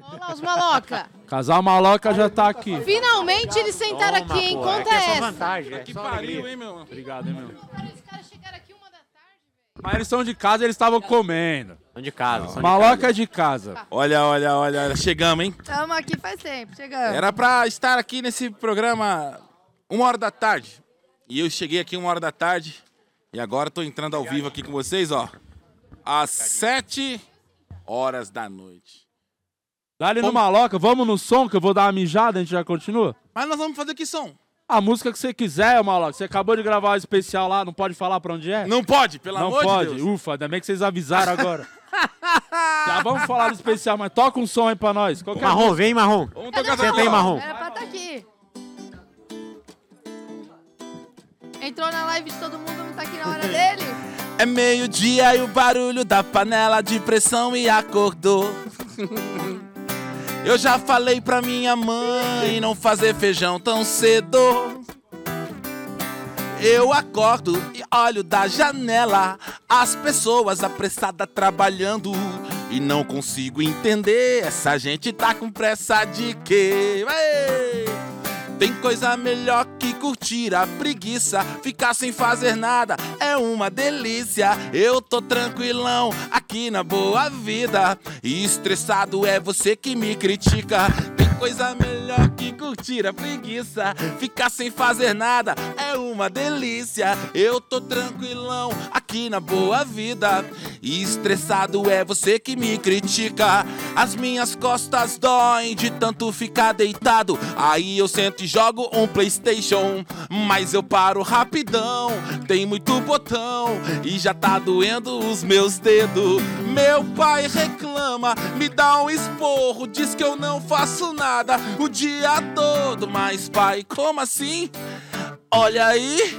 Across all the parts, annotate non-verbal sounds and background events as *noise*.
Olha lá os maloca. Casal maloca já tá aqui. Finalmente eles sentaram aqui, hein? é Conta é essa. Que pariu, hein, meu? Obrigado, hein, meu. Mas eles são de casa, eles estavam comendo. São de casa, são Maloca é de casa. Olha, olha, olha, olha, chegamos, hein? Tamo aqui faz tempo, chegamos. Era pra estar aqui nesse programa uma hora da tarde. E eu cheguei aqui uma hora da tarde. E agora tô entrando ao vivo aqui com vocês, ó. Às sete horas da noite. Dá-lhe no maloca, vamos no som que eu vou dar uma mijada, a gente já continua? Mas nós vamos fazer que som? A música que você quiser, ô maloca. Você acabou de gravar o especial lá, não pode falar pra onde é? Não pode, pelo Não amor pode. de Deus. Ufa, ainda bem que vocês avisaram *laughs* agora. já vamos falar do especial, mas toca um som aí pra nós. Qualquer Marrom, vem, Marrom. Vamos Cadê tocar o essa Senta aí, aqui, ó. Marrom. É. Era pra tá aqui. Entrou na live de todo mundo, não tá aqui na hora dele? É meio-dia e o barulho da panela de pressão me acordou. Eu já falei pra minha mãe não fazer feijão tão cedo. Eu acordo e olho da janela as pessoas apressadas trabalhando. E não consigo entender, essa gente tá com pressa de quê? Ei! Tem coisa melhor que curtir a preguiça, ficar sem fazer nada é uma delícia. Eu tô tranquilão aqui na boa vida, e estressado é você que me critica. Tem coisa melhor que curtir a preguiça, ficar sem fazer nada é uma delícia. Eu tô tranquilão aqui na boa vida, e estressado é você que me critica. As minhas costas doem de tanto ficar deitado. Aí eu sento e jogo um PlayStation, mas eu paro rapidão. Tem muito botão e já tá doendo os meus dedos. Meu pai reclama, me dá um esporro, diz que eu não faço nada o dia todo. Mas pai, como assim? Olha aí.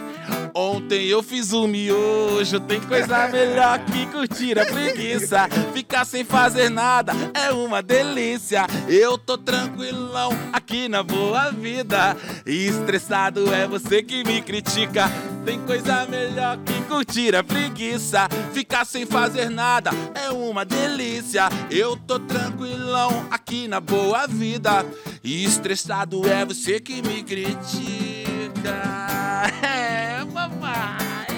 Ontem eu fiz um miojo, tem coisa melhor que curtir a preguiça. Ficar sem fazer nada é uma delícia. Eu tô tranquilão aqui na boa vida. E estressado é você que me critica. Tem coisa melhor que curtir a preguiça. Ficar sem fazer nada é uma delícia. Eu tô tranquilão aqui na boa vida. E estressado é você que me critica. *laughs* É, papai.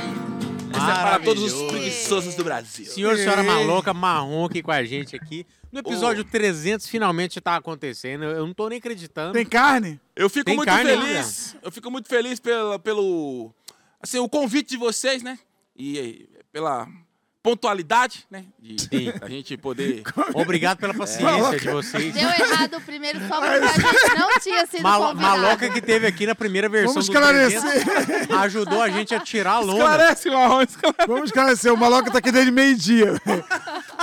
Essa é para todos os Maravilhoso. preguiçosos do Brasil. Senhor e senhora maloca, marrom aqui com a gente aqui. No episódio 300 finalmente tá acontecendo. Eu não tô nem acreditando. Tem carne? Eu fico Tem muito carne ainda? feliz. Eu fico muito feliz pela, pelo assim, o convite de vocês, né? E eh, pela pontualidade, né? De a *laughs* gente poder. Obrigado pela paciência de vocês. Deu errado o primeiro só porque a gente não tinha sido Mal- convidado. maloca que teve aqui na primeira versão Vamos do esclarecer. 300, ajudou a gente a tirar a lona. Esclarece, Marrom, esclarece. Vamos esclarecer, o maloca tá aqui desde meio-dia.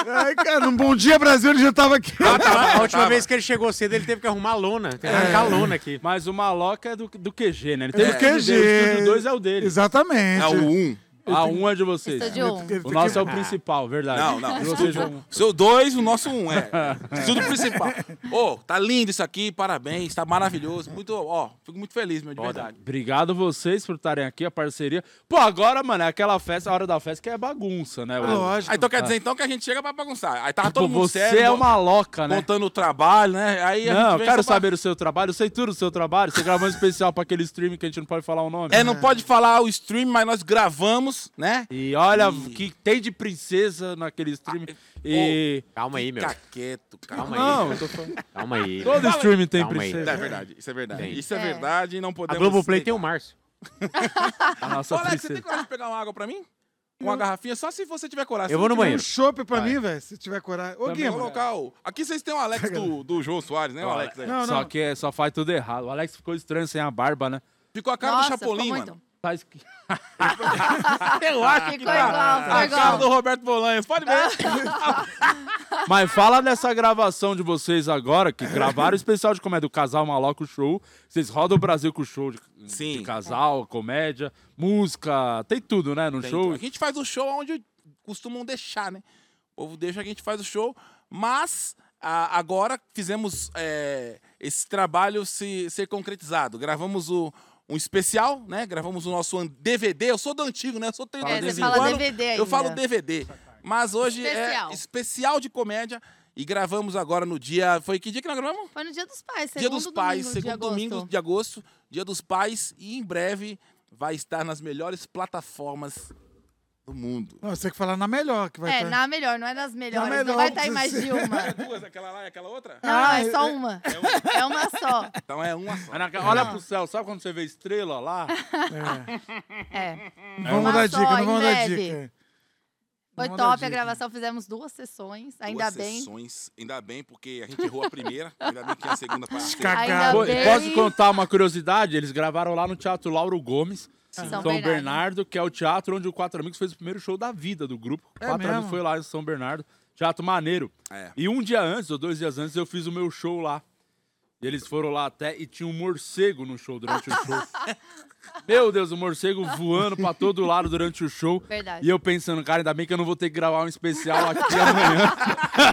Ai, cara, um bom dia, Brasil, ele já tava aqui. Ah, tá. A última vez que ele chegou cedo, ele teve que arrumar a lona. Teve que arrancar a lona aqui. Mas o maloca é do, do QG, né? Ele tem É. o estúdio QG. dele, O estúdio 2 é o dele. Exatamente. É o 1. A um é de vocês. Estúdio um. O nosso é o principal, verdade. Não, não. De vocês é um. Seu dois, o nosso um, é. Tudo principal. Ô, tá lindo isso aqui, parabéns, tá maravilhoso. Muito, ó, fico muito feliz, meu, de verdade. *laughs* Obrigado vocês por estarem aqui, a parceria. Pô, agora, mano, é aquela festa, a hora da festa que é bagunça, né? Lógico. Aí, então quer dizer então que a gente chega pra bagunçar. Aí tava Pô, todo mundo você sério, é mo- uma louca, né? montando o trabalho, né? Aí a Não, gente eu vem quero só pra- saber o seu trabalho, eu sei tudo do seu trabalho. Você gravou um especial pra aquele stream que a gente não pode falar o nome. né? É, não pode falar o stream, mas nós gravamos, né? E olha E- Ah, o que tem de princesa naquele stream. e. Calma aí, meu. Fica quieto, calma. Calma aí. Não, eu tô falando. Calma aí. Todo stream tem Calma aí. Isso é princesa. verdade, isso é verdade. Tem. Isso é, É. verdade e não A podemos... Globoplay tem o *laughs* Márcio. A nossa Ô, Alex, você tem princesa. coragem de pegar uma água pra mim? Uma garrafinha? Só se você tiver coragem. Eu vou Se no não Um banheiro. chopp pra mim, velho, se tiver coragem. Ô, Também tiver, Guima. vou colocar o- é Aqui vocês têm o *laughs* Alex do, do João Soares, né? O Alex aí. Não, Só não. que é- só faz tudo errado. O Alex ficou estranho sem a barba, né? Ficou a cara Nossa, do Chapolin, ficou mano. muito. *laughs* Tá esqui- Eu acho Ficou igual, ficou A tá cara do igual. Roberto Bolanhos, *laughs* pode ver. Mas fala dessa gravação de vocês agora, que *laughs* gravaram o especial de comédia do Casal Maloco Show. Vocês rodam o Brasil com o show de, de Sim. casal, comédia, música, tem tudo, né? Um No show. A gente faz o show onde costumam deixar, né? O povo deixa, a gente faz o show. Mas a- agora fizemos é, esse trabalho se, ser concretizado. Gravamos o, um especial, né? Gravamos o nosso an- DVD. Eu sou do antigo, né? Eu sou do É, você 35 fala anos. DVD ainda. Eu falo DVD. Mas hoje Especial. é especial de comédia. E gravamos agora no dia. Foi que dia que nós gravamos? Foi no Dia dos Pais, dia segundo dos Pais, domingo de segundo agosto. domingo de agosto, dia dos pais, e em breve vai estar nas melhores plataformas do mundo. Não, você tem que falar na melhor que vai É, tá- na melhor, não é nas melhores. melhor, não vai estar em mais *laughs* precisa- de uma. Duas, aquela lá e aquela outra? Não, Ah, é só uma. É uma só. Então é uma só. Mas naquela- Olha pro céu, sabe quando você vê estrela lá? É. Não vamos dar Uma dica, só, não vamos em dar breve. dica. é. Foi Vamos dar top a dica. gravação, fizemos duas sessões, ainda Duas bem. Sessões. Ainda bem, porque a gente errou a primeira. Ainda bem que *laughs* a segunda parte. Cacá. Ainda Pô, bem. Posso contar uma curiosidade? Eles gravaram lá no Teatro Lauro Gomes, São em São, Bernardo. Bernardo. que é o teatro onde o Quatro Amigos fez o primeiro show da vida do grupo. É Quatro mesmo? Amigos foi lá em São Bernardo, teatro maneiro. É. E um dia antes, ou dois dias antes, eu fiz o meu show lá. E eles foram lá até e tinha um morcego no show durante o *laughs* show. Meu Deus, o morcego voando pra todo lado durante o show. Verdade. E eu pensando, cara, ainda bem que eu não vou ter que gravar um especial aqui amanhã. *laughs*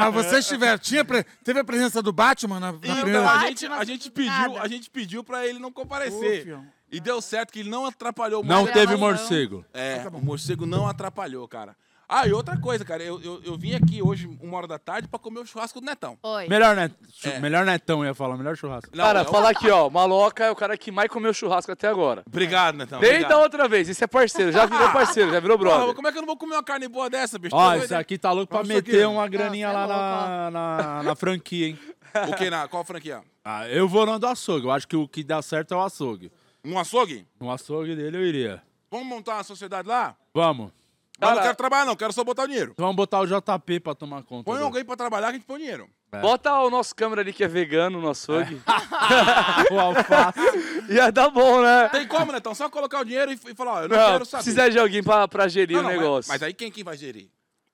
Mas vocês tiveram. Tinha pre- Teve a presença do Batman na, na Então, primeira. a gente, a gente pediu, a gente pediu pra ele não Ô, comparecer. fião. e deu certo que ele não atrapalhou Não mais. teve razão. morcego. Então É, tá o morcego não atrapalhou, cara. Ah, e outra coisa, cara, eu, eu, eu vim aqui hoje, uma hora da tarde, pra comer o churrasco do Netão. Oi. Melhor, né? net... É. melhor netão, eu ia falar, melhor churrasco. Não, é um Cara, eu- falar aqui, ó. Maloca é o cara que mais comeu churrasco até agora. Obrigado, Netão. Nem da obrigado. outra vez. Isso é parceiro. Já virou parceiro, já virou Porra, brother. como é que eu *laughs* não vou comer uma carne boa dessa, bicho? Ó, Tá esse doido, hein? aqui tá louco pra Vamos meter aqui. uma graninha Nossa, é lá na, na, na franquia, hein? *laughs* O que, na, qual franquia? Ah, eu vou no do açougue. Eu acho que o que dá certo é o açougue. Um açougue? No açougue dele eu iria. Vamos montar uma sociedade lá? Vamos. Mas não Cara- quero trabalhar, não, quero É só botar o dinheiro. Vamos botar o JP pra tomar conta. Põe um do- alguém pra trabalhar que a gente põe o dinheiro. Bota o nosso câmera ali que é vegano, no açougue. *laughs* O alface. *laughs* Ia dar bom, né? É. Tem como, Netão? Só colocar o dinheiro e, e falar, ó, eu não, Não, quero saber. precisa de alguém pra, pra gerir Não, o não, mas- negócio. Mas, aí quem que vai gerir?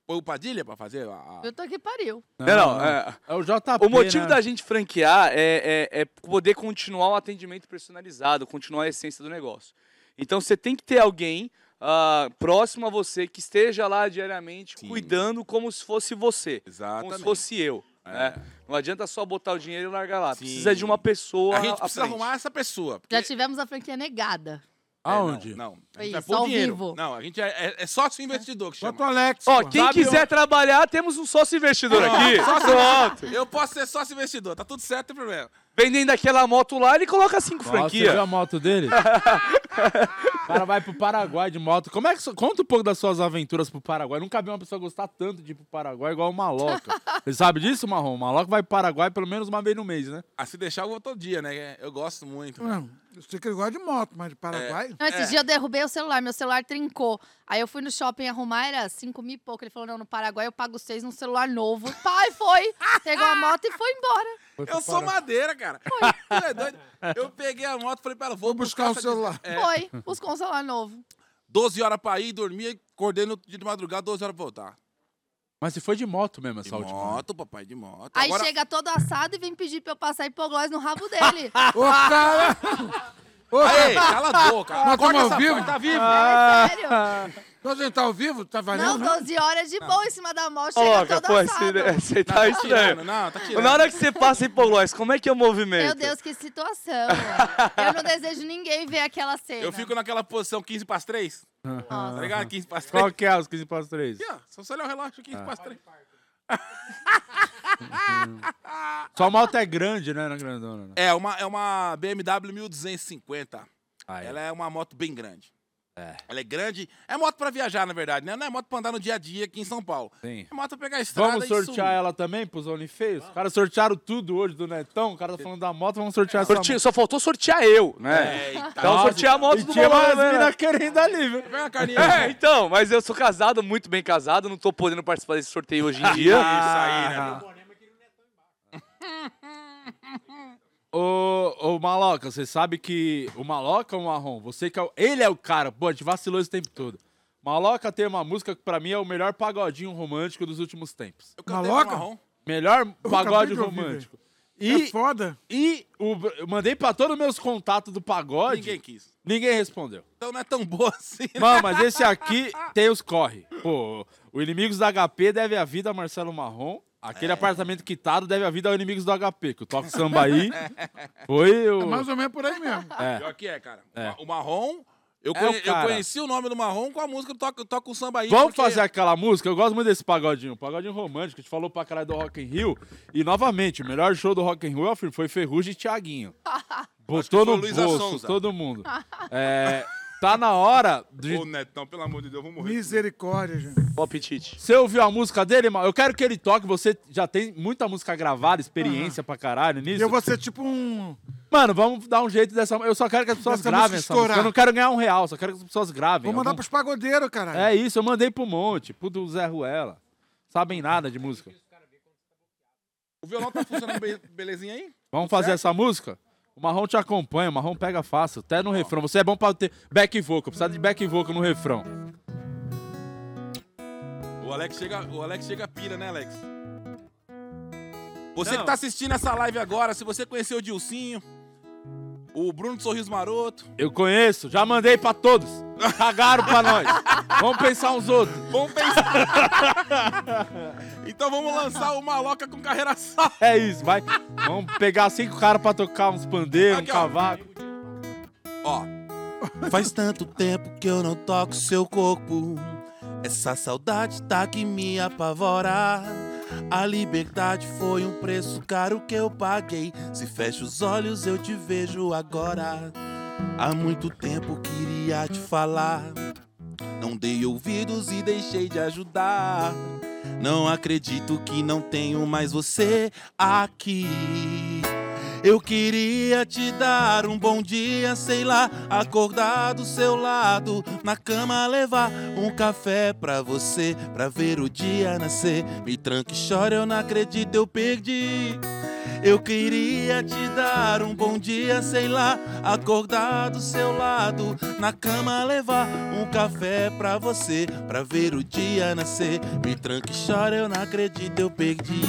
Põe o Padilha pra fazer? a- a- Eu tô que pariu. Não, não, é. É o JP. O motivo né? da gente franquear é, é- é poder continuar o atendimento personalizado, continuar a essência do negócio. Então você tem que ter alguém ah, próximo a você que esteja lá diariamente Sim. cuidando como se fosse você. Como Exatamente. se fosse eu. né? Não adianta só botar o dinheiro e largar lá. Sim. Precisa de uma pessoa. A gente à precisa frente. arrumar essa pessoa. porque- Já tivemos a franquia negada. É, não, Aonde? Não, A Foi gente vai isso, pôr ao o dinheiro. vivo. Não, a gente é, é, é sócio investidor que Bota o chama. Alex. Ó, pô. quem quiser trabalhar, temos um sócio investidor aqui. Pronto. Eu posso ser sócio investidor, tá tudo certo, não tem problema. Vendendo aquela moto lá, ele coloca cinco Nossa, você viu franquias. a *laughs* moto dele? o cara vai pro Paraguai de moto. Como é que, so- conta um pouco das suas aventuras pro Paraguai. Nunca vi uma pessoa gostar tanto de ir pro Paraguai igual o Maloca. Você sabe disso, Marrom? O Maloca vai pro Paraguai pelo menos uma vez no mês, né? Ah, se deixar, eu vou todo dia, né? Eu gosto muito. velho. Não, eu sei que ele gosta de moto, mas de Paraguai. Não, esse É. dia eu derrubei o celular, meu celular trincou. Aí eu fui no shopping arrumar, era cinco mil e pouco. Ele falou, não, no Paraguai eu pago seis num celular novo. Pai, foi! Pegou a moto e foi embora. Foi pro Eu sou madeira, cara. *laughs* Tu é doido? Eu peguei a moto e falei pra ela, vou Vou buscar o essa É. celular. Foi, buscou um celular novo. 12 horas pra ir, dormia, acordei no dia de madrugada, 12 horas pra voltar. Mas se foi de moto mesmo De essa última. né? moto, papai, de moto. Aí Agora, chega todo assado e vem pedir pra eu passar hipoglós no rabo *laughs* dele. Ô, cara! Ô, Ei, cara! cala a boca. Nós Corta estamos ao essa vivo? parte, Tá vivo? É sério. Nós gente tá ao vivo? Tá Não, um valendo? 12 horas de boa em cima da moto, Ô, chega Loca, todo pô, assado. esse- esse Não, tá tá estranho. tirando, não, tá tirando. Na hora que você passa em Poglóis, como é que é o movimento? Meu Deus, que *laughs* situação. eu não desejo ninguém ver aquela É, cena. Eu fico naquela posição 15 pras 3, tá ligado? 15 pras 3. Qual que é os 15 *laughs* para 3? Aqui, ó, só você olhar o relógio, *laughs* 15 pras 3. Sua moto é grande, né? Não é grandona. né? É uma, é uma BMW 1250. Ah, é. Ela é uma moto bem grande. É. Ela é grande. É moto pra viajar, na verdade, né? Não é moto pra andar no dia a dia aqui em São Paulo. Sim. É moto pra pegar a estrada Vamos e subir. sortear ela também pros Only Feios? Os caras sortearam tudo hoje do Netão. O cara tá falando da moto, vamos sortear essa Sorte- moto. Só faltou sortear eu, né? É, eita. Então sortear a moto E do tinha Bolão, umas né? minas querendo ali, viu? Pega uma carninha. *laughs* É, então, mas eu sou casado, muito bem casado, não tô podendo participar desse sorteio hoje Ah, em dia. Ah, Isso aí, né? Ô, ô Maloca, você sabe que o Maloca é o Marrom, você que é o... Ele é o cara, pô, te vacilou esse tempo todo. Maloca tem uma música que pra mim é o melhor pagodinho romântico dos últimos tempos. Eu cantei Maloca? pro Marrom. Melhor pagode de ouvir, romântico. É E, foda. e o, eu mandei pra todos os meus contatos do pagode, Ninguém quis. ninguém respondeu. Então não é tão boa assim. né? Mano, mas esse aqui tem os corre. Pô, o Inimigos da HP deve a vida a Marcelo Marrom. É. Aquele apartamento quitado deve a vida ao Inimigos do HP, que o *laughs* Toque É. Samba aí foi o... É mais ou menos por aí mesmo. Pior que é, cara. O ma- O marrom Eu, É o conhe- eu cara. conheci o nome do Marrom com a música do Toca, toca o Samba aí. Vamos porque- fazer aquela música? Eu gosto muito desse pagodinho. um Pagodinho romântico. A gente falou pra caralho do Rock in Rio. E, novamente, o melhor show do Rock in Rio eu afirmo, foi Ferrugem e Thiaguinho. foi Botou no o Luísa bolso Sonza. *laughs* todo mundo. É, tá na hora de... Ô, Netão, pelo amor de Deus, eu vou morrer. Misericórdia, gente. Bom apetite. Você ouviu a música dele, mal? Eu quero que ele toque. Você já tem muita música gravada, experiência pra caralho nisso. E eu vou ser tipo um. Mano, vamos dar um jeito dessa... Eu só quero que as pessoas Dessa gravem música essa música. estourar. Eu não quero ganhar um real, só quero que as pessoas gravem. Vou mandar Algum- pros pagodeiros, caralho. É isso, eu mandei pro Monte, pro do Zé Ruela. Sabem nada de música. O violão tá funcionando be- belezinha aí? Vamos fazer essa música? O Marrom te acompanha, o Marrom pega fácil, até no refrão. Você é bom pra ter back vocal, precisa de back vocal no refrão. O Alex chega, o Alex chega pira, né, Alex? Você Não. que tá assistindo essa live agora, se você conheceu o Dilcinho, o Bruno do Sorriso Maroto, Eu conheço, já mandei pra todos. Cagaram pra nós. Vamos pensar uns outros. vamos pensar. então vamos lançar o Maloca com carreira sal. É isso, vai. Vamos pegar cinco caras pra tocar uns pandeiros, um Aqui, ó. cavaco. Ó. Faz tanto tempo que eu não toco seu corpo. Essa saudade tá que me apavora. A liberdade foi um preço caro que eu paguei. Se fecho os olhos, eu te vejo agora. Há muito tempo queria te falar. Não dei ouvidos e deixei de ajudar. Não acredito que não tenho mais você aqui. Eu queria te dar um bom dia, sei lá, acordar do seu lado, na cama levar um café pra você, pra ver o dia nascer. Me tranque, chora, eu não acredito, eu perdi. Eu queria te dar um bom dia, sei lá, acordar do seu lado, na cama levar um café pra você, pra ver o dia nascer. Me tranque, chora, eu não acredito, eu perdi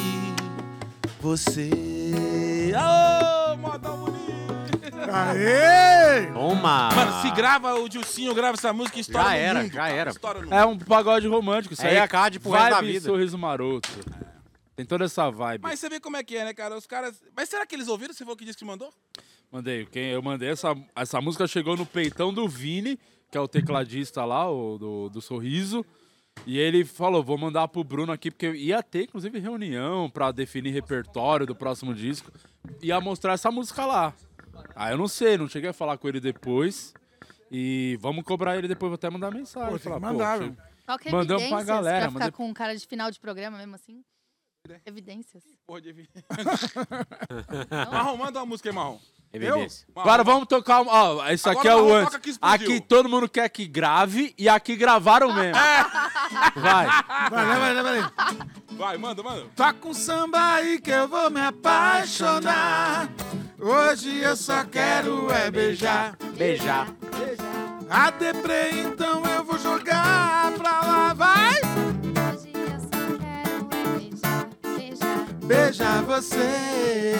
você. Ô, modão bonito! Aê! Toma! Mano, se grava o Dilcinho, grava essa música e estoura Já no era, mundo, já cara. era. Estoura no É um pagode romântico. Isso É aí é Icade pro resto vibe da vida. sorriso maroto. Tem toda essa vibe. Mas você vê como é que é, né, cara? Os caras. Mas será que eles ouviram? Você foi o que disse que mandou? Mandei. Quem, eu mandei essa, essa música chegou no peitão do Vini, que é o tecladista lá, o, do, do Sorriso. E ele falou: vou mandar pro Bruno aqui, porque ia ter, inclusive, reunião pra definir repertório do próximo disco. Ia mostrar essa música lá. Ah, eu não sei, não cheguei a falar com ele depois. E vamos cobrar ele depois, vou até mandar mensagem. Pô, tem falar, que mandar, "Pô, meu." Toca Mandamos pra evidências galera, pra ficar mandei- com um cara de final de programa mesmo assim. Evidências. Porra, de Marrom, manda uma música aí, Marrom. É Evidência. Marrom, Agora vamos tocar. um- Ó, esse Agora aqui é o vamos antes. tocar que explodiu. Aqui todo mundo quer que grave e aqui gravaram mesmo. É. Vai. Vai, leva, leva aí. Vai, manda, manda. Toca um samba aí que eu vou me apaixonar. Hoje eu só quero é beijar. Beijar. A deprê, então eu vou jogar pra lá, vai! Hoje eu só quero é beijar, beijar. Beijar você,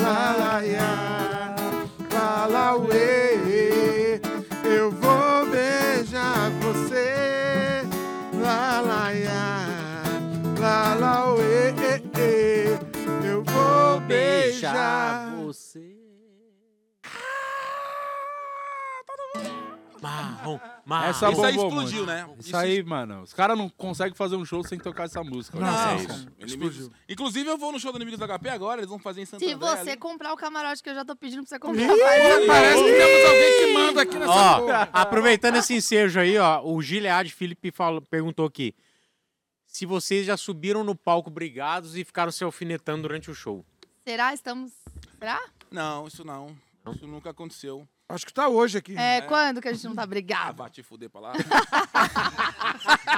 lalaiá, lalauê. Eu vou beijar você, lalaiá, lalauê. Eu vou beijar Marrom, marrom. Essa Isso aí bombou explodiu, né? Isso aí, mano. Os caras não conseguem fazer um show sem tocar essa música. Não, Nossa, É Nossa, isso. cara, Inimigos- Inclusive, eu vou no show do Inimigos da HP agora, eles vão fazer em Santo Se André, você tá ali. comprar o camarote que eu já tô pedindo pra você comprar, vai lá. *laughs* Ih, Parece que temos alguém que manda aqui nessa Ó, porra. aproveitando esse ensejo aí, ó, o Gilead Felipe falou- perguntou aqui se vocês já subiram no palco brigados e ficaram se alfinetando durante o show. Será? Estamos. Será? Não, isso não. Isso nunca aconteceu. Acho que tá hoje aqui. É, quando que a gente não tá Ah, brigado? vá te fuder pra lá.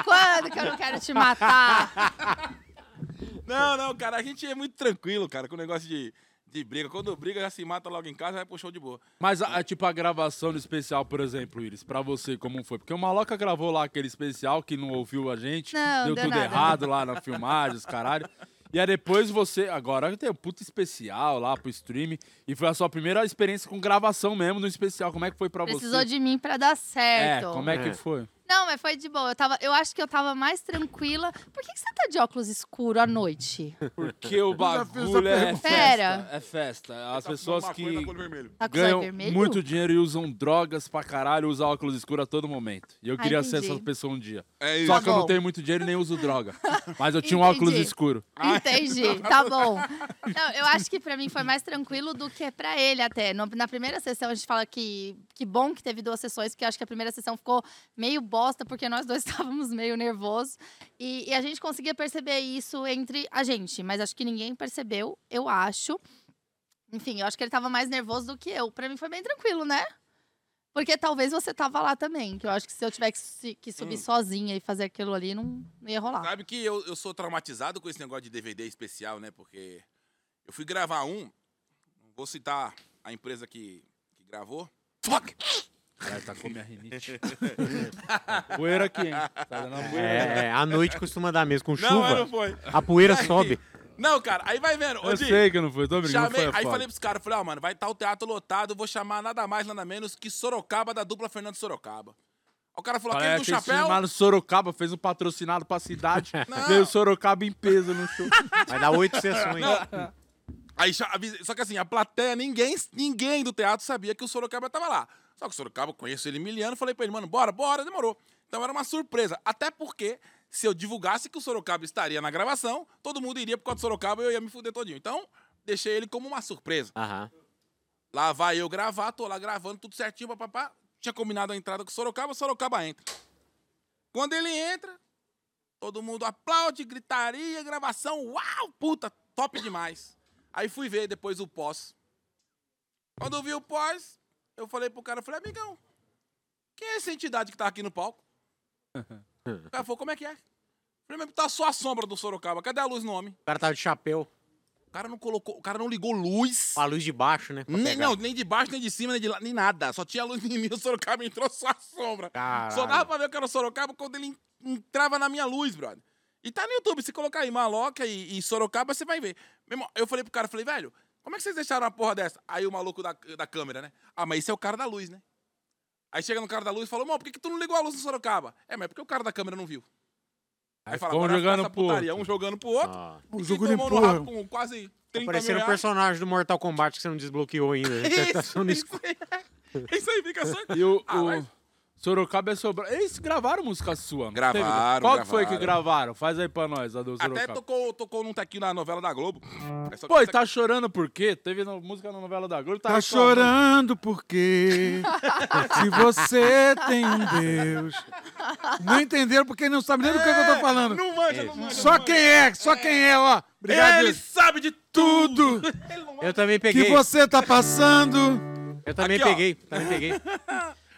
Quando que eu não quero te matar? *laughs* não, não, cara, a gente é muito tranquilo, cara, com o negócio de, de briga. Quando briga, já se mata logo em casa, vai pro show de boa. Mas, a, a- tipo, a gravação do especial, por exemplo, Iris, pra você, como foi? Porque o Maloca gravou lá aquele especial que não ouviu a gente, Não, deu deu tudo nada. errado lá na filmagem, os caralho. E aí depois você, agora tem o puta especial lá pro stream, e foi a sua primeira experiência com gravação mesmo no especial. Como é que foi *laughs* pra Precisou você? de mim pra dar É, certo. como é que *laughs* É. foi? Não, mas foi de boa. Eu, tava, eu acho que eu tava mais tranquila. Por que, que você tá de óculos escuro à noite? Porque o já fiz essa bagulho é pergunta. festa. Pera. É festa. As pessoas que Tá com o ganham zóio vermelho? muito dinheiro e usam drogas pra caralho, usam óculos escuros a todo momento. E eu Ah, queria ser entendi. essa pessoa um dia. É Só Tá que eu não bom. tenho muito dinheiro e nem uso *laughs* droga. Mas eu tinha um Entendi. óculos escuro. Ah, Entendi, tá bom. Não, eu acho que pra mim foi mais tranquilo do que pra ele até. No- na primeira sessão a gente fala que que bom que teve duas sessões, porque eu acho que a primeira sessão ficou meio bosta, porque nós dois *laughs* estávamos meio nervosos. E, e a gente conseguia perceber isso entre a gente, mas acho que ninguém percebeu, eu acho. Enfim, eu acho que ele tava mais nervoso do que eu. Pra mim foi bem tranquilo, né? Porque talvez você tava lá também, que eu acho que se eu tivesse que se- que subir sozinha e fazer aquilo ali, não, não ia rolar. Sabe que eu, eu sou traumatizado com esse negócio de DVD especial, né? Porque eu fui gravar um, não vou citar a empresa que, que gravou. Fuck! Cara, tá com minha rinite. *laughs* Poeira aqui, hein? Tá dando uma poeira. É, é, à noite costuma dar mesmo, com Não, mas não chuva, é foi. a poeira Aí, sobe. Não, cara, aí vai vendo. Ô, Eu Di, sei que não foi, tô brincando. chamei, foi aí foda. falei pros caras, falei, ó, mano, vai estar o teatro lotado, eu vou chamar nada mais, nada menos que Sorocaba da dupla Fernando Sorocaba. Aí O cara falou, Falei, aquele do é, que eles chapéu. filmaram Sorocaba, fez um patrocinado pra *laughs* cidade. Veio Sorocaba em peso no show. *laughs* Vai dar oito sessões. Aí, cha- avisa- só que assim, a plateia, ninguém, ninguém do teatro sabia que o Sorocaba tava lá. Só que o Sorocaba, eu conheço ele miliano, falei pra ele, mano, bora, bora, demorou. Então era uma surpresa. Até porque, se eu divulgasse que o Sorocaba estaria na gravação, todo mundo iria por causa do Sorocaba e eu ia me fuder todinho. Então, deixei ele como uma surpresa. Aham. Lá vai eu gravar, tô lá gravando, tudo certinho, papapá. Tinha combinado a entrada com o Sorocaba, o Sorocaba entra. Quando ele entra, todo mundo aplaude, gritaria, gravação, uau, puta, top demais. Aí fui ver depois o pós. Quando eu vi o pós, eu falei pro cara, eu falei, amigão, quem é essa entidade que tá aqui no palco? O cara falou, como é que é? Eu falei, mas tá só a sombra do Sorocaba, cadê a luz no homem? O cara tava de chapéu, O cara não colocou, o cara não ligou luz. com a luz de baixo, né? pra Nem, pegar. não, nem de baixo, nem de cima, nem de lá, nem nada. Só tinha luz em mim, o Sorocaba entrou só a sombra. Caralho. Só dava pra ver que era o Sorocaba quando ele en- entrava na minha luz, brother. E tá no YouTube, se colocar aí Maloca e, e Sorocaba, você vai ver. Meu irmão, eu falei pro cara, falei, velho, como é que vocês deixaram uma porra dessa? Aí o maluco da, da câmera, né? Ah, mas esse é o cara da luz, né? Aí chega no cara da luz e fala, mano, por que, que tu não ligou a luz no Sorocaba? É, mas é porque o cara da câmera não viu. Aí, fala, ficou um agora vai ficar jogando essa pro putaria, um jogando pro outro. Ah. O Um jogo de tomou no empurra. rabo com quase 30 mil Apareceram um reais. personagem do Mortal Kombat que você não *laughs* desbloqueou ainda. tá Isso, Isso, isso, isso aí fica só. *laughs* E o, Ah, o mas- Sorocaba é sobra. Eles gravaram música sua. não Gravaram, teve? Qual que foi que gravaram. gravaram? Faz aí pra nós, a do Até Sorocaba. tocou, tocou num tequinho na novela da Globo. É só que Pô, e essa- tá chorando por quê? Teve no- música na novela da Globo. Tá chorando *laughs* porque se você tem um Deus. Não entenderam porque não sabe nem do que, que eu tô falando. É, Não manja, não manja. Só não quem é, só quem é, ó. Obrigado. Ele sabe de Tudo Eu também que *laughs* peguei. você tá passando. Eu também Aqui, ó. peguei. Também peguei. *laughs*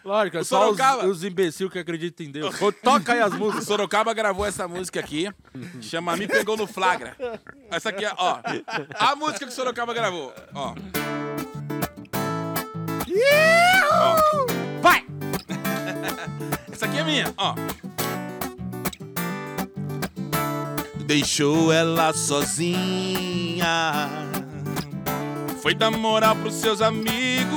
Lógico, é O só os, Sorocaba- os imbecil que acreditam em *laughs* Deus. Pô, Toca aí as O músicas. Sorocaba gravou essa música aqui, chama Me Pegou no Flagra. Essa aqui é, ó. A música que o Sorocaba gravou, ó. Ó. Vai! *laughs* Essa aqui é minha, ó. Deixou ela sozinha. Foi dar moral pros seus amigos.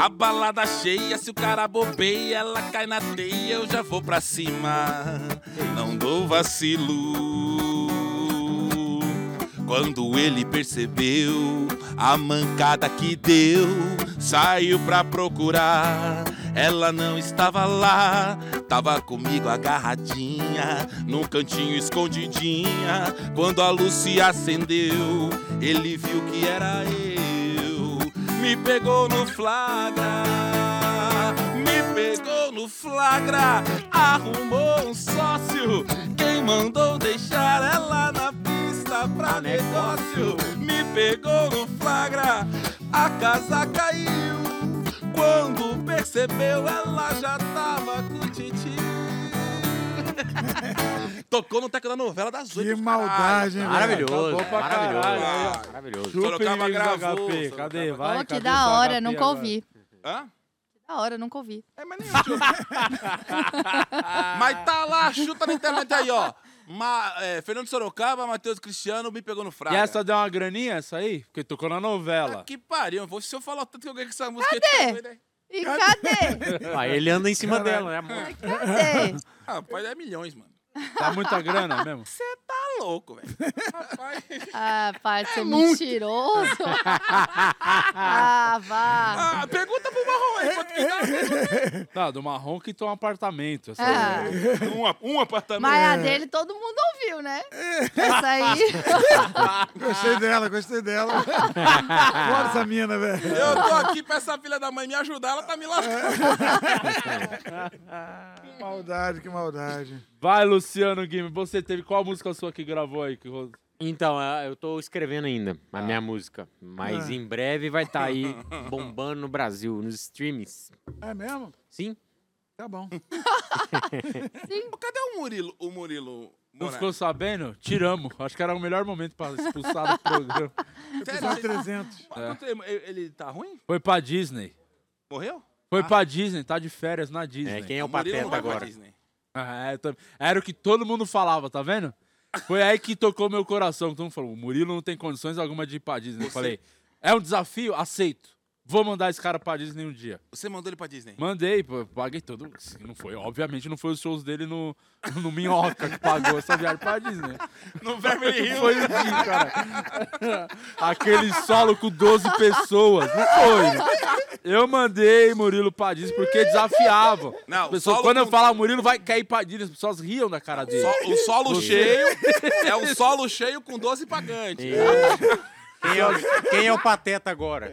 A balada cheia, se o cara bobeia, ela cai na teia, eu já vou pra cima. Não dou vacilo. Quando ele percebeu a mancada que deu, saiu pra procurar. Ela não estava lá, tava comigo agarradinha, num cantinho escondidinha. Quando a luz se acendeu, ele viu que era eu. Me pegou no flagra, me pegou no flagra. Arrumou um sócio, quem mandou deixar ela na pista pra negócio. Me pegou no flagra, a casa caiu. Quando percebeu, ela já tava com o titi. Tocou no teco da novela das oito. Que maldade, hein, velho? Maravilhoso. Tá bom pra Maravilhoso. Ah, caralho. Maravilhoso. Sorocaba Chupa, inimigos gravou, HP. Sorocaba. Cadê? Ó, Vai, que cadê da essa hora, HP nunca agora? ouvi. Hã? Da hora, nunca ouvi. É, mas nem eu *laughs* Mas tá lá, chuta na internet aí, ó. Ma- é, Fernando Sorocaba, Matheus Cristiano me pegou no fraco. E essa deu uma graninha, essa aí? Porque tocou na novela. Que pariu, eu vou- se eu falar o tanto que eu ganhei com essa música. Cadê? doido, hein? E cadê? Ah, ele anda em cima dela, né, amor? Cadê? Rapaz, é milhões, mano. Dá *laughs* muita grana mesmo? Tá louco, velho. Rapaz. Ah, pai, você é mentiroso. *laughs* ah, vá. Ah, pergunta pro Marrom aí quanto que *laughs* Tá, do marrom que tem um apartamento. essa Ah, dá. Um, a- um apartamento. mas a dele todo mundo ouviu, né? É. Essa aí. *laughs* *laughs* Gostei dela, gostei dela. Fora essa mina, velho. Eu tô aqui pra essa filha da mãe me ajudar, ela tá me lascando. Que maldade, que maldade. Vai, Luciano Guime, você teve qual música sua que gravou aí? *laughs* Que... ro- Então, é, eu tô escrevendo ainda a minha música. Mas Ah. em breve vai *laughs* estar aí bombando no Brasil, nos streams. É mesmo? Sim? Tá bom. Cadê o Murilo? O Murilo. Não Moraes? ficou sabendo? Tiramos. Acho que era o melhor momento pra expulsar do programa. é Só Sério, 300. ele- ele tá ruim? Foi pra Disney. Morreu? Foi pra Disney, tá de férias na Disney. É, quem é o O Murilo não pateta vai pra agora? Disney. Ah, é, eu tam- Era o que todo mundo falava, tá vendo? Foi aí que tocou meu coração. Todo mundo falou: o Murilo não tem condições alguma de ir pra Disney. Eu falei: é um desafio? Aceito. Vou mandar esse cara pra Disney um dia. Você mandou ele pra Disney? Mandei, pô, paguei todo. Não foi, obviamente, não foi os shows dele no, no Minhoca que pagou essa viagem pra Disney. *laughs* No Beverly Hills. Foi o dia, cara. *laughs* Aquele solo com 12 pessoas. Não foi. Eu mandei Murilo pra Disney porque desafiava. Não, Pessoal, solo quando eu com- falar Murilo vai cair pra Disney, as pessoas riam da cara dele. Só- o solo *laughs* cheio é um solo cheio com 12 pagantes. Quem é, o, quem é o pateta agora?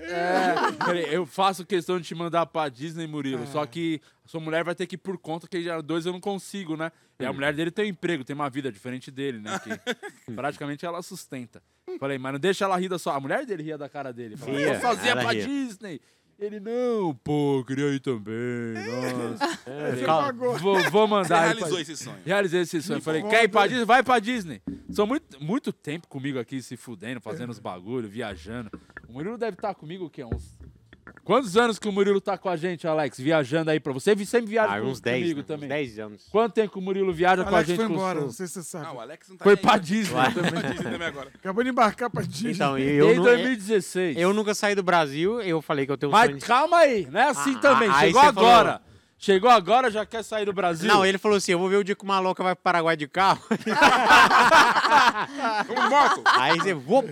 Falei, É. Eu faço questão de te mandar pra Disney, Murilo. É. Só que a sua mulher vai ter que ir por conta que já dois eu não consigo, né? E a mulher dele tem um emprego, tem uma vida diferente dele, né? *laughs* Que praticamente ela sustenta. Falei, mas não deixa ela rir da sua. A mulher dele ria da cara dele. Falei, Ria, eu sozinha ela pra ria. Disney. Ele, não, pô, eu queria ir também. *laughs* Nossa. É, Calma. Vou, vou Você mandar. ele pra realizou Disney. esse sonho. Realizei esse sonho. Falei, quer ir pra Disney? Vai pra Disney. São muito, muito tempo comigo aqui se fudendo, fazendo os bagulho, viajando. O Murilo deve estar comigo o quê? Uns. Quantos anos que o Murilo tá com a gente, Alex? Viajando aí pra você? Você sempre viaja Ah, com- uns 10, comigo né? também. Uns 10 anos. Quanto tempo que o Murilo viaja O com a Alex gente? foi com o embora, som? não sei se você sabe. Ah, o Alex não tá Foi nem pra aí. Disney Foi também. pra Disney também agora. Acabou de embarcar pra Disney. Então, eu, Desde nu- 2016. eu nunca saí do Brasil, eu falei que eu tenho um sonho Mas de... calma aí, não é assim Ah, também. aí Chegou você agora. Chegou agora, já quer sair do Brasil? Não, ele falou assim, eu vou ver o dia que o maloca vai pro Paraguai de carro. Vamos de moto? Aí você, vou,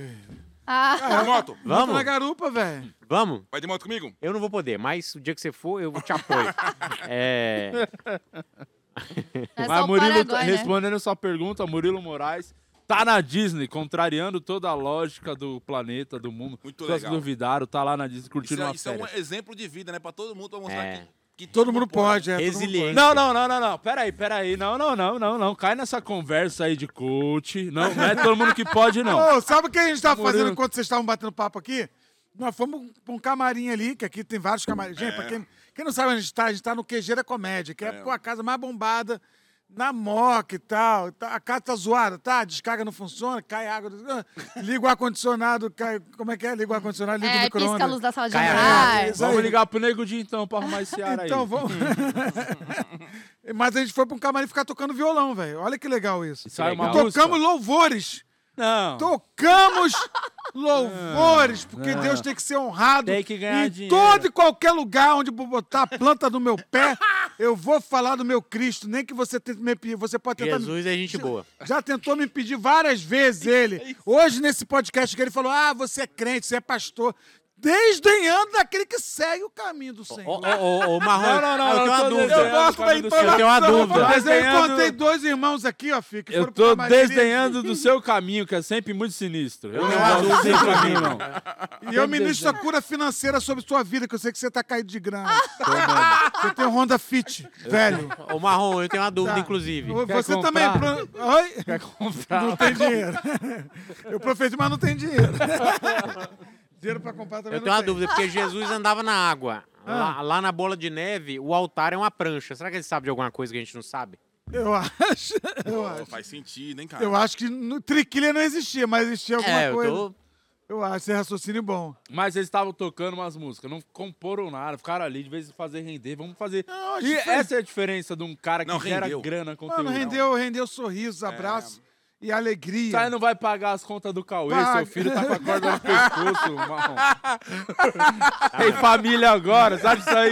Ah, Vamos de moto? Na vamos, garupa, velho. vamos. Vai de moto comigo? Eu não vou poder, mas o dia que você for, eu te apoio. *laughs* *laughs* é... é Mas só o Murilo, tá Paraguai, né? respondendo sua pergunta, Murilo Moraes tá na Disney, contrariando toda a lógica do planeta, do mundo. Muito Vocês legal. duvidaram, tá lá na Disney Isso, curtindo é- uma isso é um férias. exemplo de vida, né? Pra todo mundo, pra mostrar É. que, que Todo mundo pode, é. todo mundo Resiliente. pode. Não, não, não, não, não. Peraí, peraí. Não, não, não, não, não. Cai nessa conversa aí de coach. Não, não é todo mundo que pode, não. *laughs* Ô, sabe o que a gente tava Murilo. fazendo enquanto vocês estavam batendo papo aqui? Nós fomos pra um camarim ali, que aqui tem vários camarins. Gente, É. pra quem, quem não sabe onde a gente tá, a gente tá no Quejeira Comédia, que é, pô, a casa mais bombada, na moca e tal. Tá- A casa tá zoada, tá? A descarga não funciona, cai água. do- Ah, Liga o ar-condicionado, cai... Como é que é? Liga o ar-condicionado, liga o É, pisca a luz micro-ondas. É, da sala de Cai a jantar. isso Vamos aí. ligar pro Nego Di então pra arrumar esse ar aí. Então, vamos... *laughs* Mas a gente foi pra um camarim ficar tocando violão, velho. Olha que legal isso. Sai uma Legal. música? Tocamos louvores. Não. *laughs* Tocamos louvores, porque Deus tem que ser honrado. Tem que ganhar em dinheiro. todo e qualquer lugar onde bo- botar a planta do meu *laughs* pé, eu vou falar do meu Cristo, nem que você tente me impedir. Você pode tentar. me- Jesus é gente boa. Já tentou me impedir várias vezes ele. Hoje, nesse podcast que ele falou: Ah, você é crente, você é pastor. Desdenhando daquele que segue o caminho do Senhor. Ô, ô, ô, ô, Marrom, Não, não, não, eu tenho eu tô uma dúvida. desenhando o caminho do Senhor. Eu tenho uma dúvida. Mas eu Desenhando- encontrei dois irmãos aqui, ó, Fica. Eu tô desdenhando do seu caminho, que é sempre muito sinistro. Eu não é gosto assim, do seu caminho, não. E eu ministro a cura financeira sobre sua vida, que eu sei que você tá caído de grana. Ah! Você tem um Honda Fit, velho. Tá. Ô, Marrom, eu tenho uma dúvida, inclusive. Quer Você comprar? também. é pro- ah, Oi? Quer comprar? Não tem dinheiro. *laughs* Eu profetei, mas não tem *laughs* dinheiro. *laughs* Dinheiro pra comprar também não Eu tenho tem. uma Ah. dúvida, porque Jesus andava na água. Lá, lá na bola de neve, o altar é uma prancha. Será que ele sabe de alguma coisa que a gente não sabe? Eu acho. Eu Pô, acho. faz sentido, hein, cara? Eu acho que no... triquilha não existia, mas existia alguma é, coisa. eu tô. Eu acho, esse é raciocínio bom. Mas eles estavam tocando umas músicas, não comporam nada, ficaram ali, de vez em fazer render, vamos fazer. Não, acho e que foi- essa é a diferença de um cara que Não, gera rendeu. grana conteúdo. É. Mano, rendeu, rendeu sorrisos, abraços. e alegria. Você aí não vai pagar as contas *laughs* do Cauê, Paga. seu filho tá com a corda no pescoço, marrom. Tem família agora, sabe isso aí?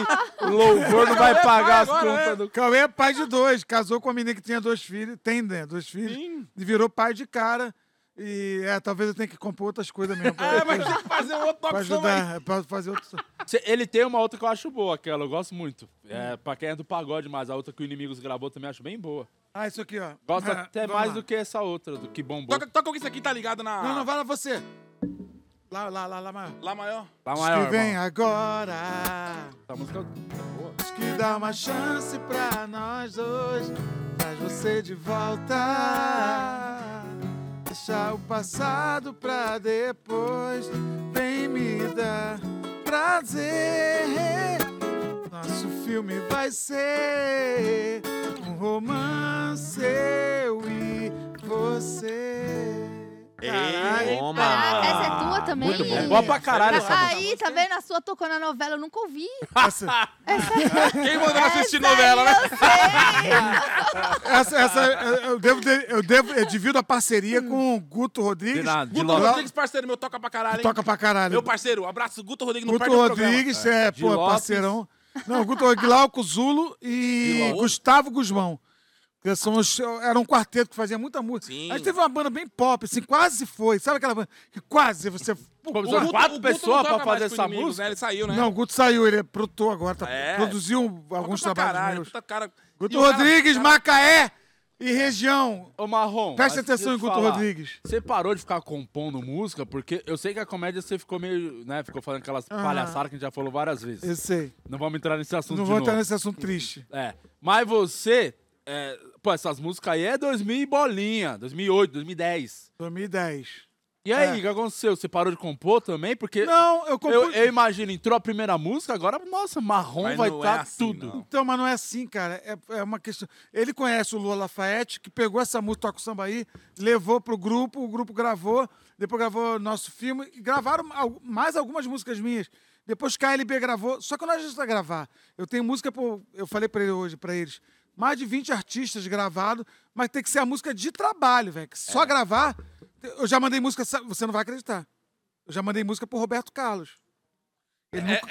Louvor não é vai pagar as contas do. Cauê é pai de dois, casou com uma menina que tinha dois filhos, tem, né? Dois filhos. E virou pai de cara. E é, talvez eu tenha que compor outras coisas mesmo. Pra, *laughs* É, mas tem que fazer outra pra opção aí. ajudar, pra fazer outro. Cê- Ele tem uma outra que eu acho boa, aquela, eu gosto muito. É, pra quem é do pagode, mas a outra que o Inimigos gravou também acho bem boa. Ah, isso aqui, ó. Gosto Ah, até *laughs* vamos mais lá. do que essa outra, do que bombou. Toca, toca o que isso aqui tá ligado na. Não, não, vai lá você. Lá, lá, lá, lá, maior. Lá maior. Tá Diz que maior, vem irmão. agora. Essa música é boa. Diz que dá uma chance pra nós dois. Traz você de volta. Deixar o passado pra depois. Vem me dar prazer. Nosso filme vai ser um romance. Eu e você. Caralho. Toma. Caraca, essa é tua também? Muito bom. Boa pra caralho essa é música. Aí, tá vendo? A sua tocou na novela, eu nunca ouvi. É Essa- Quem mandou assistir novela, né? Essa, essa eu- eu devo, de- eu devo, eu divido a parceria com o Guto Rodrigues. De nada, de Guto lota. Rodrigues Rodrigues, parceiro meu, toca pra caralho. hein? toca pra caralho. Meu parceiro, abraço, Guto Rodrigues, não Guto perde o programa. Rodrigues é, De pô, Lopes. parceirão. Não, Guto Rodrigues, Glauco Zulo De e Lopes. Gustavo Guzmão. Que são os- era um quarteto que fazia muita música. Sim. A gente teve uma banda bem pop, assim, quase foi. Sabe aquela banda que quase você... Pô, O precisou Guto- de o quatro Guto pessoas não pra toca mais fazer com essa inimigos, música. né? Ele saiu, né? Não, o Guto saiu, ele é produtor agora. tá- É. Produziu alguns Toca pra trabalhos caralho, meus. puta cara- Guto e o cara- Rodrigues, cara- Macaé e região. Ô, Marrom. Presta mas atenção em deixa eu Guto falar. Rodrigues. Você parou de ficar compondo música, porque eu sei que a comédia você ficou meio, né? Ficou falando aquelas palhaçadas que a gente já falou várias vezes. Eu sei. Não vamos entrar nesse assunto Não de vou novo. entrar nesse assunto triste. É. Mas você. é, pô, essas músicas aí é 2000 e bolinha, 2008, 2010. 2010. E aí, o É. que aconteceu? Você parou de compor também? Porque Não, eu compus. eu, eu imagino, entrou a primeira música, agora, nossa, marrom Mas Um vai não é estar assim, tudo. não. Então, mas não é assim, cara. É, é uma questão. Ele conhece o Lula Lafayette, que pegou essa música Toca o Sambaí, levou pro grupo, o grupo gravou, depois gravou nosso filme, e gravaram al- mais algumas músicas minhas. Depois KLB gravou, só que nós a gente tá gravar. Eu tenho música, pro, eu falei pra ele hoje, pra eles, mais de 20 artistas gravados, mas tem que ser a música de trabalho, velho. que É. Só gravar. Eu já mandei música, sa- você não vai acreditar. Eu já mandei música pro Roberto Carlos.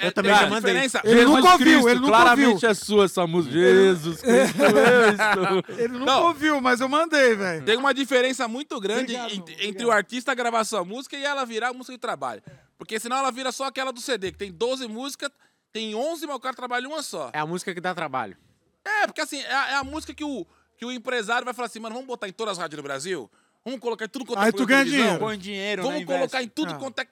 Eu também já mandei. Ele Jesus nunca ouviu, Cristo, ele nunca claramente ouviu. é sua essa música. Jesus *laughs* Cristo, eu estou. É. É Ele nunca ouviu, mas eu mandei, velho. Tem uma diferença muito grande Obrigado, ent- obrigado. entre o artista gravar sua música e ela virar música de trabalho. Porque senão ela vira só aquela do CD, que tem 12 músicas, tem 11, mas o cara trabalha uma só. É a música que dá trabalho. É, porque assim, é a, é a música que o, que o empresário vai falar assim, mano, vamos botar em todas as rádios do Brasil? Vamos colocar em tudo quanto é Aí tu programa ganha de televisão? dinheiro. Põe dinheiro, Vamos colocar em tudo Ah. quanto é...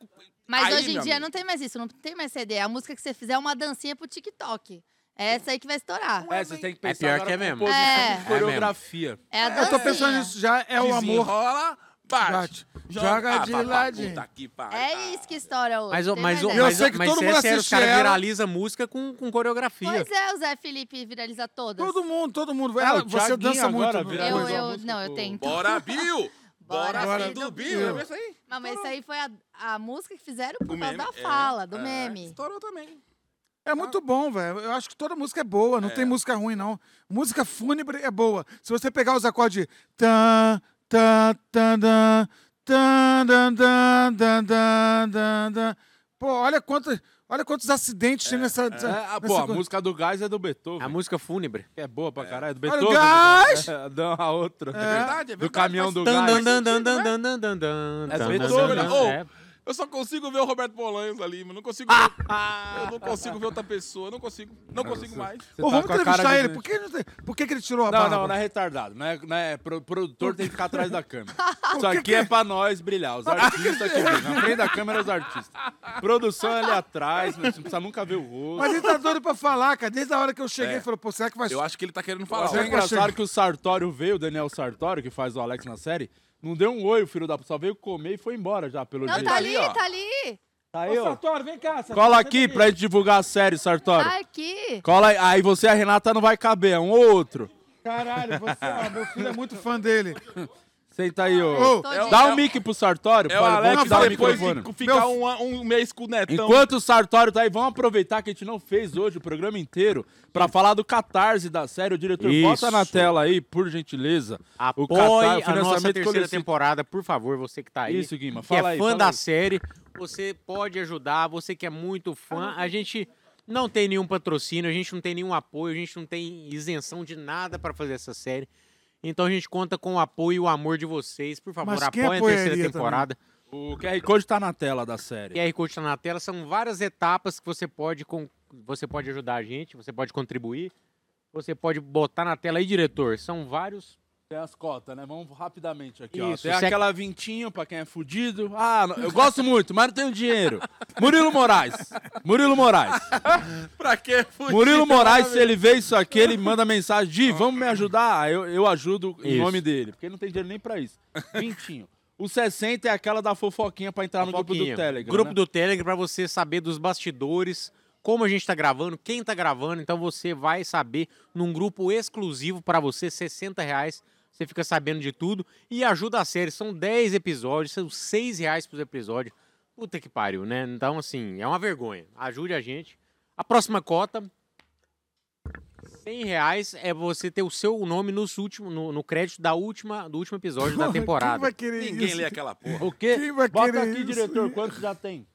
Mas Aí, hoje em meu dia amigo. não tem mais isso, não tem mais CD. É a música que você fizer é uma dancinha pro TikTok. É essa aí que vai estourar. É, você tem que pensar pior agora que é com mesmo. posição É. de É coreografia. É a dancinha. Eu tô pensando nisso já, é o amor. Rola, bate. Bate. Joga, Joga Ah, de pá, pá, ladinho. Puta que pariu. É isso que estoura hoje. Mas, o- tem mas, o- mais Eu essa. mas, sei que mas todo é mundo sério, os caras assiste ela. viralizam música com, com coreografia. Pois é, o Zé Felipe viraliza todas. Todo mundo, todo mundo. É, Ela- o você Thiaguinho dança muito. né? agora não? eu, vira- viralizou a eu, música não, eu do- tento. Bora, Bill! Bora, Bora, filho do Bill. Bill! É isso aí. Não, mas isso aí foi a, a música que fizeram por Do causa meme, da é, fala, do é. meme. Estourou também. É muito bom, velho. Eu acho que toda música é boa, não tem música ruim, não. Música fúnebre é boa. Se você pegar os acordes. Tan, tan, tan, tan, tan, tan, tan, tan, tan, tan, tan. Pô, olha quantos, olha quantos acidentes tem nessa. É, ah, pô, a música do Gás é do Beethoven. A música fúnebre. que é boa pra caralho, do Olha o Beethoven. Gás! É, Não, a outra. É verdade, é verdade. Do caminhão faz- do Dan, dan, Gás. dan, dan, dan, dan, dan, dan, É dan, Beethoven, dan, É. né? Ô, dan. Eu só consigo ver o Roberto Bolanhos ali, mas não consigo ver. Eu não consigo ver outra pessoa, não consigo, não consigo mais. Você Pô, tá vamos com a cara entrevistar de- ele. Por que, não tem- por que, que ele tirou a Não, barba? não, não é retardado. Não é, não é- pro- produtor tem que ficar atrás *laughs* da câmera. Isso que aqui é pra nós brilhar. Os artistas que vêm. Na frente da câmera, os artistas. Produção é ali atrás, não precisa nunca ver o rosto. Mas ele tá doido pra falar, cara. Desde a hora que eu cheguei, ele falou, pô, será que vai É. Eu acho que ele tá querendo falar. Mas é Você- ó. engraçado consegue. que o Sartório veio, o Daniel Sartório, que faz o Alex na série, não deu um oi, o filho da puta, só veio comer e foi embora já, pelo Não, jeito. tá Tá ali, tá ali. aí, ó. vem cá. Cola aqui pra gente divulgar a série, Sartório. Tá aqui. Cola aí. Aí você e a Renata não vai caber, é um ou outro. *laughs* Caralho, você, ó, meu filho é muito fã dele. Senta aí, ô. Ô, Tô é de- o- Dá um mic pro Sartório. É o pode- Alex vamos dar o depois microfone. de ficar um, an- um mês com o Netão. Enquanto o Sartório tá aí, vamos aproveitar que a gente não fez hoje o programa inteiro pra falar do Catarse da série. O diretor, Isso. bota na tela aí, por gentileza. Apoie Catar- a nossa terceira coletivo. temporada, por favor, você que tá aí. Isso, Guima. que é Fala aí. fã fala da aí. série, você pode ajudar, você que é muito fã. Ah. A gente não tem nenhum patrocínio, a gente não tem nenhum apoio, a gente não tem isenção de nada pra fazer essa série. Então a gente conta com o apoio e o amor de vocês. Por favor, Mas quem apoiem a terceira apoiaria temporada. O QR Code tá na tela da série. QR Code tá na tela. São várias etapas que você pode, con- você pode ajudar a gente, você pode contribuir. Você pode botar na tela aí, diretor. São vários Tem as cotas, né? Vamos rapidamente aqui, Isso, ó. Tem se é- aquela vintinho pra quem é fudido. Ah, não- eu gosto muito, mas não tenho dinheiro. Murilo Moraes. Murilo Moraes. Pra quê? Fudido, Murilo Moraes, se maravilha. ele vê isso aqui, ele manda mensagem, Di, vamos me ajudar? Ah, Eu, eu ajudo em Isso. nome dele, porque ele não tem dinheiro nem pra isso. Vintinho. O 60 é aquela da fofoquinha pra entrar no grupo Fofoquinha. do Telegram. Grupo né? do Telegram para você saber dos bastidores, como a gente tá gravando, quem tá gravando. Então você vai saber num grupo exclusivo para você, R$ 60 reais. Você fica sabendo de tudo e ajuda a série. São 10 episódios, são 6 reais por episódio. Puta que pariu, né? Então, assim, é uma vergonha. Ajude a gente. A próxima cota, 100 reais, é você ter o seu nome nos último, no, no crédito da última, do último episódio da Porra, Quem temporada. vai querer Ninguém isso? lê aquela porra. O quê? Quem vai Bota querer aqui, isso? diretor, quanto já tem?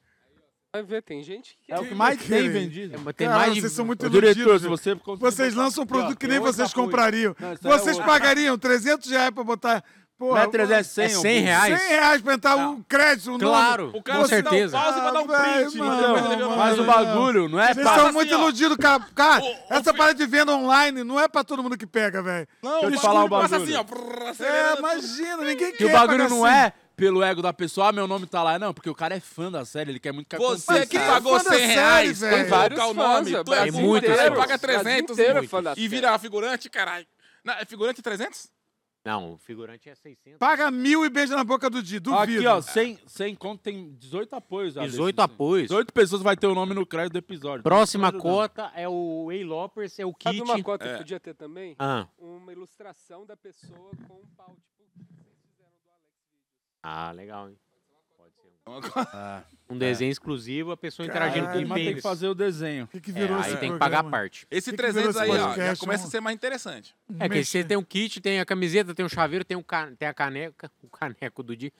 Vai ver, tem gente que É o Quem que mais vai tem querer? vendido. É, Tem Cara, mais de vocês são muito Ô, iludidos. diretor, se velho. você... conseguir Vocês botar- lançam um Aqui, produto ó, que tem nem oito vocês apoios. comprariam. Não, isso aí é Vocês outro. pagariam 300 reais pra botar... Não Porra, é 300, é 100. É ô, 100 burro. reais. 100 reais pra entrar o crédito, um o Claro, nome. com certeza. Pausa pra dar um Ah, print. velho, depois mano, ele vê o mano. Mas o bagulho não é Vocês pra... são assim, muito ó. iludidos, cara. Cara, O- o essa fi- parada de venda online não é pra todo mundo que pega, velho. Não, Deixa eu te o falar o bagulho passa assim, bagulho. ó. brrr, um É, acelerando. imagina, ninguém quer E o bagulho pagar não 100. assim. é pelo ego da pessoa, ah, meu nome tá lá. Não, porque o cara é fã da série, ele quer muito que *laughs* Você aconteça. que quem é pagou fã da 100 série, reais, velho? tem Tem colocar o vários nome, fãs, tu é velho. burro, Muitos você fãs. Tá paga 300 Inteiro e- é fã da e série. vira figurante, caralho. Não, é figurante 300? Não, o figurante é 600. Paga mil e beija na boca do Di, duvido. Aqui, ó, sem, sem conta tem 18 apoios. já 18 desses. apoios. 18 pessoas vai ter o nome no crédito do episódio. Próxima Tá ajudando. cota é o Way Lopers, é o Sabe kit. uma cota que podia ter também? Ah, Uma ilustração da pessoa com um pau, tipo, vocês fizeram do Alex. ah, legal, hein? Pode ser um- Ah, um desenho exclusivo, a pessoa interagindo Caralho, com o mas tem que pênis. fazer o desenho. O que, que É, virou esse aí tem que programa? pagar a parte. Tem Esse que 300 aí, ver os ó, já podcasts, começa a né, mano. ser mais interessante. É que você Mexer. tem um kit, tem a camiseta, tem o chaveiro, tem, o ca- tem a caneca, *laughs* o caneco do Di.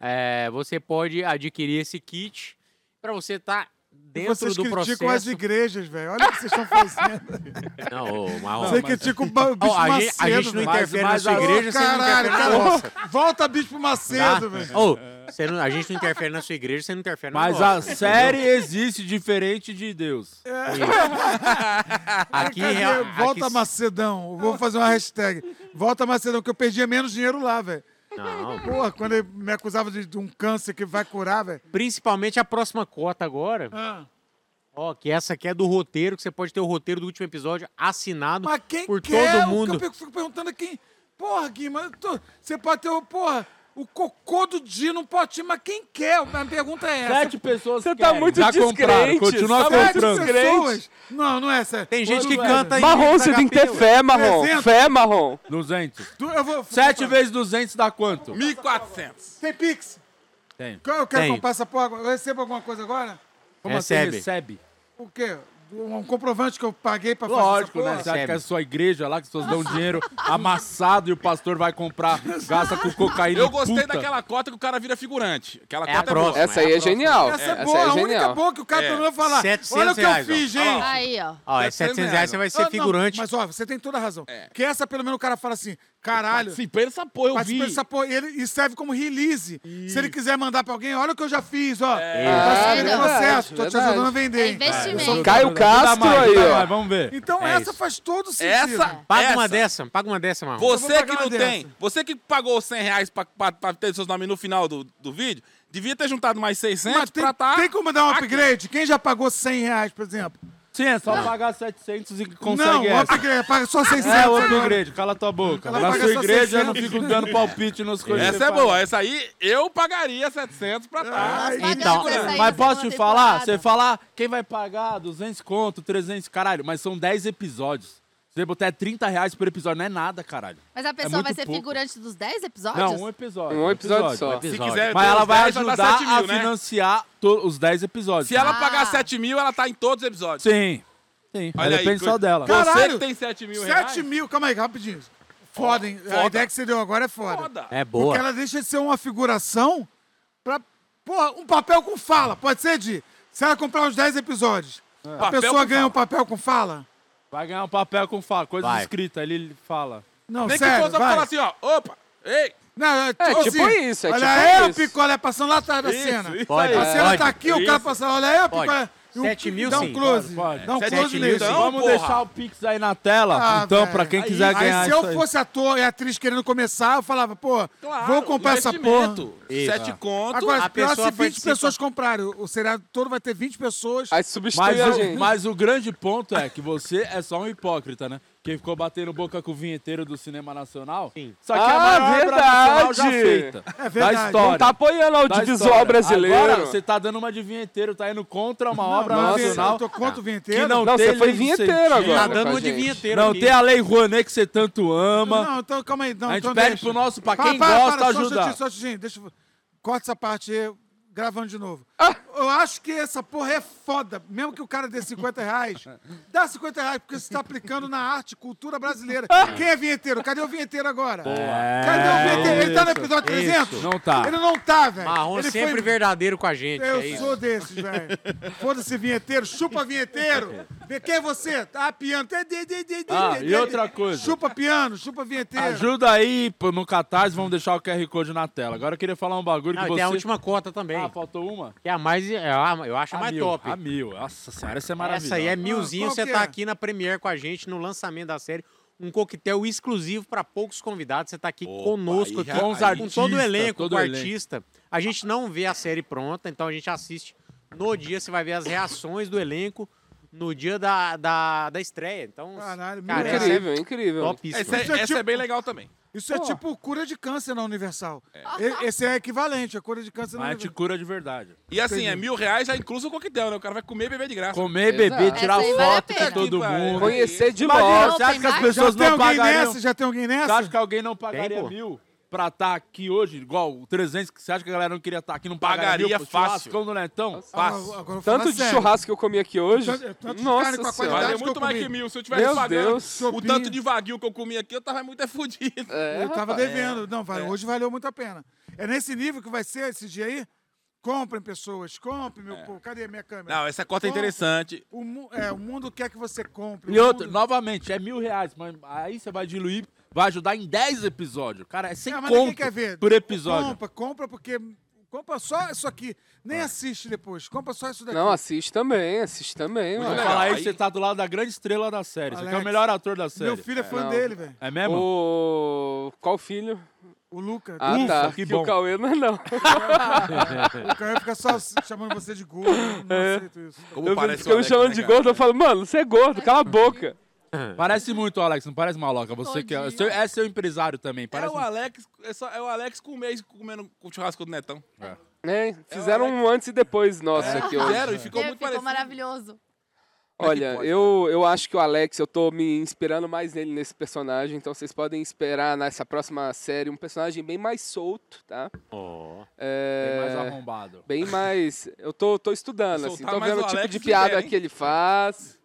É, você pode adquirir esse kit pra você tá estar dentro Vocês do criticam as processo. igrejas, velho. Olha o que vocês estão *laughs* fazendo. *laughs* Não, *laughs* ô, Marrom. Você critica o *laughs* ba- o Ó, Bispo a, gente, a tipo, Macedo, gente não velho. interfere mas na sua a- igreja, Ô, você não caralho, interfere na cara, nossa. Volta Bispo Macedo, Tá? velho. É. Ô, você não- a gente não interfere na sua igreja, você não interfere na Mas nossa. a série é existe diferente de Deus. Aqui, Cadê? rea- Volta aqui- Macedão. Vou fazer uma hashtag. Volta Macedão, que eu perdia menos dinheiro lá, velho. Não. Porra, quando ele me acusava de, de um câncer que vai curar, velho. Principalmente a próxima cota agora. Ah. Ó, que essa aqui é do roteiro, que você pode ter o roteiro do último episódio assinado Mas quem por quer? todo O mundo. que eu fico perguntando é quem. Porra, Guima, tu- você pode ter. o- Porra, o cocô do Di num potinho, mas quem quer? A minha pergunta é essa. Sete pessoas Você tá querem. muito Já compraram, descrente, continua tá Sete comprando. descrente. pessoas? Não, não é sério. Tem gente que Quando, canta aí. Marrom, você tem que ter fé, Marrom. 300. Fé, Marrom. 200. velho? Tu- Eu vou. Sete vezes 200 dá quanto? 1.400. Tem Pix? Tem. Eu quero Tem. comprar essa porra. agora. Eu recebo alguma coisa agora? Como Recebe. assim recebe? O quê? Um comprovante que eu paguei pra fazer Lógico, né? essa porra? Você acha que é a sua igreja lá, que as pessoas dão dinheiro amassado e o pastor vai comprar, gasta com cocaína Eu e gostei puta. daquela cota que o cara vira figurante. Aquela É a cota boa. próxima. Essa aí é genial. Essa é Essa boa, aí é a única genial. boa que o cara É. pelo menos falar. Olha 700 o que eu reais, ó. fiz, gente. Tá Aí, ó. Ó, é 700 700 reais, você vai Ah, ser não, figurante. É. mas, ó, você tem toda a razão. Que essa, pelo menos, o cara fala assim, caralho, Participei dessa porra, eu vi. participa dessa porra. E, ele, e serve como release. Se ele quiser mandar pra alguém, olha o que eu já fiz, ó. É. Tá Ah, seguindo o verdade, processo, tô te verdade. ajudando a vender. É hein? investimento. Caio Castro mais, aí, dá ó. mais, vamos ver. Então É essa isso. faz todo sentido. É. Essa, é Paga uma essa. dessa, paga uma dessa, Marrom. Você pagar que uma não dessa. tem, você que pagou 100 reais pra, pra- pra ter seus nomes no final do, do vídeo, devia ter juntado mais 600 Mas tem, pra tá... tem como dar um aqui. upgrade? Quem já pagou 100 reais, por exemplo? Sim, é só pagar 700 e consegue não, um essa. upgrade, paga só 600. É né? outro agora. igreja, cala tua boca. Ela Na paga sua só igreja eu não 600. fico dando palpite nas coisas. que Essa você é faz. boa, essa aí eu pagaria 700 pra tá. Ai, Pagamos Então, essa aí na Mas posso te segunda falar? temporada. Você falar, quem vai pagar 200 conto, 300, caralho, mas são 10 episódios. você botar é 30 reais por episódio, não é nada, caralho. Mas a pessoa muito vai ser pouco. figurante dos 10 episódios? Não, um episódio. Um episódio só. um Se episódio. quiser Mas ter ela os vai 10, vai dar ajudar 7 mil, a né? financiar to- os 10 episódios. Se ela Ah. pagar 7 mil, ela tá em todos os episódios. Sim. Sim. Mas Olha aí, depende só coisa- dela. Cara, Você Caralho! que tem 7 mil reais. 7 mil, calma aí, rapidinho. Foda, hein? A ideia que você deu agora é foda. Foda. É Porque boa. ela deixa de ser uma figuração pra. Porra, um papel com fala. Pode ser, de Se ela comprar os 10 episódios, a Papel pessoa com ganha fala. um papel com fala? Vai ganhar um papel com fala, coisa Vai. escrita, ele fala. Não, Nem que sério, fosse vai. falar assim, ó. Opa! Ei! Não, é, É tipo tipo assim, isso, é olha tipo aí o isso. picolé passando lá atrás da cena. Isso, isso Pode, aí. A É, cena pode. tá aqui, o cara passando, olha aí o picolé. e um- Sete mil, Dá um sim. close. Pode, pode. Dá um Sete close mil, nele. sim. Então, Vamos porra. deixar o Pix aí na tela. Ah, então, velho. pra quem Aí- Aí quiser ganhar se isso eu aí. fosse ator e atriz querendo começar, eu falava, pô, vou comprar essa porra. Isso. 7 conto. Agora, a pior se 20 pessoa participa. pessoas comprarem. O seriado todo vai ter 20 pessoas. Aí substitui Mas, a o, gente. mas o grande ponto é que você é só um hipócrita, né? Quem ficou batendo boca com o vinheteiro do cinema nacional. Sim. Só que é a Ah, maior obra verdade! nacional já feita. É verdade. Da história. Não tá apoiando o da audiovisual história. brasileiro. Agora você tá dando uma de vinheteiro, tá indo contra uma obra Não, nacional. Eu tô contra o vinheteiro. Que não, Não, tem você foi lei de vinheteiro incentivo, agora. Tá Olha dando pra uma de gente. vinheteiro Não aqui. tem a lei Rouanet que você tanto um ama. Não, então calma aí. Não, a gente então pede deixa. pro nosso, pra Para, quem para, para, gosta, só um ajudar. minutinho, Só um minutinho, deixa eu... Corta essa parte aí, gravando de novo. Ah! Eu acho que essa porra é foda. Mesmo que o cara dê 50 reais, dá 50 reais, porque você tá aplicando na arte, cultura brasileira. Ah! Quem é vinheteiro? Cadê o vinheteiro agora? Cadê o vinheteiro? Ele tá no episódio 300? Não tá. Ele não tá, velho. Marrom Ele sempre foi- verdadeiro com a gente. Eu é isso. sou desses, velho. Foda-se, vinheteiro. Chupa, vinheteiro. Vê Quem é você? Ah, piano. Dê, dê, dê, dê, dê, Ah, dê, e dê. outra coisa. Chupa piano, chupa vinheteiro. Ajuda aí pô, no Catarse, vamos deixar o QR Code na tela. Agora eu queria falar um bagulho Ah, que e você... tem a última cota também. Ah, faltou uma? que é a mais. é a- eu acho a mais mil, top. A mil. Nossa senhora, essa é maravilhosa. Essa aí é milzinho, qual você que tá é? aqui na Premiere com a gente, no lançamento da série. Um coquetel exclusivo para poucos convidados. Você tá aqui Opa, conosco, aí aqui, já- com, todo aí- o artista, elenco, todo com o o elenco. artista. A gente não vê a série pronta, então a gente assiste no dia, você vai ver as reações do elenco no dia da, da, da estreia. Então, Caralho, cara, mil essa é Incrível, incrível. Essa, topíssima. é, Isso Ah, é essa tipo- é bem legal também. Isso é tipo cura de câncer na Universal. E- Esse é equivalente, a cura de câncer na Mas é te Universal. cura de verdade. E assim, é mil reais já incluso o coquetel, né? O cara vai comer e beber de graça. Comer, Exato. beber, tirar Essa aí vale a foto pena. com todo Que pariu. mundo. Conhecer de Imagina, volta. você acha que as Open mic? pessoas Já tem não alguém pagariam? nessa? Já tem alguém Você nessa? acha que alguém não pagaria pô. mil pra estar aqui hoje? Igual o 300, que você acha que a galera não queria estar aqui? Não pagaria, Pagaria mil, pro fácil. churrascão do Netão? Ah, Fácil. agora eu vou Tanto falar de sério. churrasco que eu comi aqui hoje. Tanto- tanto de carne com a Nossa qualidade senhora. Valeu que É muito eu mais comi. que mil. Se eu tivesse Meu pagando Deus. o tanto Sopinha. de vaguio que eu comi aqui, eu tava muito é fudido. É É, Eu tava rapaz. devendo. Não, vale, hoje valeu muito a pena. É nesse nível que vai ser esse dia aí? Comprem pessoas, comprem, meu povo. Cadê a minha câmera? Não, essa cota é Bom, interessante. O, mu- é, o mundo quer que você compre. E o outro, mundo- novamente, é mil reais, mas aí você vai diluir, vai ajudar em 10 episódios. Cara, é sem É, mas ninguém conto quer ver. por episódio. É. Compra, compra, porque. Compra só isso aqui. Nem assiste depois. Compra só isso daqui. Não, assiste também, assiste também. Vou Mano. legal. falar aí que Aí- você tá do lado da grande estrela da série. Você que é o Alex, melhor ator da série. Meu filho é fã Não. dele, velho. É mesmo? O... Qual filho? O Luca. Ah, Ufa, tá. que Que, bom. o Cauê não é não. *laughs* *laughs* O cara fica só chamando você de gordo. eu Não É. aceito isso. Como Eu parece vi, ficam o me Alex, chamando né, de cara? gordo, eu falo, mano, você é gordo, cala a boca. Parece muito, Alex, não parece maloca. Você que é, Todinho. seu- é seu empresário também. Parece um- É o Alex, é, só- é o Alex com o mês comendo o churrasco do Netão. É, fizeram um antes e depois nosso É, aqui hoje. Fizeram e ficou Meu, muito ficou parecido. maravilhoso. Como é que Olha, pode, eu, eu acho que o Alex, eu tô me inspirando mais nele nesse personagem, então vocês podem esperar nessa próxima série um personagem bem mais solto, tá? bem mais É, arrombado. bem mais. Eu tô, tô estudando, Soltar assim, tô mais vendo o o tipo Alex de do piada Zé, hein? que ele faz.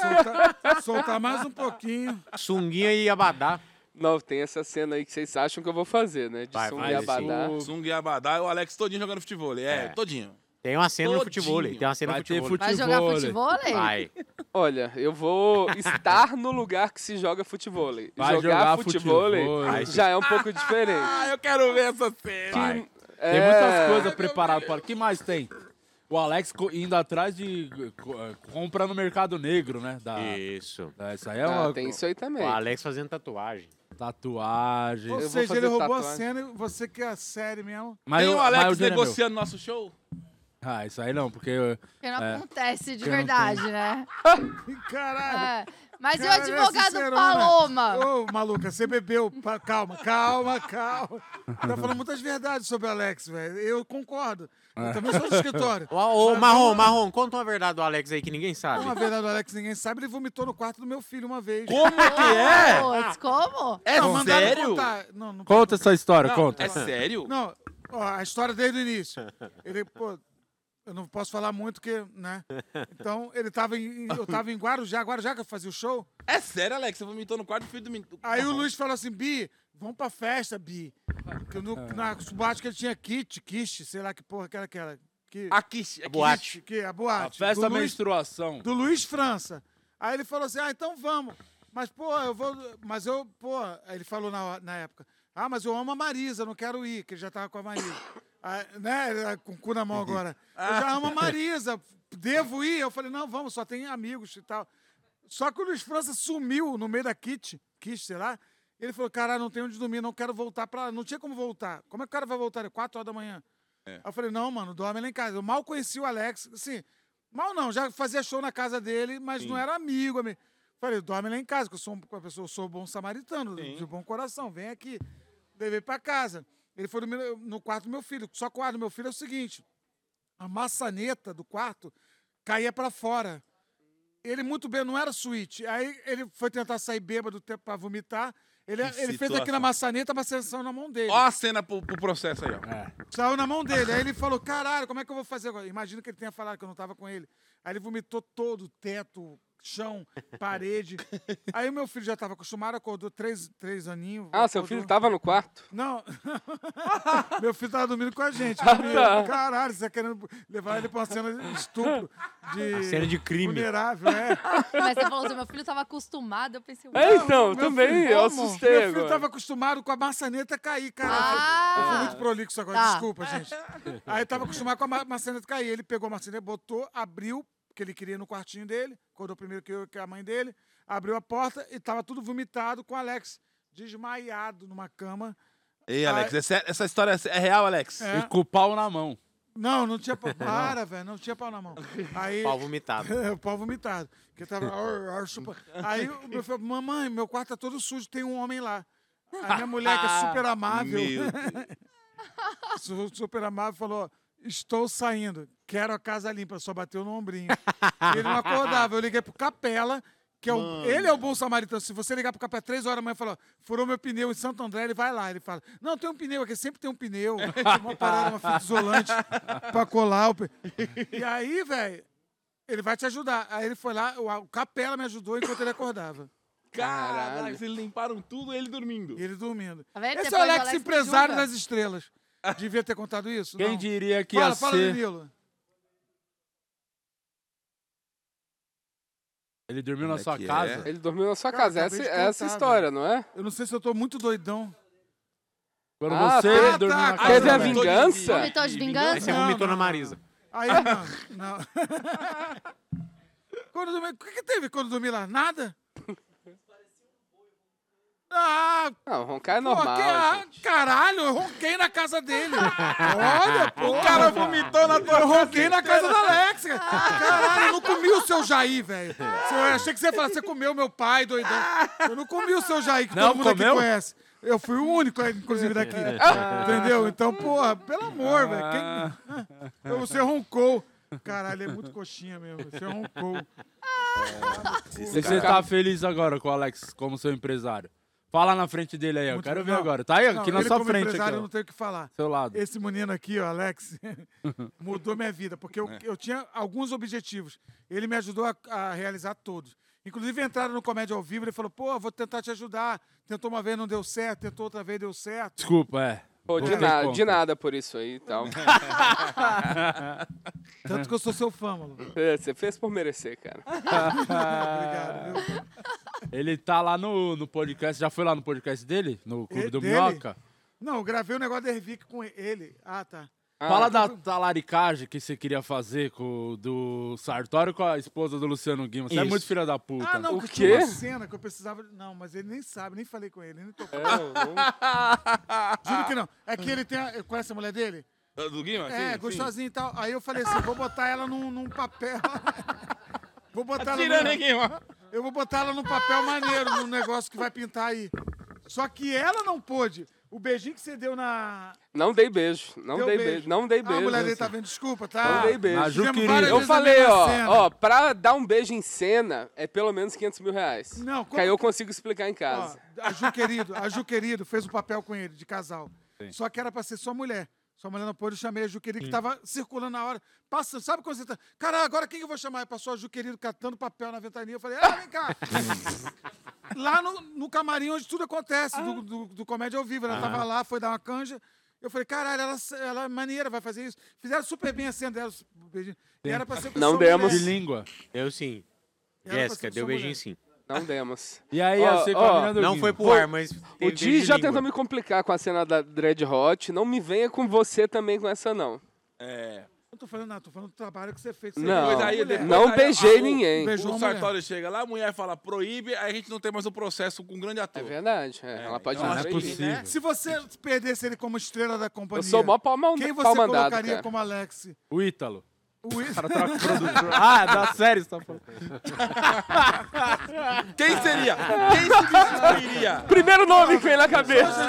Soltar, soltar mais um pouquinho. Sunguinha e Abadá. Não, tem essa cena aí que vocês acham que eu vou fazer, né? De Vai, sunga vai, e abadá. sim. Sung e Abadá, Tá? o Alex todinho jogando futebol. É, É. todinho. Tem uma cena no Todinho. futebol. Tem uma cena Vai no ter futebol. Vai futebol. jogar né? futebol? Vai. Olha, *laughs* eu vou estar no lugar que se joga futebol. Vai jogar jogar futevôlei. Vai, futebol sim. já é um pouco diferente. *laughs* é Ah, eu quero ver essa cena. Vai. Tem É. muitas coisas preparadas para. O que mais tem? O Alex co- indo atrás de co- eh, compra no mercado negro, né? Da, Isso. da- isso aí é Ah, uma tem isso aí também. O Alex fazendo tatuagem. tatuagem. Ou vou seja, fazer ele roubou a tatuagem. cena e você quer a série mesmo. Mas Tem eu- o mas Alex dinheiro é meu. negociando nosso show? Ah, isso aí não, porque eu- Porque não É. acontece de Eu não verdade, *laughs* né? Caralho. É. Mas e o Cara, advogado é sincerona. Paloma? *laughs* Ô, maluca, você bebeu. Pa- Calma, calma, calma. Tá falando muitas verdades sobre o Alex, velho. Eu concordo. É. Eu também sou do escritório. É. *laughs* Ô, ô, Marrom, Marrom, conta uma verdade do Alex aí que ninguém sabe. Uma verdade do Alex, ninguém sabe, ele vomitou no quarto do meu filho uma vez. Putz, como? É Não, mandaram sério? contar. Não, não Conta essa história, Não, conta. É sério? Não, ó, a história desde o início. Ele, pô, eu não posso falar muito porque, né? Então, ele tava em, eu tava em Guarujá, Guarujá que eu fazia o show. É sério, Alex? Você vomitou no quarto do filho do menino. Aí o Luiz falou assim, Bi, vamos pra festa, Bi. Que no, na boate que ele tinha kit, kit, sei lá que porra que era aquela. Que, Aqui, A aqui. boate. que, a A boate. festa da do, Luiz, menstruação. do Luiz França. Aí ele falou assim, ah, então vamos. Mas, pô, eu vou... Mas eu, pô... Aí ele falou na, na época, ah, mas eu amo a Marisa, não quero ir, que ele já tava com a Marisa. Ah, né? Ele tá Com o cu na mão agora. Eu já amo a Marisa, devo ir? Eu falei, não, vamos, só tem amigos e tal. Só que o Luiz França sumiu no meio da kit, kit, sei lá. Ele falou, caralho, não tem onde dormir, não quero voltar pra lá. Não tinha como voltar. Como é que o cara vai voltar? Era 4 horas da manhã. Aí eu falei, não, mano, dorme lá em casa. Eu mal conheci o Alex, assim, mal não, já fazia show na casa dele, mas não era amigo, amigo. Falei, dorme lá em casa, que eu sou uma pessoa, eu sou bom samaritano, de bom coração, vem aqui. Levei pra casa. Ele foi dormir no- no quarto do meu filho. Só que o quarto do meu filho é o seguinte: a maçaneta do quarto caía pra fora. Ele muito bem, não era suíte. Aí ele foi tentar sair bêbado te- pra vomitar. Ele, Que ele fez aqui na situação. maçaneta, mas saiu na mão dele. Ó a cena pro, pro processo aí, ó. É. Saiu na mão dele. Aí ele falou: caralho, como é que eu vou fazer agora? Imagino que ele tenha falado que eu não tava com ele. Aí ele vomitou todo, teto, chão, parede. Aí o meu filho já tava acostumado, acordou três, três aninhos. Ah, seu filho acordou- tava no quarto? não. Meu filho tava dormindo com a gente. tá. Caralho, você tá querendo levar ele pra uma cena de estupro. De Uma cena de crime. Vulnerável, é. Mas você falou assim, meu filho tava acostumado, eu pensei... É, uau. então, meu também, filho, eu como? assustei Meu filho agora. tava acostumado com a maçaneta cair, cara. Eu fui muito Ah! prolixo agora, Tá. desculpa, gente. Aí tava acostumado com a ma- maçaneta cair. Ele pegou a maçaneta, botou, abriu, porque ele queria ir no quartinho dele, acordou primeiro que eu que a mãe dele, abriu a porta e tava tudo vomitado com o Alex desmaiado numa cama. Ei, Alex, é sério- essa história é real, Alex? Ah, É. E com o pau na mão. Não, não *laughs* tinha *laughs* Ah. pau. Para, velho, não tinha pau na mão. Aí, Pau vomitado. *laughs* É, o pau vomitado. Porque tava. ar, ar, chupa. Aí o meu falou: mamãe, meu quarto tá todo sujo, tem um homem lá. A minha mulher, Ah, que é super amável, *laughs* Meu su- super amável, falou: Estou saindo, quero a casa limpa, só bateu no ombrinho. E ele não acordava. Eu liguei pro Capela, que é o, ele é o bom samaritano. Se você ligar pro Capela três horas da manhã e falar, furou meu pneu em Santo André, ele vai lá. Ele fala: Não, tem um pneu aqui, sempre tem um pneu. Tem uma parada, uma fita isolante pra colar. O... pe- E aí, velho. Ele vai te ajudar. Aí ele foi lá, o o Capela me ajudou enquanto ele acordava. Caralho, eles limparam tudo ele dormindo. E ele dormindo. Tá vendo? Esse é o Depois o Alex, Alex me empresário julga. das estrelas. Devia ter contado isso? Quem Não. diria que Fala, ia fala, ser... Danilo. Ele dormiu na Como é sua que é? casa? Ele dormiu na sua Cara, casa. acabei Essa, de é essa contar, história, não é? Eu não sei se eu tô muito doidão. Quando Ah, você tá, dormiu tá, na tá. casa Teve a dela. vingança? Vomitou de Aí você vingança? Não, vomitou não, na Marisa. *laughs* Aí, não, não. *laughs* Quando eu dormi, o que, que teve quando eu dormi lá? Nada? Ah, Não, roncar é pô, normal. que- ah, gente. caralho, eu ronquei na casa dele. Olha, pô. O cara vomitou na tua Eu ronquei na casa da Alex. cara. Caralho, eu não comi o seu Jair, velho. Você- Eu achei que você ia falar, você comeu meu pai, doidão. Eu não comi o seu Jair, que Não todo mundo comeu? aqui conhece. Eu fui o único, inclusive, daqui. Entendeu? Então, porra, pelo amor, velho. Quem... Eu- Você roncou. Caralho, é muito coxinha mesmo. Você é um roncou. E é você um tá feliz agora com o Alex como seu empresário? Fala na frente dele aí, eu Muito- quero ver não, agora. Tá aí, aqui Não, na ele sua como frente, empresário, aqui, eu ó, não do tenho o que falar. seu lado. Esse menino aqui, ó, Alex, mudou minha vida, porque eu, eu tinha alguns objetivos. Ele me ajudou a, a realizar todos. Inclusive, entraram no Comédia ao Vivo, ele falou, pô, vou tentar te ajudar. Tentou uma vez, não deu certo. Tentou outra vez, deu certo. *laughs* Desculpa, é. Pô, de, Não tem na- como. de nada por isso aí então. e tal. *laughs* Tanto que eu sou seu fã, maluco. É, Você fez por merecer, cara. *laughs* Obrigado. viu? Ele tá lá no, no podcast, já foi lá no podcast dele? No Clube E- do dele? Minhoca? Não, eu gravei um negócio da Ervic com ele. Ah, tá. Ah, Fala da talaricagem que você queria fazer com o do Sartório com a esposa do Luciano Guima. Você é Isso. muito filha da puta. Ah, não, O que tinha quê? uma cena que eu precisava... Não, mas ele nem sabe, nem falei com ele, nem tocou. É, eu não- *laughs* Juro que não. É que ele tem. A... Conhece a mulher dele? Do Guima? É, Sim, gostosinha e tal. Aí eu falei assim, vou botar ela num, num papel. *laughs* vou sim. botar Tá ela tirando, num, hein, Guima? Eu vou botar ela num papel maneiro, num negócio que vai pintar aí. Só que ela não pôde. O beijinho que você deu na. Não dei beijo. Não Deu dei beijo. beijo. Não dei Ah, beijo. a mulher dele tá vendo, desculpa, tá? Não dei beijo. Ah, Ju Fizemos querida. várias Eu vezes a falei, mesma ó, cena. ó, pra dar um beijo em cena é pelo menos 500 mil reais. Não, que aí eu consigo explicar em Ó, casa. a Ju querido, a Ju querido fez o papel com ele, de casal. Só que era pra ser só mulher. Só mulher não pôde, eu chamei a Ju querido, que tava circulando na hora. Passa, sabe quando você tá. Cara, agora quem que eu vou chamar? Aí Passou a Ju querido catando papel na ventania. Eu falei, ah, vem cá! lá no, no camarim onde tudo acontece, do, Ah. do, do Comédia ao Vivo. Ela tava lá, foi dar uma canja. Eu falei, caralho, ela, ela é maneira, vai fazer isso. Fizeram super bem a cena dela. o beijinho. E era pra ser com Não só demos. De mulher. língua. Eu sim. Era pra Jéssica, ser deu só beijinho mulher. sim. Não demos. E aí, Ó, eu sei com ó, a mina do Não Guima. foi pro Vou- ar, mas. O teve beijo Di de já língua. tentou me complicar com a cena da Dread Hot. Não me venha com você também com essa, não. É. Eu tô falando, não, tô falando do trabalho que você fez. que você Não, beijou a aí, mulher. depois- não aí, beijei ah, o- ninguém. beijou o a mulher. Sartório chega lá, a mulher fala proíbe, aí a gente não tem mais o processo com um grande É ator. verdade. é, ela pode né? não então Não é Aí, proibir. possível. Se você perdesse ele como estrela da companhia, Eu sou mó pau, mão- quem você pau mandado, colocaria cara. como Alex? O Ítalo. O Will- O cara troca o produtor. Ah, da série você tá falando. *laughs* Quem seria? Quem se substituiria? Primeiro nome que vem na cabeça.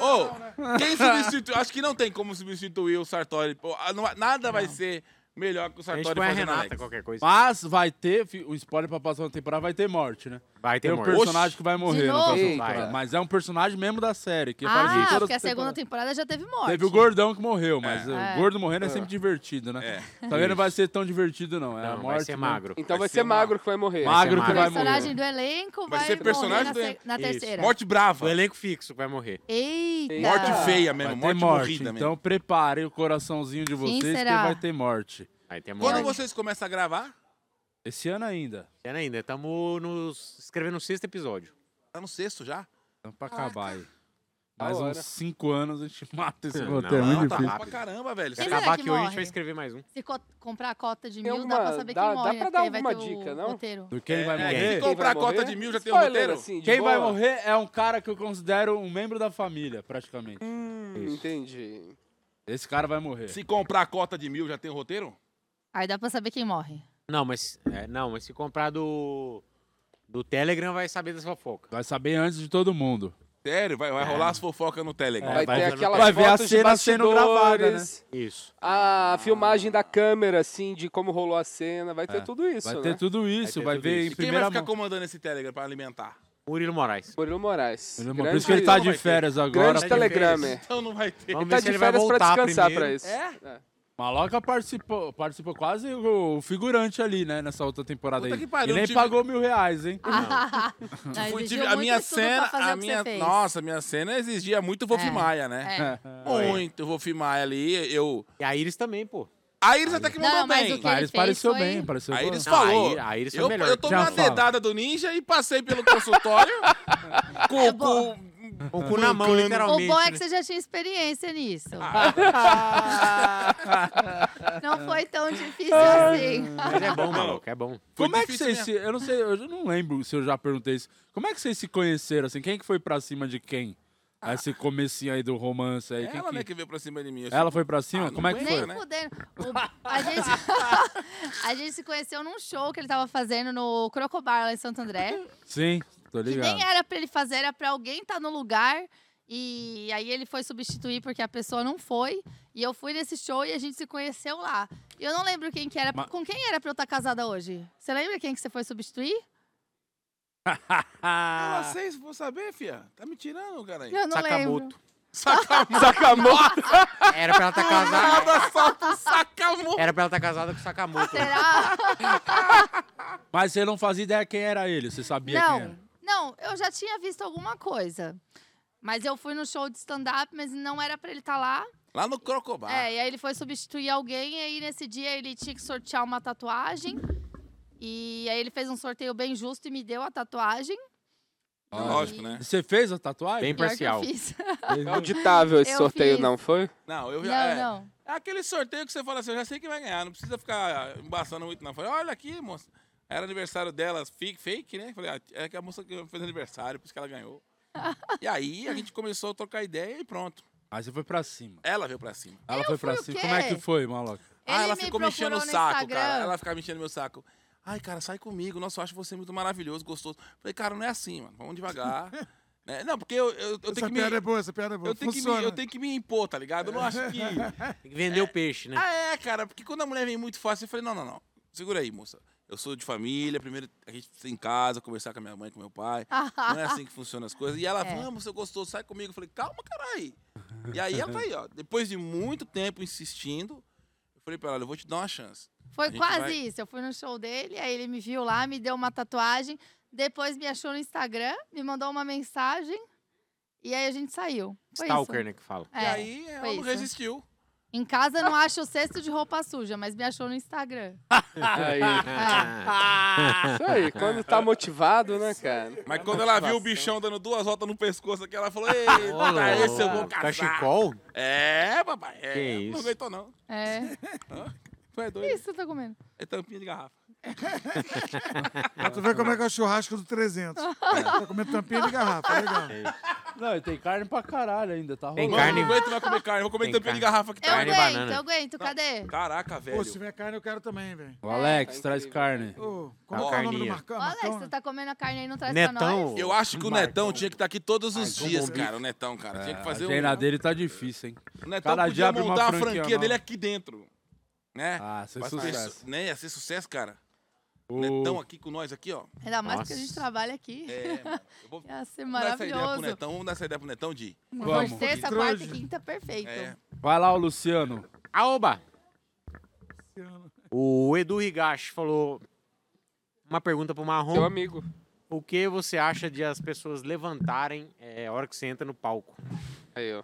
Ô, quem substitui? Acho que não tem como substituir o Sartori. Pô, ah, não- nada vai ser melhor que o A gente Sartori põe a fazendo Renata, Alex. qualquer coisa. Mas vai ter, fi- o spoiler pra próxima temporada vai ter morte, né? Vai ter Tem um morte. personagem que vai morrer De na novo? próxima Eita. temporada. Mas é um personagem mesmo da série. Que Ah, aparece em todas porque a as segunda temporada temporadas. já teve morte. um Teve o gordão que morreu, mas o É. gordo morrendo é sempre divertido, né? Tá vendo? Não vai ser tão divertido, não. É a É. Não, morte. vai ser né? magro. Então vai Vai ser ser magro que vai morrer. Magro que ser O vai magro. personagem morrer. do elenco Vai vai, ser personagem morrer do na, se- elenco. na Isso. terceira. Morte brava. O elenco fixo que vai morrer. Eita! Morte Ah. feia mesmo, Vai ter morte, morte. morrida mesmo. Então preparem o coraçãozinho de vocês que será? vai ter morte. *laughs* Vai ter Quando morte. vocês começam a gravar, Esse ano ainda. Pera ainda, estamos nos... escrevendo o sexto episódio. tá no sexto já. Então pra acabar aí. Da Mais uns hora. 5 anos *laughs* a gente mata esse Não, roteiro. não, muito tá difícil. rápido pra caramba, velho. Se Quem acabar será que aqui hoje, a gente morre? vai escrever mais um. Se co- comprar a cota de Tem mil, uma- dá pra saber dá- quem dá morre. né? pra Porque dar aí vai alguma ter o dica, não? roteiro. Do quem vai É, morrer? Se Quem vai comprar a cota morrer? de mil, já tem o Spoiler, roteiro. assim, de Quem vai boa. morrer é um cara que eu considero um membro da família, praticamente. Hum, entendi. Esse cara vai morrer. Se comprar a cota de mil, já tem o roteiro? Aí dá pra saber quem morre. Não, mas. é, não, mas se comprar do. Do Telegram vai saber dessa fofoca. Vai saber antes de todo mundo. Sério, vai, É. vai rolar as fofocas no Telegram. É, Vai, vai ter ver- aquela vai ver a foto de cena sendo gravada, né? bastidores, Isso. A filmagem da câmera, assim, de como rolou a cena. Vai ter É. tudo isso, vai né? ter tudo isso, ter vai tudo isso. ver em E quem vai primeira ficar mão. comandando esse Telegram pra alimentar? Murilo Moraes. Murilo Moraes. Ele- grande, Por isso que ele tá Não de vai ter. férias agora. grande tá de telegramer. Então não vai ter. Vamos Tá ver se de ele vai férias pra voltar descansar primeiro. pra isso. É? Maloca participou, participou quase o o figurante ali, né? Nessa outra temporada Puta aí. que pariu, e nem não tive- pagou mil reais, hein? *laughs* Ah. Não, Fui- exigiu tive- a muito minha estudo pra cena, fazer o a que minha, você fez. nossa, a minha cena exigia muito Wolf É. Maia, né? É. Muito Wolf Maia ali, eu... E a Iris também, pô. A Iris até que mandou Não, mas bem. o que Ah, ele eles fez pareceu foi- bem, pareceu A bom. Iris Não, falou. a I- a Iris foi eu, melhor. eu tomei Já uma fala. dedada do ninja e passei *laughs* pelo consultório com, É bom. com- Com o cu na mão, Mancando. O literalmente. bom é né? que você já tinha experiência nisso. Ah. *laughs* Não foi tão difícil assim. Mas é bom, maluco, é bom. Foi Como é que difícil vocês mesmo. se. Eu não sei, eu não lembro se eu já perguntei isso. Como é que vocês se conheceram, assim? Quem que foi pra cima de quem? Esse comecinho aí do romance aí. quem Ah. Ela, que- né, que veio pra cima de mim. eu Ela sei. foi pra cima? Ah, Como é que não foi? Nem aguenta, né? fudendo. O- A gente... *laughs* a gente se conheceu num show que ele tava fazendo no Crocobar lá em Santo André. Sim, tô Que ligado. nem era pra ele fazer, era pra alguém estar no lugar. E aí ele foi substituir porque a pessoa não foi. E eu fui nesse show e a gente se conheceu lá. E Eu não lembro quem que era. Ma- Com quem era pra eu estar casada hoje? Você lembra quem que você foi substituir? Ah, vocês vão saber, fia. Tá me tirando, cara. Eu não lembro. Sacamoto. tá Sacamoto. Era pra ela estar casada. Nada, salto, sacamou. Era pra ela estar casada com o Sakamoto. né? *laughs* Será? Mas você não fazia ideia quem era ele, você sabia quem Não. era. Não, eu já tinha visto alguma coisa. Mas eu fui no show de stand-up, mas não era pra ele estar lá. Lá no Crocobar. É, e aí ele foi substituir alguém, e aí nesse dia ele tinha que sortear uma tatuagem. E aí ele fez um sorteio bem justo e me deu a tatuagem. Lógico, né? Você fez a tatuagem? né? Bem parcial. Pior que eu *laughs* fiz. *laughs* É auditável esse Eu sorteio, fiz. não foi? Não, eu já... Não, é, não. É aquele sorteio que você fala assim, eu já sei quem vai ganhar, não precisa ficar embaçando muito, não. Eu Falei, olha *laughs* aqui, moça. Era aniversário dela, fake, fake, né? Eu Falei, ah, é que a moça que fez aniversário, por isso que ela ganhou. E aí a gente começou a trocar ideia e pronto. Aí você foi pra cima. Ela veio pra cima. Ela foi pra fui o cima. Como é quê? que foi, maloca? ah, ela me ficou me enchendo o procurou no saco, cara. Instagram. Ela ficava me enchendo meu saco. Ai, cara, sai comigo. Nossa, eu acho você muito maravilhoso, gostoso. Falei, cara, não é assim, mano. *laughs* Vamos devagar. Né? Não, porque eu, eu, eu tenho Essa que me. piada é boa, essa piada é boa. Eu tenho, que me, Funciona. eu tenho que me impor, tá ligado? Eu não acho *laughs* que. Tem que vender o peixe, né? Ah, é, cara, porque quando a mulher vem muito fácil, eu falei, não, não, não. Segura aí, moça. Eu sou de família, primeiro a gente precisa ir em casa, conversar com a minha mãe, com meu pai. Não é assim que funcionam as coisas. E ela, É. vamos, seu gostoso, sai comigo. Eu falei, calma, caralho. E aí ela tá aí, ó. Depois de muito tempo insistindo, eu falei pra ela, eu vou te dar uma chance. A Foi gente quase vai- isso. Eu fui no show dele, aí ele me viu lá, me deu uma tatuagem. Depois me achou no Instagram, me mandou uma mensagem. E aí a gente saiu. Foi Stalker, isso. né, que fala. É. e aí ela foi não isso. resistiu. Em casa não acha o cesto de roupa suja, mas me achou no Instagram. Ah, Aí. *laughs* Isso aí, quando tá motivado, né, cara? Mas quando ela viu o bichão dando duas voltas no pescoço aqui, *laughs* ela falou, ei, tá Olha, esse eu vou casar. Cachecol? É, papai. É, Que não isso. aguentou, não. É. *laughs* Tu é Que doido. isso que você tá comendo? É tampinha de *laughs* garrafa. Pra tu ver como é que é o churrasco do 300. Tá comendo tampinha de garrafa, legal. É Não, e tem carne pra caralho ainda, tá Tem rolando. Não, carne. Não aguento mais comer carne, eu vou comer Tem tampinha de carne. garrafa que Eu tá. Carne e aguento, banana. eu aguento. Cadê? Caraca, velho. Pô, se tiver carne, eu quero também, velho. *laughs* O Alex, traz carne. Ô, Ó, Qual que é o nome do carninha. Marcão? Ô, Alex, Marcão, você né? tá comendo a carne aí não traz pra nós? Netão. Eu acho que o Marcão. Netão tinha que estar aqui todos os dias, como bife. cara. O Netão, cara. Tinha que fazer um a um. agenda dele tá difícil, hein? O Netão cada dia podia abre uma montar a franquia franquia dele nova. aqui dentro. Né? Ah, sem Pra ter sucesso. su- Né? Ia ser sucesso, cara. O- Netão aqui com nós, aqui, ó. Ainda mais porque a Nossa. gente trabalha aqui. É, mano. Eu vou *laughs* Ia ser vamos dar essa ideia pro maravilhoso. Netão. Vamos dar essa ideia pro Netão, Di. Vamos. Terça, quarta e quinta, perfeito. É. Vai lá, o Luciano. Aoba! O Edu Rigache falou uma pergunta pro Seu Marrom. amigo. O que você acha de as pessoas levantarem é, a hora que você entra no palco? Aí, ó.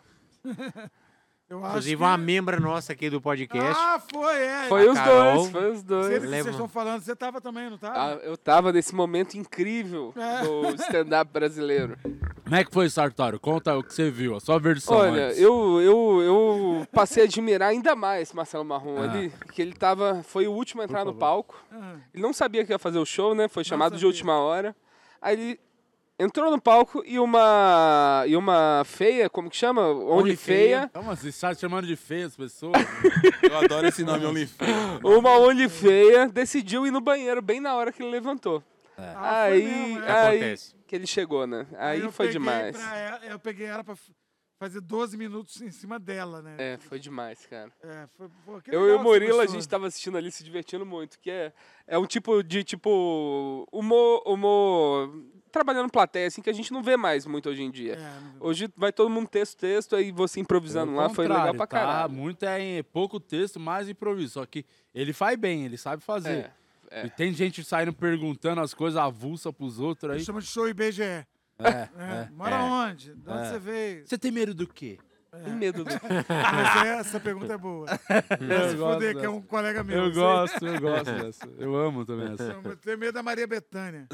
Eu acho Inclusive, que- uma membra nossa aqui do podcast. Ah, foi, é. Foi a os Carol. dois, foi os Sei dois. do que Leva. vocês estão falando, você tava também, não tá? Ah, tava? eu tava nesse momento incrível do stand-up brasileiro. Como é que foi, Sartório? Conta o que você viu, a sua versão. Olha, antes. eu, eu, eu passei a admirar ainda mais Marcelo Marrom Ah. ali, que ele tava. Foi o último a entrar no favor. palco. Ah. Ele não sabia que ia fazer o show, né? Foi chamado de sabia. última hora. Aí ele entrou no palco e uma. E uma feia, como que chama? Onde Only feia. feia. Então, mas você está chamando de feia as pessoas? *laughs* Eu adoro esse nome, Oliveira. Uma onde feia decidiu ir no banheiro bem na hora que ele levantou. Ah, foi aí, mesmo, é. aí Acontece. que ele chegou, né? Aí eu foi peguei demais. pra ela- eu peguei ela pra f- fazer 12 minutos em cima dela, né? É, foi demais, cara. É, foi, pô, que Eu e legal o essa Murilo, a pessoa. gente tava assistindo ali, se divertindo muito, que é, é um tipo de, tipo, humor, humor, trabalhando plateia, assim, que a gente não vê mais muito hoje em dia. É, não- Hoje vai todo mundo um texto, texto, aí você improvisando Pelo lá, foi legal contrário, pra tá? caralho. Muito é em- pouco texto, mais improviso. Só que ele faz bem, ele sabe fazer. É, é. E tem gente saindo perguntando as coisas avulsa pros outros aí. Chama de show IBGE. É, É, Mora é. onde? De onde você veio? Você tem medo do quê? Tem medo do... *laughs* Mas *laughs* essa pergunta é *laughs* boa. Deve se fuder, que é um colega meu. Eu Você- gosto, eu gosto assim. dessa. Eu amo também essa. Eu tenho medo da Maria *laughs* Bethânia.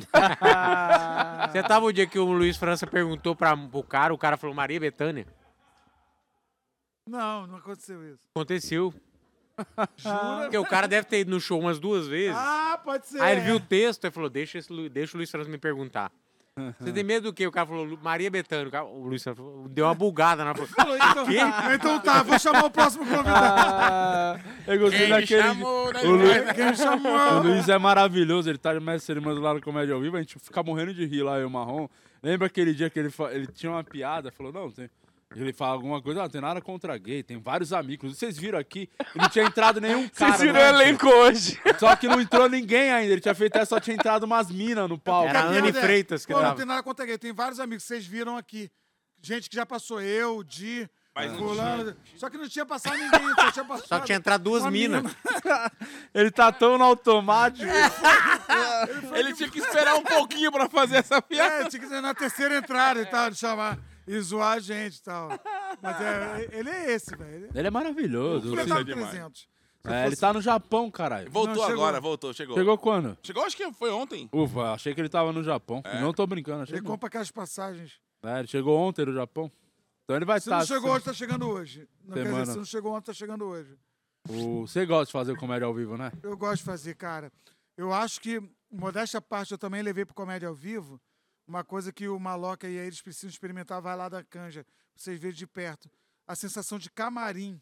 Você tava o dia que o Luiz França perguntou pra, pro cara, o cara falou Maria Bethânia? Não, não aconteceu isso. Aconteceu. Jura? Porque o cara deve ter ido no show umas duas vezes. Ah, pode ser. Aí ele viu o texto e falou: deixa, esse Lu- deixa o Luiz França me perguntar. Você tem medo do quê? O cara falou, "Lu- Maria Bethânia. O, cara- o Luiz França falou- deu uma *laughs* bulgada na falou, Falou, *laughs* *laughs* Então, tá, então tá, vou chamar o próximo convidado. Ah, eu gostei daquele. chamou, né? O Lu- Quem me chamou? *laughs* O Luiz é maravilhoso, ele tá de mestre cerimônia lá no Comédia ao Vivo, a gente fica morrendo de rir lá, eu e o Marrom. Lembra aquele dia que ele, fa- ele tinha uma piada, falou, não, tem... Ele fala alguma coisa, não, tem nada contra gay, tem vários amigos. Vocês viram aqui, não tinha entrado nenhum cara. Vocês viram né? o elenco hoje. Só que não entrou ninguém ainda, ele tinha feito essa, só tinha entrado umas minas no palco. Era a Minha Anne ideia. Freitas que é Pô, não tava. tem nada contra gay. Tem vários amigos que vocês viram aqui. Gente que já passou eu, o Di, fulano. Só que não tinha passado ninguém. Só tinha passado. Só que tinha entrado duas Uma minas. *laughs* Ele tá tão no automático. *laughs* Ele tinha que esperar um pouquinho pra fazer essa piada. É, tinha que ser na terceira entrada e tal, de chamar e zoar a gente e tal. Mas é, ele é esse, velho. Ele Ele é maravilhoso. é eu Isso no sei. é demais. 300. É, ele tá no Japão, caralho. Voltou Não, chegou. agora, voltou, chegou. Chegou quando? Chegou, acho que foi ontem. Ufa, achei que ele tava no Japão. É. Não tô brincando, achei Ele que... compra aquelas passagens. É, ele chegou ontem no Japão. Então ele vai Se estar. não chegou hoje, tá chegando hoje. Não quer dizer, Semana. se não chegou ontem, tá chegando hoje. tá O- Você gosta de fazer comédia ao vivo, né? Eu gosto de fazer, cara. Eu acho que, modéstia à parte, eu também levei pro Comédia ao Vivo Uma coisa que o Maloca e aí eles precisam experimentar, vai lá da canja, pra vocês verem de perto. A sensação de camarim,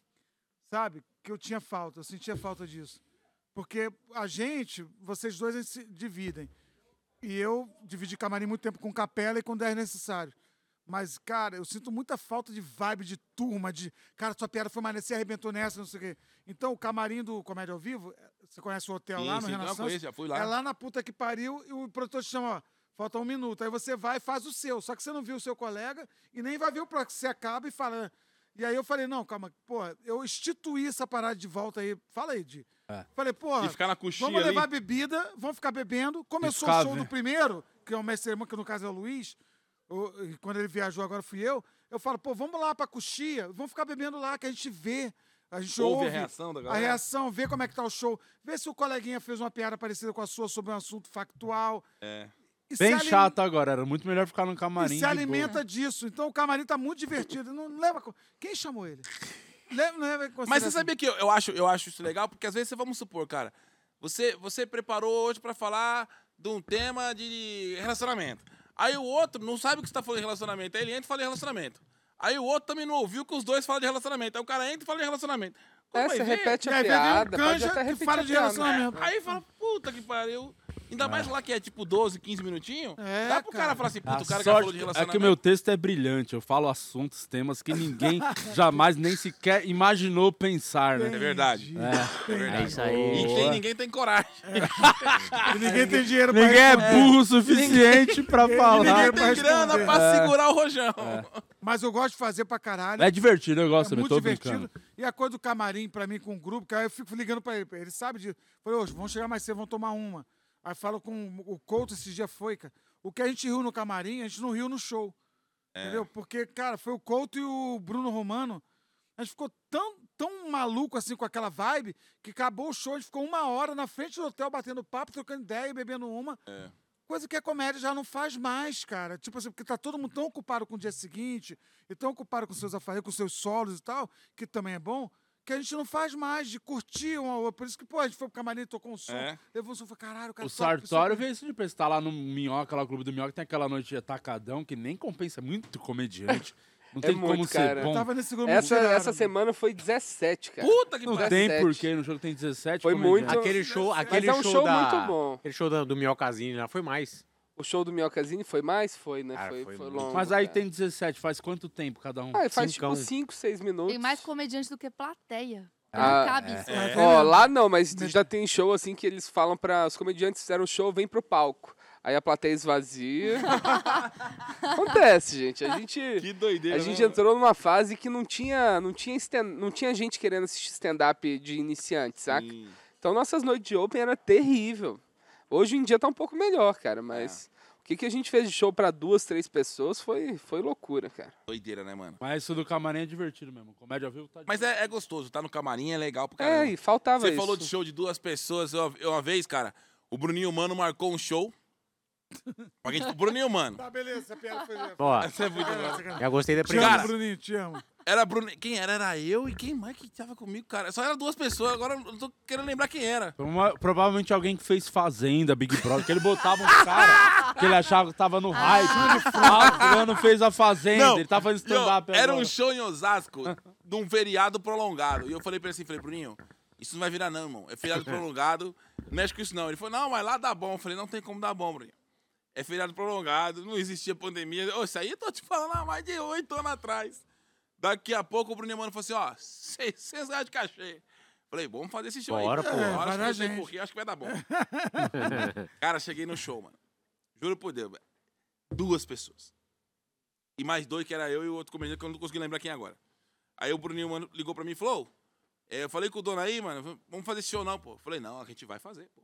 sabe? Que eu tinha falta, eu sentia falta disso. Porque a gente, vocês dois, a gente se dividem. E eu dividi camarim muito tempo com capela e com 10 necessários. Mas, cara, eu sinto muita falta de vibe, de turma, de. Cara, sua piada foi maneira, você arrebentou nessa, não sei o quê. Então, o camarim do Comédia ao Vivo, eh, você conhece o hotel lá no Sim, sim, não, eu Renaissance? conheço, já fui lá. É lá na puta que pariu e o produtor te chama, ó, falta um minuto. Aí você vai e faz o seu. Só que você não viu o seu colega e nem vai ver o próximo. Você acaba e fala. E aí eu falei, não, calma, porra, eu instituí essa parada de volta aí. Fala aí, Di. É. Falei, porra. E ficar na coxinha Vamos levar ali. né? bebida, vamos ficar bebendo. Começou ficar o show vendo. do primeiro, que é o mestre irmão, que no caso é o Luiz. o- e quando ele viajou, agora fui eu. Eu falo, pô, vamos lá pra coxia, vamos ficar bebendo lá, que a gente vê. A gente Ouve a ouve, reação da a galera. reação, vê como é que tá o show. Vê se o coleguinha fez uma piada parecida com a sua sobre um assunto factual. É. Bem chato agora, era muito melhor ficar no camarim. E de se boa. alimenta disso. Então o camarim tá muito divertido. Não leva. co- Quem chamou *laughs* ele? Leva, não leva em Mas você consideração. assim. sabia que eu, eu acho, eu acho isso legal, porque às vezes, você- vamos supor, cara, você, você preparou hoje pra falar de um tema de relacionamento. Aí o outro não sabe o que você tá falando de relacionamento. Aí ele entra e fala de relacionamento. Aí o outro também não ouviu que os dois falam de relacionamento. Aí o cara entra e fala de relacionamento. Quando É, vai você ver- repete E a aí vem um piada, pode canja até que repetir fala a de piada. relacionamento. Aí fala, puta que pariu. Ainda mais lá que é tipo 12, 15 minutinhos. É, dá pro cara, cara. falar assim, A puta, o cara que sorte falou de é relacionamento. que o meu texto é brilhante, eu falo assuntos, temas que *laughs* ninguém jamais nem sequer imaginou pensar, É né? verdade. É, É verdade. isso aí. E quem ninguém tem coragem. E É. *laughs* ninguém tem dinheiro pra Ninguém é responder. burro o suficiente pra Ninguém falar. tem grana *laughs* pra *laughs* segurar o rojão. Mas eu gosto de fazer pra caralho. É divertido, eu É gosto, eu muito tô divertido. brincando. E a coisa do camarim pra mim com o grupo, que aí eu fico ligando pra ele. Ele sabe disso. Falei, hoje, vamos chegar mais cedo, vamos tomar uma. Aí falo com o Couto, esse dia foi, cara. O que a gente riu no camarim, a gente não riu no show. É. Entendeu? Porque, cara, foi o Couto e o Bruno Romano. A gente ficou tão, tão maluco assim com aquela vibe que acabou o show, a gente ficou uma hora na frente do hotel batendo papo, trocando ideia e bebendo uma. É. Coisa que a comédia já não faz mais, cara. Tipo assim, porque tá todo mundo tão ocupado com o dia seguinte, e tão ocupado com seus afazeres, com seus solos e tal, que também é bom, que a gente não faz mais de curtir um ao outro. Por isso que, pô, a gente foi pro camarim, tocou um som, É. levou um som, foi caralho, o cara O toca, isso Sartório aqui. veio isso de prestar lá no Minhoca, lá no Clube do Minhoca, tem aquela noite de atacadão que nem compensa, é muito comediante. Não É tem como muito, ser cara. bom. Tava nesse grupo Essa, tiraram. essa semana foi 17, cara. Puta que Não pariu. tem 17. porquê, no jogo tem 17 Foi comediantes. *laughs* muito- Aquele show, aquele é um show, show da, muito bom. Aquele show da- do Miocazine lá foi mais. O show do Minhocazine foi mais? Foi, né? Cara, foi, foi foi, muito. longo. Mas aí cara. tem 17, faz quanto tempo cada um? Ah, faz cincão. tipo 5, 6 minutos. Tem mais comediante do que plateia. Ah, não cabe isso. É. Ó, lá não, mas já tem show assim que eles falam para os comediantes fizeram show, vem pro palco. Aí a *laughs* plateia esvazia. é. Acontece, gente. A gente *laughs* Que doideira. né, a gente entrou numa fase que não tinha, não tinha, stand- não tinha gente querendo assistir stand-up de iniciante, saca? Então nossas noites de open era terrível. Hoje em dia tá um pouco melhor, cara, É. mas o que, que a gente fez de show para duas, três pessoas foi, foi loucura, cara. Doideira, né, mano? Mas isso do camarim é divertido mesmo. Comédia ao vivo tá Mas é, é gostoso, tá no camarim, é legal pro É, caramba. e faltava Você isso. falou de show de duas pessoas. Eu, eu uma vez, cara, o Bruninho Mano marcou um show. Alguém tipo, Bruninho Mano. Tá, beleza, a piada foi. *laughs* *laughs* Ó, Essa é muito boa. Te eu gostei da amo, Cara, primeira. Bruninho, te amo. Era Bruno. Quem era? Era eu e quem mais que tava comigo, cara? Só eram duas pessoas, agora eu tô querendo lembrar quem era. Prova- Provavelmente alguém que fez Fazenda, Big Brother, que ele botava um cara que ele achava que tava no hype. Ah, o fulano fez a Fazenda, ele tá fazendo e eu- stand-up Era um agora. show em Osasco, de um feriado prolongado. E eu falei pra ele assim, falei, Bruninho, isso não vai virar não, irmão. É feriado prolongado, não mexe com isso não. Ele falou, não, mas lá dá bom. Eu falei, não tem como dar bom, Bruninho. É feriado prolongado, não existia pandemia. Ô, isso aí eu tô te falando há mais de oito anos atrás. Daqui a pouco o Bruninho Mano falou assim, ó, 600 reais de cachê. Falei, vamos fazer esse show Bora, aí. pô. Bora, É, vai acho na que não tem gente. porquê, acho que vai dar bom. Cara, cheguei no show, mano. Juro por Deus, velho. Duas pessoas. E mais dois, que era eu e o outro comediante, que eu não consegui lembrar quem é agora. Aí o Bruninho mano, ligou pra mim e falou: "Ô, é, eu falei com o dono aí, mano, vamos fazer esse show não, pô. Eu falei, não, a gente vai fazer, pô.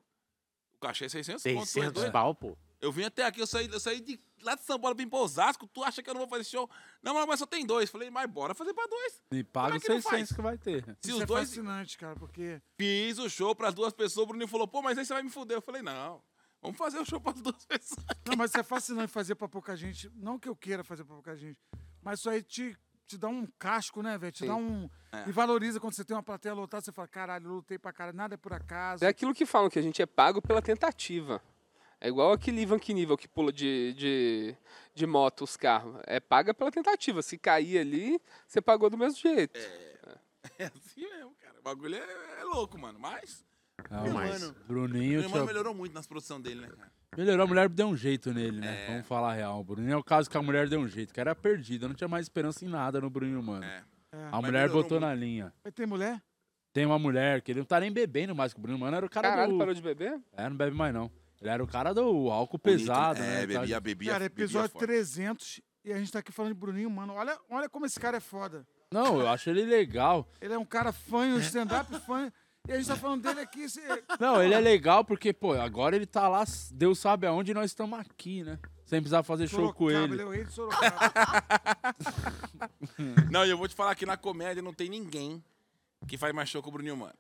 O cachê é 600 pontos. 600 pau, pô. Eu vim até aqui, eu saí, eu saí de lá de São Paulo, vim pra Osasco, tu acha que eu não vou fazer esse show? Não, mano, mas só tem dois. Falei, mas bora fazer pra dois. E paga Como é os que não 600 faz? que vai ter. Se Isso os é dois fascinante, cara, porque. Fiz o show pras duas pessoas, o Bruninho falou, pô, mas aí você vai me fuder. Eu falei, não, vamos fazer o show pras duas pessoas. Não, mas isso é fascinante fazer pra pouca gente. Não que eu queira fazer pra pouca gente, mas isso aí te, te dá um casco, né, velho? Te dá um. É. E valoriza quando você tem uma plateia lotada, você fala, caralho, eu lutei pra caralho, nada é por acaso. É aquilo que falam, que a gente é pago pela tentativa. É igual aquele Ivan Knievel que pula de, de, de moto os carros. É paga pela tentativa. Se cair ali, você pagou do mesmo jeito. É assim mesmo, cara. O bagulho é, é louco, mano. Mas Não, Meu mas mano. o Bruninho meu tchau. mano melhorou muito nas produções dele, né, cara? *laughs* melhorou, a mulher deu um jeito nele, né? É. Vamos falar a real. O Bruninho é o caso que a mulher deu um jeito, que era perdida, não tinha mais esperança em nada no Bruninho, mano. É. A mulher melhorou botou na linha. Mas tem mulher? Tem uma mulher que ele não tá nem bebendo mais que o Bruno, mano. Era o cara Caralho, do. parou de beber? É, não bebe mais não. Ele era o cara do álcool Bonito. pesado, né? É, bebia, bebia. Cara, bebia episódio forte. 300 e a gente tá aqui falando de Bruninho, mano. Olha, olha como esse cara é foda. Não, eu acho ele legal. Ele é um cara fã, um stand-up fã. E a gente tá falando dele aqui. Se... Não, ele é legal porque, pô, agora ele tá lá, Deus sabe aonde e nós estamos aqui, né? Sem precisar fazer show com Sorocaba, ele. é o rei de Sorocaba. *laughs* Não, e eu vou te falar que na comédia não tem ninguém que faz mais show que o Bruninho Mano.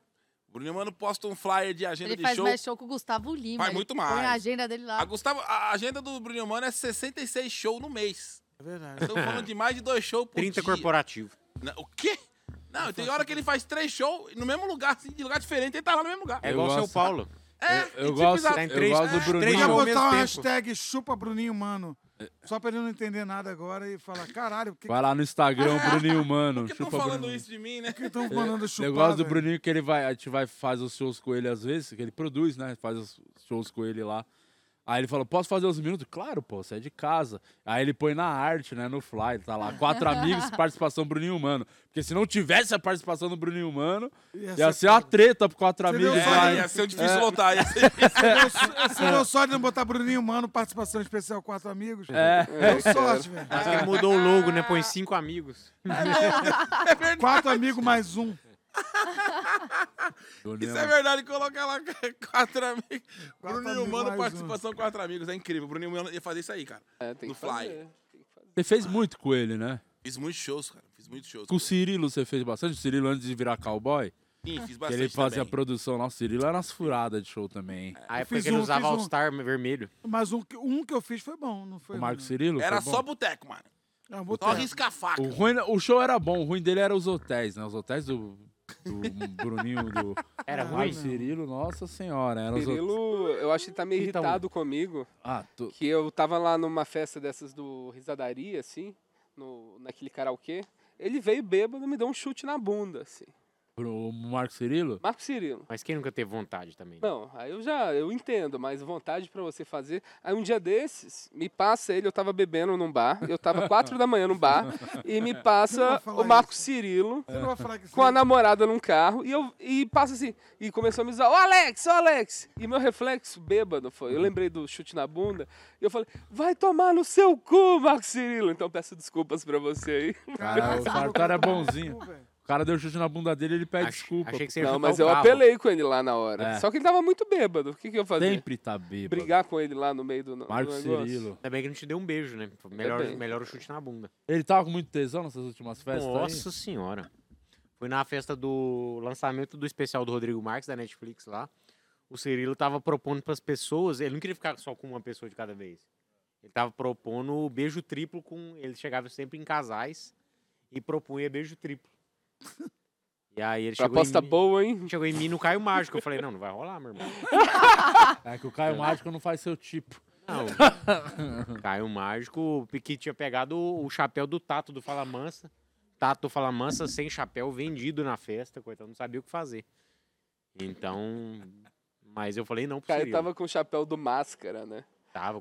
O Bruninho Mano posta um flyer de agenda Ele de faz show. mais show com o Gustavo Lima. Faz ele muito Põe mais. a agenda dele lá. *laughs* A, Gustavo, a agenda do Bruninho Mano é 66 shows no mês. É verdade. Estamos falando de mais de dois shows por dia. 30 corporativo. Não, O quê? Não, tem hora que ele faz três shows no mesmo lugar, assim, de lugar diferente, ele tá lá no mesmo lugar. É Eu igual o São gosto. Paulo. É, Eu, eu tipo, gosto, exato. tá em eu três- gosto do é, Bruninho. três Já ao botar mesmo uma tempo. hashtag chupa Bruninho, mano. Só pra ele não entender nada agora e falar, caralho, por que É. Vai lá no *laughs* Instagram, Bruninho Mano. Por que estão Chupa falando Bruninho. isso de mim, né? estão mandando chupar? Eu gosto do velho? Bruninho é que ele vai, a gente vai faz os shows com ele às vezes, que ele produz, né? Faz os shows com ele lá. Aí ele fala, posso fazer os minutos? Claro, pô, você é de casa. Aí ele põe na arte, né, no fly, tá lá, quatro amigos, participação Bruninho Humano. Porque se não tivesse a participação do Bruninho Humano, Ia ia ser ser uma treta pro quatro Você viu amigos só? lá. É, hein? ia ser difícil voltar. Ia ser... Você deu sorte de não botar Bruninho, mano, participação especial Quatro Amigos? É. Deu sorte, um velho. Acho que ele mudou o logo, né? Põe *laughs* cinco amigos. É Quatro amigos mais um. Eu Isso lembro. é verdade, coloca lá *laughs* quatro amigos. Bruninho amigos Humano, mais participação quatro amigos. É incrível. O Bruninho Humano ia fazer isso aí, cara. É, tem No que fly. fazer. Tem que fazer. Você fez muito com ele, né? Fiz muitos shows, cara. Fiz muitos shows. Com o Cirilo você fez bastante. O Cirilo antes de virar cowboy, Sim, fiz que bastante ele fazia também. a produção. Nossa, o Cirilo era nas furadas de show também. hein? A época fiz que ele um, usava fiz um. All-Star vermelho. Mas um, que- um que eu fiz foi bom, não foi? O Marco ruim, Cirilo? Era foi só bom. boteco, mano. não. É um Só boteco. risca a faca. O, ruim, o show era bom, o ruim dele era os hotéis, né? Os hotéis do, do Bruninho, do Era Não, ruim. Mário Cirilo, nossa senhora. Era os hotéis. Cirilo, eu acho que ele tá meio Então- irritado comigo. Ah, tu- Que eu tava lá numa festa dessas do Risadaria, assim, no, naquele karaokê. Ele veio bêbado e me deu um chute na bunda, assim. o Marco Cirilo? Marco Cirilo. Mas quem nunca teve vontade também? Não, aí eu já, eu entendo, mas vontade pra você fazer. Aí um dia desses, me passa ele, eu tava bebendo num bar, eu tava quatro da manhã num bar, e *laughs* me Eu não passa vou falar o Marco Cirilo Você não vai falar que é com a você- namorada num carro, e eu e passa assim, e começou a me dizer, ô Alex, ô Alex! E meu reflexo bêbado foi, eu lembrei do chute na bunda, e eu falei, vai tomar no seu cu, Marco Cirilo! Então peço desculpas pra você aí. Cara, o você colocou Sartori é a mão no bonzinho. cu, velho. O cara deu chute na bunda dele ele pede Ach- desculpa. Achei que você ia um Não, chutar mas o eu carro. apelei com ele lá na hora. É. Só que ele tava muito bêbado, o que, que eu fazia? Sempre tá bêbado. Brigar com ele lá no meio do no- Marco do negócio. Cirilo. Ainda bem que não te deu um beijo, né? Melhor, bem. melhor o chute na bunda. Ele tava com muito tesão nessas últimas festas Nossa senhora. Fui na festa do lançamento do especial do Rodrigo Marques, da Netflix lá. O Cirilo tava propondo pras pessoas, ele não queria ficar só com uma pessoa de cada vez. Ele tava propondo o beijo triplo com. Ele chegava sempre em casais e propunha beijo triplo. E aí ele chegou Proposta em mim, boa, hein? chegou em mim no Caio Mágico. Eu falei, não, não vai rolar, meu irmão. aí? É que o Caio Mágico não faz seu tipo. Não. *laughs* Caio Mágico, que tinha pegado o chapéu do Tato do Falamansa. Tato do Falamansa sem chapéu vendido na festa, coitado, não sabia o que fazer. Então. Mas eu falei não O pro cara Cirilo. Tava, tava com o chapéu do máscara, né?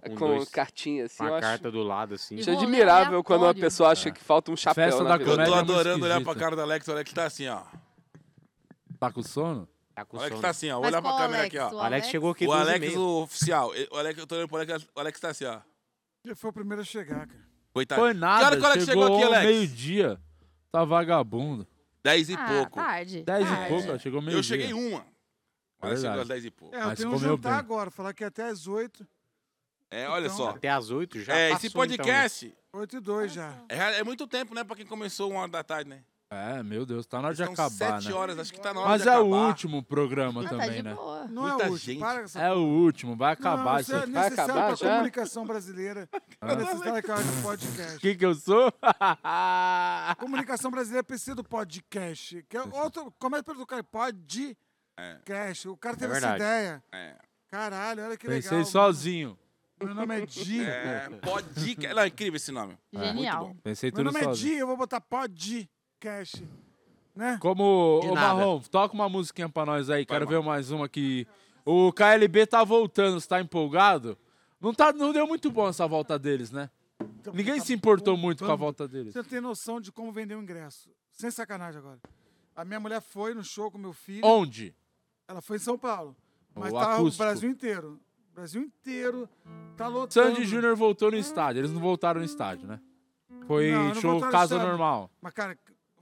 com, com dois, cartinha, assim, com eu a acho. carta do lado, assim. E Acho rolê admirável quando uma aleatório. pessoa acha que falta um chapéu É. Festa na da vida. Eu tô Comédia é muito adorando olhar pra esquisita. cara do Alex. O Alex tá assim, ó. Tá com sono? Tá com O Alex sono. tá assim, ó. Vou Mas olhar pra qual câmera Alex? aqui, ó. O O Alex chegou aqui O duas e Alex, meia. o oficial. ele- O Alex, eu tô olhando pro Alex, o Alex tá assim, ó. Ele foi o primeiro a chegar, cara. Coitado. Foi Que nada, hora que o Alex chegou, chegou aqui, Alex? meio-dia. Tá vagabundo. Dez e Ah, pouco. tarde. Dez e tarde. pouco, ó, chegou meio-dia. Eu cheguei uma. O Alex chegou Verdade. às dez e pouco. É, eu Mas tenho um comeu jantar bem. agora, falar que é até às 8, É, olha Então, só. Até às oito já. É, passou, esse podcast 8 e 2 já. é, é muito tempo, né? Pra quem começou uma hora da tarde, né? É, meu Deus, tá na hora de São acabar, sete né? horas, acho que tá na hora Mas de é o acabar. último programa Ah, tá também, de né? boa. Não é Muita o último, gente. para com essa É o último, vai Não, acabar isso isso é aqui. Vai necessário acabar para já? comunicação *laughs* brasileira. É necessário que haja podcast. O que que eu sou? *laughs* Comunicação brasileira precisa do podcast. Que é outro, começa pelo cara, podcast. O cara teve essa verdade. ideia. É. Cara, Caralho, olha que legal. Pensei sozinho. Meu nome é *laughs* Di. É, pode. Não, é incrível esse nome. Genial. Muito bom. Pensei Meu tudo nome é sozinho. Di, eu vou botar podcast. Né? Como De o nada. Marrom, toca uma musiquinha pra nós aí. Quero ver mais uma aqui. O KLB tá voltando, você tá empolgado? Não, tá, não deu muito bom essa volta deles, né? Ninguém se importou muito com a volta deles. Você tá não tem noção de como vender o ingresso. Sem sacanagem agora. A minha mulher foi no show com meu filho. Onde? Ela foi em São Paulo. Mas O tava acústico. o Brasil inteiro. O Brasil inteiro. Tá lotando. Sandy Júnior voltou no estádio. Eles não voltaram no estádio, né? Foi Não, não show voltaram no casa estádio. normal. Mas, cara,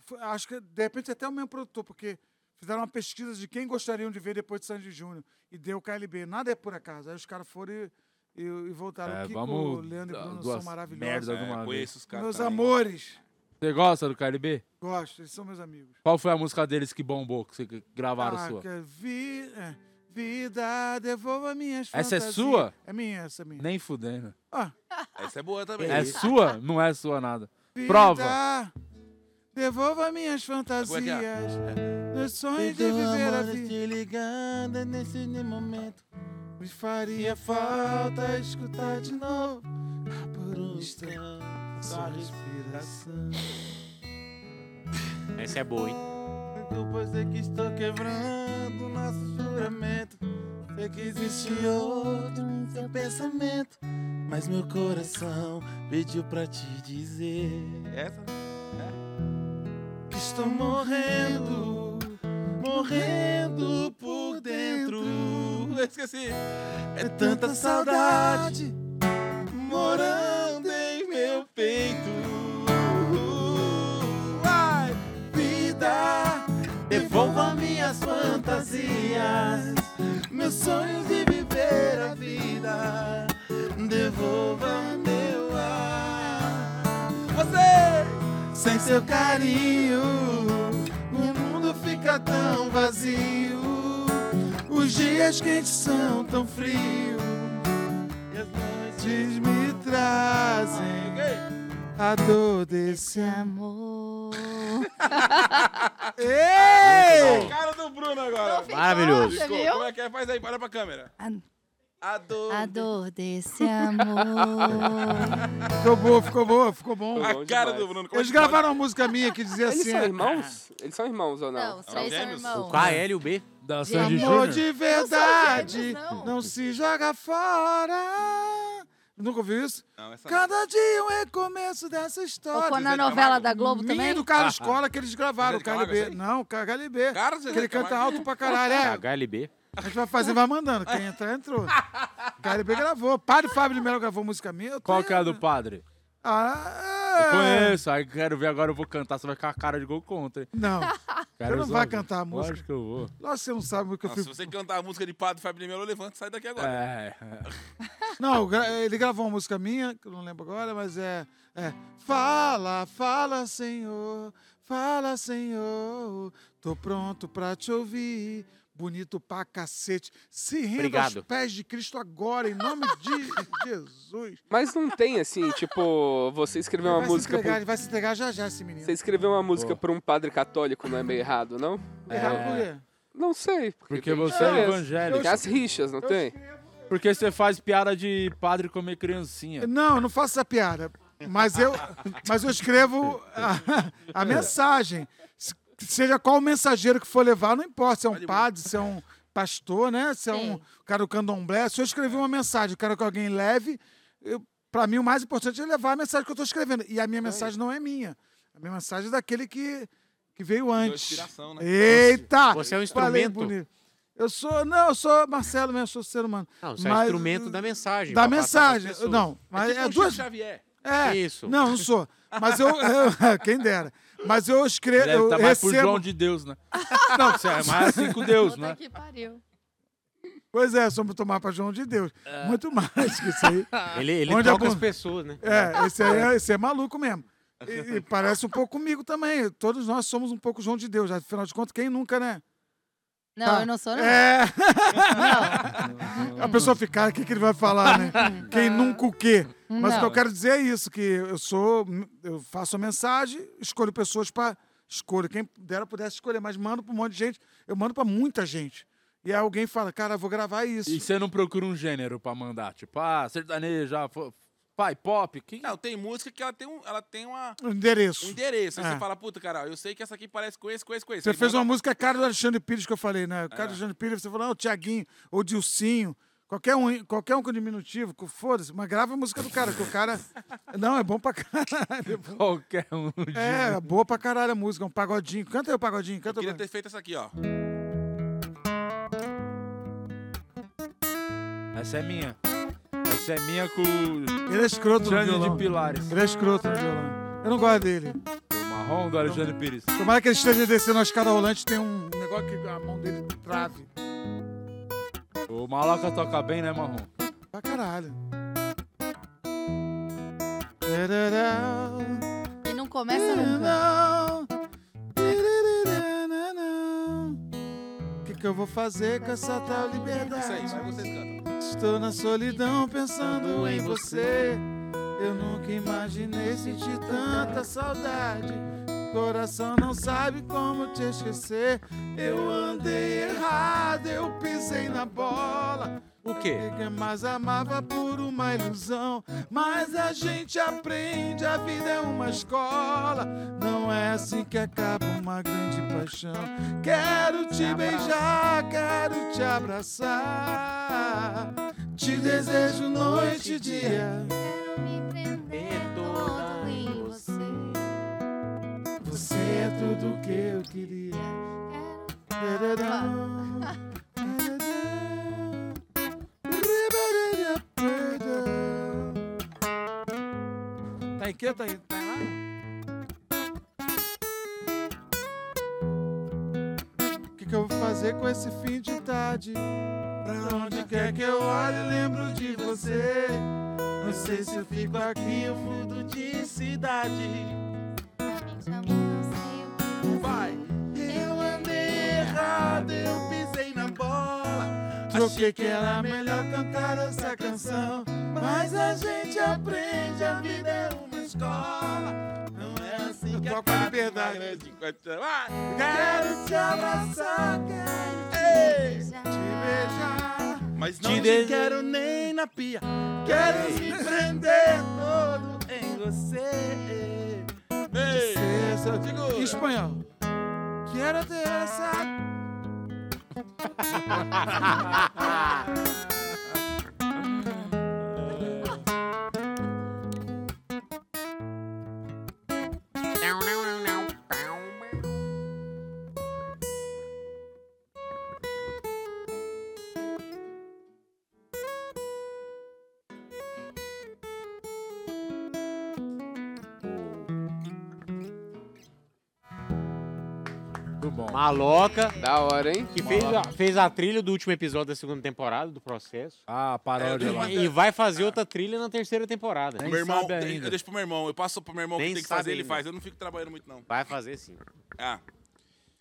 foi- acho que de repente até o mesmo produtor, porque fizeram uma pesquisa de quem gostariam de ver depois de Sandy Júnior. E deu o KLB. Nada é por acaso. Aí os caras foram e, e- e voltaram. É, o Kiko, o vamos. Leandro e dar Bruno são duas maravilhosos. Merda de uma É, vez. conheço os caras. Meus também. amores. Você gosta do KLB? Gosto, eles são meus amigos. Qual foi a música deles que bombou, que você gravaram Ah, sua? que vi- é, vida, devolva minhas Essa é fantasias. sua? É minha, essa é minha. Nem fudendo. Ah, Essa é boa também. É sua? Não é sua nada. vida, Prova. Devolva minhas Como é que é? fantasias. Meus sonhos de viver a vida. ligada nesse momento. Me faria falta escutar de novo. Por um instante, sua respiração. Essa é boa, hein? Depois de é que estou quebrando nosso juramento. Sei que existe outro em seu pensamento. Mas meu coração pediu pra te dizer. Essa? Que estou morrendo, morrendo por dentro. Eu esqueci. É tanta saudade morando em meu peito. Ai, vida, devolva minhas fantasias, meus sonhos de viver a vida. Devolva meu ar. Você, sem seu carinho, meu mundo fica tão vazio. Os dias quentes são tão frios. E as noites me trazem A dor desse Esse amor. Ah. a É? cara do Bruno agora. Não ficou, Maravilhoso. Você Ficou. viu? Ah, Como é que é? Faz aí, para pra câmera. A, A dor. a dor desse amor. Ficou boa, ficou boa, ficou bom. A Bom cara demais. do Bruno. Como é Eles que gravaram uma música minha que dizia Eles assim: são irmãos? Eles são irmãos ou Não, não? os três são gêmeos? irmãos. K, L e o B. Da Sandy Sandy Amor Amor Júnior. de verdade, gêmeos, não. não. se joga fora. Nunca ouviu isso? pode? Não, essa não. Cada dia um recomeço dessa história. Tocou na Zezé de novela Camargo? da Globo Minha e também? do Carlos Ah, Cola que eles gravaram, Zezé de Camargo, KLB. essa Não, o KLB. Cara, Zezé Que é ele de canta Camargo. alto pra *laughs* caralho. É, K, L e B. a gente vai fazer, vai mandando. Quem entrar, entrou. KLB gravou. Padre Fábio de Melo gravou música minha. eu Qual tenho- que é a do padre? Eu Ah, é. conheço. Aí quero ver agora, eu vou cantar. Você vai ficar a cara de gol contra, hein? Não. Quero não só vai ver. cantar a música. Lógico que eu vou. Nossa, você não sabe o que eu Não, se fiz. você cantar a música de Padre Fábio de Melo, levanta e sai daqui agora. É. Não, eu gra- ele gravou uma música minha, que eu não lembro agora, mas é, é. Fala, fala, Senhor, fala, Senhor, tô pronto pra te ouvir. Bonito pra cacete. Se renda Obrigado. aos pés de Cristo agora, em nome de Jesus. Mas não tem assim, tipo, você escrever Ele uma vai, se música. entregar, Pro... ele vai se entregar já já, esse menino. Você escrever uma música pra um padre católico não é meio errado, não? Errado por quê? É. Não sei. Porque tem você é diferença. evangélico. Tem as rixas, não tem? Porque você faz piada de padre comer criancinha. Não, eu não faço essa piada. Mas eu, mas eu escrevo a, É. a mensagem. Se- Seja qual o mensageiro que for levar, não importa se é um padre, se é um pastor, né? Se é um Sim. cara do candomblé. Se eu escrever uma mensagem, eu quero que alguém leve. Eu, pra mim, o mais importante é levar a mensagem que eu tô escrevendo. E a minha mensagem não é minha. A minha mensagem é daquele que, que veio Deu antes. inspiração, né? Eita! Você é um Falei instrumento. bonito. Eu sou. Não, eu sou Marcelo mesmo, eu sou ser humano. Não, você é um Mas- instrumento da mensagem. Da pra passar pras mensagem. pessoas. tipo um Não, mas é, duas. Xavier. É, Isso. Não, não sou. Mas eu, eu- *laughs* quem dera. Mas eu escrevo, Deve eu estar mais pro João recebo. de *laughs* Deus, né? Não, você é mais assim com Deus, Puta né? que pariu. Pois é, somos tomar para João de Deus. É. Muito mais que isso *laughs* aí. Ele, ele Onde toca algum- as pessoas, né? É, esse aí é, esse é maluco mesmo. E, e parece um pouco comigo também. Todos nós somos um pouco João de Deus. Afinal de contas, quem nunca, né? Não, Tá. eu não sou, não. É, Não, a pessoa ficar, o que, que ele vai falar, né? Quem nunca o quê? Mas o que Não. eu quero dizer é isso, que eu sou, eu faço a mensagem, escolho pessoas para escolho quem dera pudesse escolher, mas mando para um monte de gente, eu mando para muita gente. E aí alguém fala, cara, eu vou gravar isso. E você não procura um gênero pra mandar? Tipo, ah, sertanejo, ah, fo- pai, pop, que Não, tem música que ela tem, um, ela tem uma, Um um endereço. endereço. Aí É. você fala, puta, cara, eu sei que essa aqui parece com esse, com esse, com esse. Você Aí fez uma manda- É. música cara do Alexandre Pires que eu falei, né? Cara do Alexandre Pires, você falou, não, Tiaguinho, ou Dilcinho, qualquer um, qualquer um com diminutivo, com foda-se, mas grava a música do cara, que o cara. *laughs* Não, é bom pra caralho. qualquer um. É, é boa pra caralho a música, um pagodinho. Canta aí o pagodinho, Eu canta queria o ter feito essa aqui, ó. Essa é minha. Essa é minha com o Ele é escroto no Jânio de violão. Pilares. Ele é escroto no violão. Eu não gosto dele. O marrom do Alexandre Pires. Tomara que ele esteja descendo a escada rolante, tem um negócio que a mão dele trave. O maloca toca bem, né, marrom? tá Pra caralho. é. Tararau, E não É, começa nunca. tararau, tarararararau. O que, que eu vou fazer com essa tal liberdade? Isso aí, vai vocês cantam. Estou na solidão pensando em você. Eu nunca imaginei sentir tanta saudade. Coração não sabe como te esquecer. Eu andei errado, eu pisei na bola. O quê? Ninguém é mais amava por uma ilusão. Mas a gente aprende, a vida é uma escola. Não é assim que acaba uma grande paixão. Quero te beijar, quero te abraçar. Te desejo noite e dia. Quero me prender todo em você. Você é tudo que eu queria. Quero Tararão, tararão, tararará. Tá em que? Tá em, tá em lá? O que, que eu vou fazer com esse fim de tarde? Pra onde quer que eu olhe, lembro de você. Não sei se eu fico aqui ou mudo de cidade. te amar, não sei o que fazer. Vai. Eu andei errado, eu pisei na bola. Achei que era melhor cantar essa canção, mas a gente aprende, a vida é uma escola. Não é assim que toco a liberdade. Quero te abraçar, quero te beijar. Mas não Não te quero nem na pia, quero me prender todo em você. Você, só digo em espanhol. Quero ter essa Muito bom. Maloca, Da hora, hein? que fez a, fez a trilha do último episódio da segunda temporada do processo. Ah, a paródia lá. E vai fazer outra trilha na terceira temporada. Nem Meu irmão, sabe tem- ainda. eu deixo pro meu irmão. Eu passo pro meu irmão o que Nem tem que fazer, sabe ele ainda. faz. Eu não fico trabalhando muito, não. Vai fazer sim. Ah.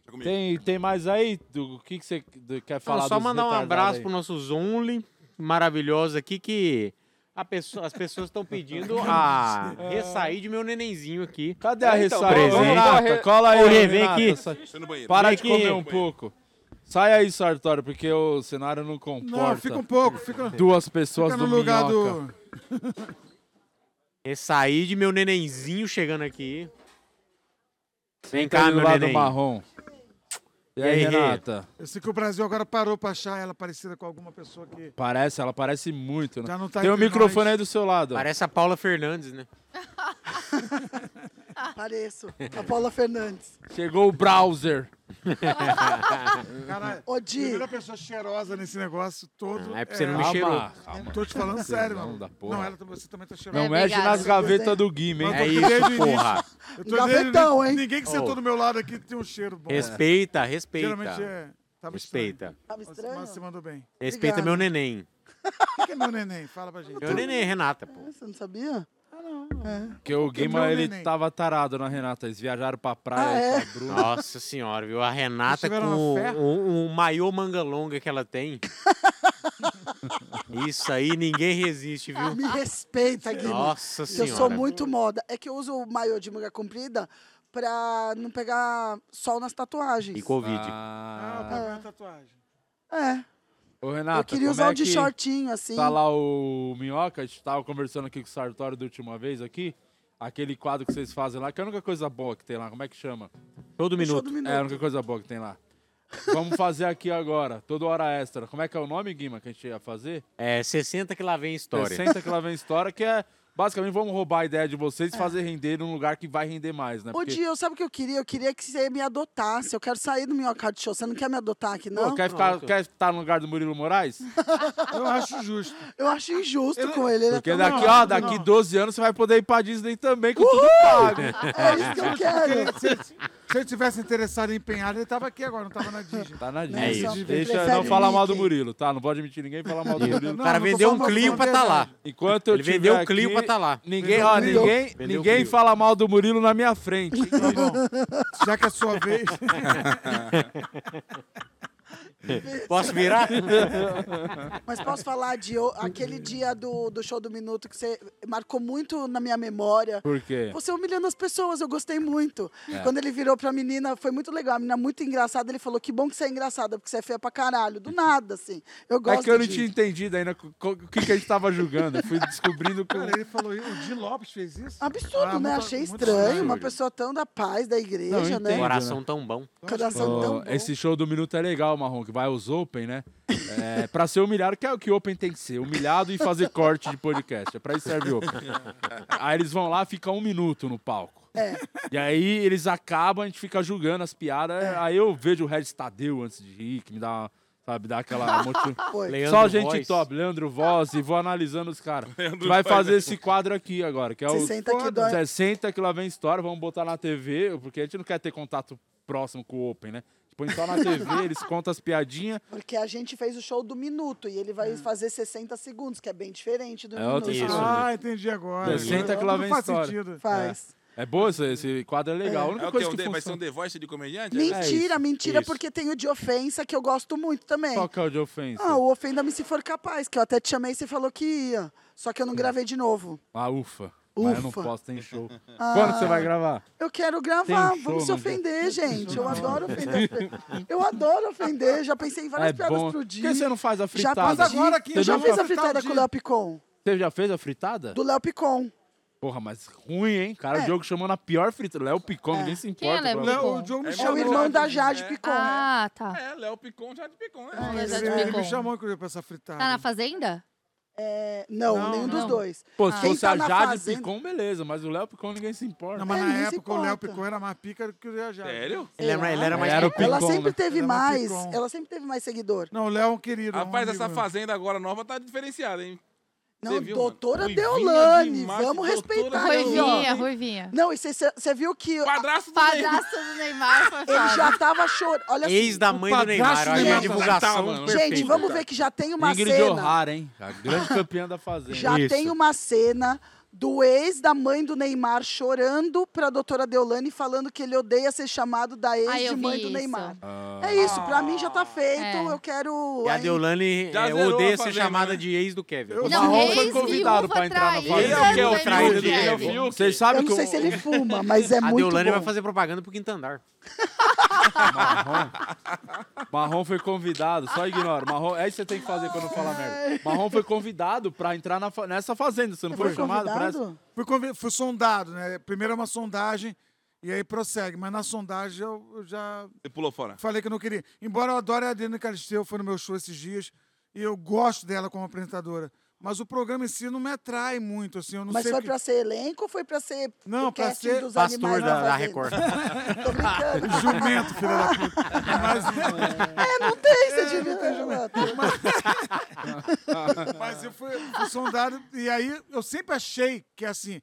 É comigo. Tem, tem mais aí? Do o que que você do- quer Não, falar só dos mandar um retardados abraço aí? pro nosso Zonli maravilhoso aqui que a pessoa- as pessoas estão *laughs* pedindo a É. ressair de meu nenenzinho aqui. Cadê a É, então, ressaca? vamos- vamos Renata, correr- cola aí, Ô, ô, Rê, vem Renata, aqui. sai- Deixa no banheiro. Para Vem de aqui. comer um pouco. Sai aí, Sartório, porque o cenário não comporta. Não, fica um pouco, fica, *laughs* Duas pessoas fica no do lugar minhoca. do. Ressair de meu nenenzinho chegando aqui. Vem Fica cá, ali tá do meu lado neném. marrom. E aí, E aí, Rê? Renata? Eu sei que o Brasil agora parou pra achar ela parecida com alguma pessoa que Parece, ela parece muito, né? já não tá Tem o entre microfone nós. aí do seu lado. ó. Parece a Paula Fernandes, né? Pareço. A Paula Fernandes. Chegou o browser. *laughs* Caralho, Ô, Di, primeira pessoa cheirosa nesse negócio todo. Ah, é pra você não ela. mexer. cheirou. Calma, calma. Tô te falando sério, Não, mano. da porra. Não, ela, tam- você também tá cheirosa. Não É, mexe obrigada. nas gavetas do Guima, hein? Mas É tô aqui isso, desde o início. porra. Eu Engavetão, hein? Ninguém que sentou Ô. do meu lado aqui tem um cheiro bom. É. Respeita, Geralmente respeita. é. Tava Respeita. tava estranho. Mas- estranho? Mas se mandou bem. Respeita Obrigado. meu neném. O que é meu neném? Fala pra gente. Ah, Meu neném, é Renata, pô. Você não sabia? É. Porque o meu Guima, ele um neném. tava tarado na Renata. Eles viajaram pra praia Ah, é? com a Bruna. Nossa senhora, viu? A Renata com Eles tiveram o, uma fé? o, o maiô manga longa que *laughs* ela tem. Isso aí ninguém resiste, viu? Me respeita, Guilherme. Nossa Eu senhora. sou muito moda. É que eu uso o maiô de manga comprida pra não pegar sol nas tatuagens. E Covid. Ah, Ah, tá vendo a tatuagem. É. Ô, Renato, eu queria usar como o é de que shortinho, assim. Tá lá o Minhoca, a gente tava conversando aqui com o Sartório da última vez aqui. Aquele quadro que vocês fazem lá, que é a única coisa boa que tem lá, como é que chama? Todo Show minuto. do minuto. É a única coisa boa que tem lá. Vamos fazer aqui agora, toda hora extra. Como é que é o nome, Guima, que a gente ia fazer? É 60 que lá vem história. 60 que lá vem história, que é basicamente vamos roubar a ideia de vocês e fazer render num lugar que vai render mais, né? É. Ô, Porque, Dio, sabe o que eu queria? Eu queria que você me adotasse. Eu quero sair do minhoca de show. Você não quer me adotar aqui, pô, não? quer, ficar, quer *laughs* estar no lugar do Murilo Moraes? Eu acho justo. Eu acho injusto com ele. ele é Porque tão- daqui, ó, daqui 12 anos você vai poder ir pra Disney também com tudo pago. *laughs* É isso que eu quero. Se, ele- se ele tivesse interessado em empenhado, ele tava aqui agora, não tava na Disney. Tá na Não, é Disney. só um Deixa prefere não falar mal do Mickey. Murilo, tá? Não pode admitir ninguém falar mal do Murilo. O Não, cara não tô vendeu um falando Clio de pra tá lá. verdade. Enquanto eu Ele tiver vendeu o aqui, Clio pra tá lá. Ninguém, Vendeu ó, o Clio. ninguém, Vendeu o ninguém Clio. fala mal do Murilo na *laughs* minha frente. hein? Tá bom. Já que é sua vez. *laughs* *laughs* Posso virar? *laughs* Mas posso falar, Dio, aquele dia do, do show do minuto que você marcou muito na minha memória. Por quê? É. Você humilhando as pessoas, eu gostei muito. Quando ele virou pra menina, foi muito legal. A menina é muito engraçada, ele falou: que bom que você é engraçada, porque você é feia pra caralho. Do nada, assim. Eu gosto. É que eu não de- tinha entendido ainda co- co- o que, que a gente tava julgando. Eu Fui descobrindo com. *laughs* Cara, ele falou isso. O Di Lopes fez isso? Absurdo, Ah, né? muito- Achei muito estranho. Uma absurdo. então pessoa tão da paz da igreja, entendo. né? Coração tão bom. Coração tão Ô, bom. esse show do Minuto é legal, Marrom, que vai aos Open, né? É, pra ser humilhado, que é o que Open tem que ser. Humilhado e fazer corte de podcast. É pra isso serve o Open. Aí eles vão lá, fica um minuto no palco. É. E aí eles acabam, a gente fica julgando as piadas. É. Aí eu vejo o Regis Tadeu antes de rir, que me dá, uma- sabe, *laughs* dá aquela... motiva- Foi. Leandro Só gente Voz. top, Leandro Voz, e vou analisando os caras. Vai fazer esse quadro aqui agora, que é o 60 que Foda-se. dói. 60 que lá vem história, vamos botar na TV, porque a gente não quer ter contato próximo com o Open, né? Põe só na TV, eles contam as piadinhas. Porque a gente fez o show do minuto e ele vai fazer 60 segundos, que é bem diferente do É minuto. outro Isso. Ah, entendi agora. né? Senta é que lá Não vem faz história. sentido. Faz. É boa esse, esse quadro, é legal. A É única o que? coisa Um que The- Vai ser um funciona... The Voice de comediante? é? Mentira, isso, mentira, isso. porque tem o de ofensa que eu gosto muito também. Qual que é o de ofensa? Ah, o Ofenda-me Se For Capaz, que eu até te chamei e você falou que ia. Só que eu É. não gravei de novo. Ah, ufa. Mas eu não Ufa. posso, tem show. Quando você vai gravar? Eu quero Tem gravar, um show vamos se no dia. ofender, gente. Eu adoro ofender. as *laughs* pe- Eu adoro ofender, já pensei em várias é piadas bom. pro Por dia. que você não faz a já fritada? Mas agora aqui, Eu já vamos fiz a fritar o fritada dia. com o *laughs* Léo Picon. Você já fez a fritada? Do Léo Picon. Porra, mas ruim, hein? Cara, É. o jogo chamou na pior fritura. Léo Picon, É. ninguém se Quem é importa. Léo com Picon? Léo, o Joe me É É o chamou. irmão da Jade Picon. Ah, tá. né? É, Léo Picon, já de Picon, né? Ah, já É, Ele, te ele pegou. me chamou inclusive, pra essa fritada. Tá na fazenda? É, não, Não, nenhum dos não. dois. Pô, se Quem fosse tá a na Jade fazenda- Picon, beleza, mas o Léo Picon ninguém se importa. Não, mas É, na ninguém se época o Léo importa. Picon era mais pica do que o Léo Jade. Sério? Ele era, ele era Ele mais era o pequeno. Ela Picon, sempre né? teve Ele é uma mais. Picon. Ela sempre teve mais seguidor. Não, o Léo é um querido. é um Rapaz, essa amigo. fazenda agora nova tá diferenciada, hein? Não, viu, mano? doutora Ruivinha Deolane. demais, Vamos doutora respeitar aqui, ó. Ruivinha, Ruivinha. Não, e você viu que Padrasto do Neymar. Padrasto do Neymar foi ele foda. já tava chorando. Olha Ex da mãe do padrasto Neymar. do Olha aí a Neymar. divulgação. Tá, mano. assim, Gente, perfeita. vamos ver que já tem uma Ingrid cena. O'Hara, hein? A grande campeã da Fazenda. Já Isso. tem um uma cena do ex da mãe do Neymar chorando pra doutora Deolane falando que ele odeia ser chamado da ex Ah, eu de mãe vi do isso. Neymar. Ah. É isso, pra mim já tá feito. É. Eu quero. E a aí- Deolane Já é, zerou a odeia ser fazenda, chamada né? de ex do Kevin. O Não, Marrom foi ex, convidado viúva, pra entrar na traída, Fazenda. Ele é o que é o traído Ele é o do Fiuk. Vocês eu sabem não que sei o se ele fuma, mas é A muito Deolane bom. vai fazer propaganda pro quinto andar. Marrom... Marrom foi convidado, só ignora. Marrom, é isso que você tem que fazer quando eu falar merda. Marrom foi convidado pra entrar na fa- nessa fazenda. Você não foi, Foi chamado pra essa? convidado? Fui, convi- fui sondado, né? Primeiro é uma sondagem e aí prossegue. Mas na sondagem eu, eu já Ele pulou fora. falei que eu não queria. Embora eu adore a Adriana Galisteu, foi no meu show esses dias e eu gosto dela como apresentadora. Mas o programa em si não me atrai muito, assim. Eu não Mas sei. foi o que- pra ser elenco ou foi pra ser Não, o pra casting ser dos Pastor animais da, da fazenda? Record. Tô brincando. *laughs* Jumento, filha da puta. Mas, É, não tem, você devia ter jogado. Mas eu fui, fui sondado e aí eu sempre achei que assim,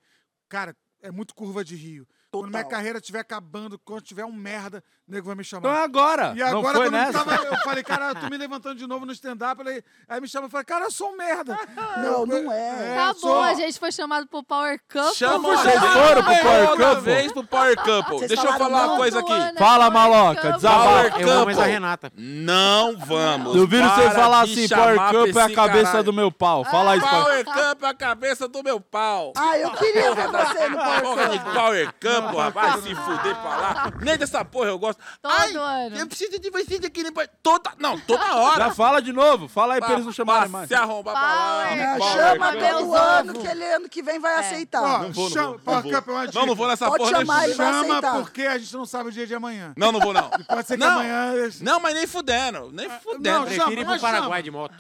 cara, é muito curva de rio. Quando minha Total. carreira estiver acabando, quando tiver um merda, o nego vai me chamar. Então é agora. E agora, não foi quando eu, nessa. tava, eu falei, cara, eu tô me levantando de novo no stand-up. Aí, aí me chama e fala, cara, eu sou *laughs* um merda. Não, não é. Tá eu bom, sou- a gente foi chamado pro Power Cup. Chama Vocês a- foram pro Power outra Couple? vez pro Power Couple. Vocês Deixa eu falaram falar não? uma coisa aqui. Fala, maloca, desabafo. Power Eu amo essa Couple. Renata. Não vamos. Eu viro você Para falar de assim, Power chamar pra Cup é a esse cabeça caralho. do meu pau. Ah, Fala isso pra Power Camp é a cabeça do meu pau. Ah, eu queria ver você no Porra de Power Cup. Power Camp, rapaz, se fuder pra lá. Nem dessa porra eu gosto. Todo Ai, ano. eu preciso de você aqui. no Power- toda. Não, toda hora. Já fala de novo. Fala aí pra eles não Pá, chamarem pá, mais. Se arromba pra lá. Power. É, Power, chama cara. Deus. pelo Meus ano ovos. que ele ano que vem vai É. aceitar. Ó, vou, não chama- vou, ó, não vou. Campo, é uma Não, não dica. vou nessa Pode porra. chamar não. ele. vai Chama aceitar. porque a gente não sabe o dia de amanhã. Não, não vou, não. Pode ser que Não. amanhã... Não, mas nem fudendo. Nem Ah, fudendo. não, Vou- Prefiro ir chama, pro Paraguai de moto.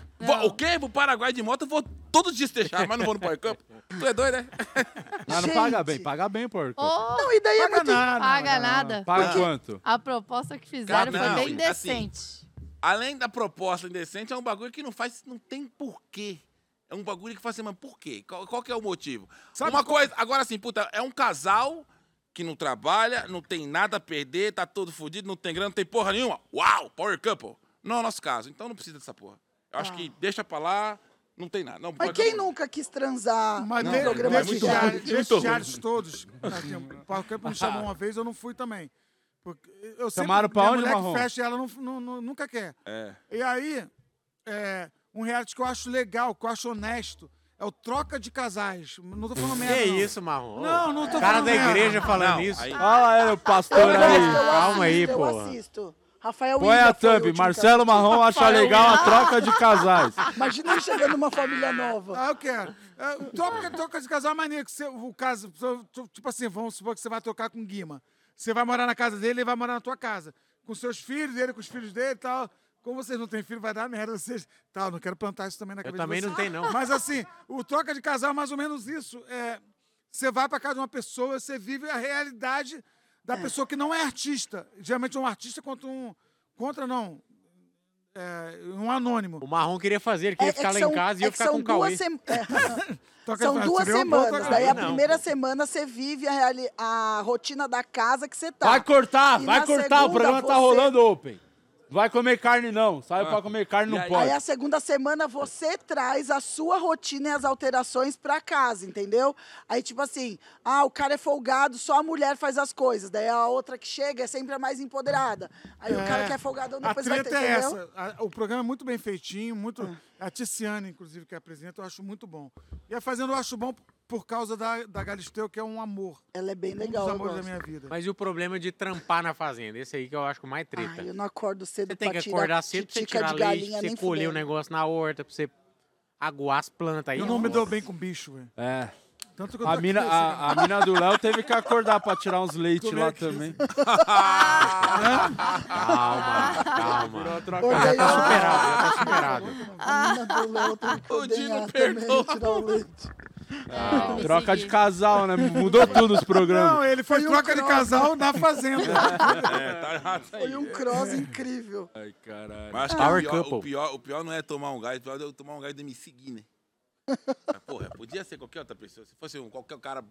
o quê? Pro Paraguai de moto, eu vou todos os dias deixar, mas não vou no Power Camp. Tu é doido, né? Ah, não Gente. paga bem. Paga bem, porco. Ô, Não, e daí é muito. nada. paga nada. Paga quanto? A proposta que fizeram Cara, não, foi bem assim, decente. Além da proposta indecente, é um bagulho que não faz, não tem porquê. É um bagulho que faz assim, mas por quê? Qual, qual que é o motivo? Uma coisa, agora assim, puta, é um casal que não trabalha, não tem nada a perder, tá todo fudido, não tem grana, não tem porra nenhuma. Uau, power couple. Não é o nosso caso, então não precisa dessa porra. Eu Tá. acho que deixa pra lá, não tem nada. Não, Mas power quem couple- nunca quis transar é Mas num de, programa mas desses de muito rádio? diários, ruim, desses muito ruim. diários todos. Aqui, O Paulo Campo me chamou uma vez, eu não fui também. Porque eu sempre, Chamaram pra minha onde, mulher Marrom? que fecha, ela não, não- não- nunca quer. E aí, é, um reality que eu acho legal, que eu acho honesto, é o Troca de Casais. Não tô falando merda, Que não. isso, Marrom? Não, não tô É Cara falando da merda. igreja falando Não, isso. aí- Olha aí o Eu pastor assisto, eu aí. Calma aí, assisto, porra. Eu assisto. Rafael Põe Ida a foi o thumb. último Marcelo Marrom acha legal a troca de casais. cara. Imagina ele chegando numa família *laughs* nova. Ah, eu quero. É, o troca, troca de casal é maneiro. Que você, o caso, tipo assim, vamos supor que você vai trocar com o Guima. Você vai morar na casa dele, ele vai morar na tua casa. Com seus filhos, ele com os filhos dele e tal. Como vocês não têm filho, vai dar merda. Vocês... Tal, não quero plantar isso também na cabeça de também não vocês. tenho, não. Mas assim, o troca de casal é mais ou menos isso. É, você vai pra casa de uma pessoa, você vive a realidade da pessoa que não é artista. Geralmente é um artista contra um... Contra, não. É, um anônimo. O Marrom queria fazer, ele queria É- é ficar que lá são- em casa e eu é que ficar são com o Cauê. duas *laughs* sem- é. Troca de São casal, duas seria uma boa semanas. troca- Daí a Não, primeira pô. semana você vive a, reali- a rotina da casa que você tá. Vai cortar, E vai na cortar. O segunda, programa tá você- rolando open. Não vai comer carne, não. Saiu pra comer carne, não Aí pode. a segunda semana você traz a sua rotina e as alterações pra casa, entendeu? Aí tipo assim, ah, o cara é folgado, só a mulher faz as coisas. Daí a outra que chega é sempre a mais empoderada. Aí o cara que é folgadão A depois vai ter, treta é entendeu? É. essa. A- o programa é muito bem feitinho, muito. A Tiziane, inclusive, que apresenta, eu acho muito bom. E a Fazenda eu acho bom por causa da, da Galisteu, que é um amor. Ela é bem um legal, dos eu amores da gosto. minha vida. Mas e o problema de trampar na fazenda? Esse aí que eu acho que é o mais treta. Ai, eu não acordo cedo Você tem que pra tirar acordar cedo pra você titica tirar de leite, pra galinha, você nem colher o fudendo. negócio na horta, pra você aguar as plantas aí. é um eu não é me dou bem com bicho, velho. É. Tanto que eu tô A aqui, mina, assim, a, a mina do Léo teve que acordar pra tirar uns leites Como é lá que isso? Né? também. Calma, calma. Odeio Tá ela. superado, já tá superado. A mina do Léo tem *laughs* que O Dino ordenhar perdoa. também, tirar o leite. É, me Troca de seguir. casal, né? Mudou tudo os Não, programas. É, ele foi um troca de casal na *laughs* Fazenda. Foi um cross incrível. tá Ah. Ai, caralho. Mas acho que Power o, pior, couple. o, pior, o pior não é tomar um gás, o pior é eu tomar um gás e me seguir, né? Mas, porra, podia ser qualquer outra pessoa. Se fosse um, qualquer cara.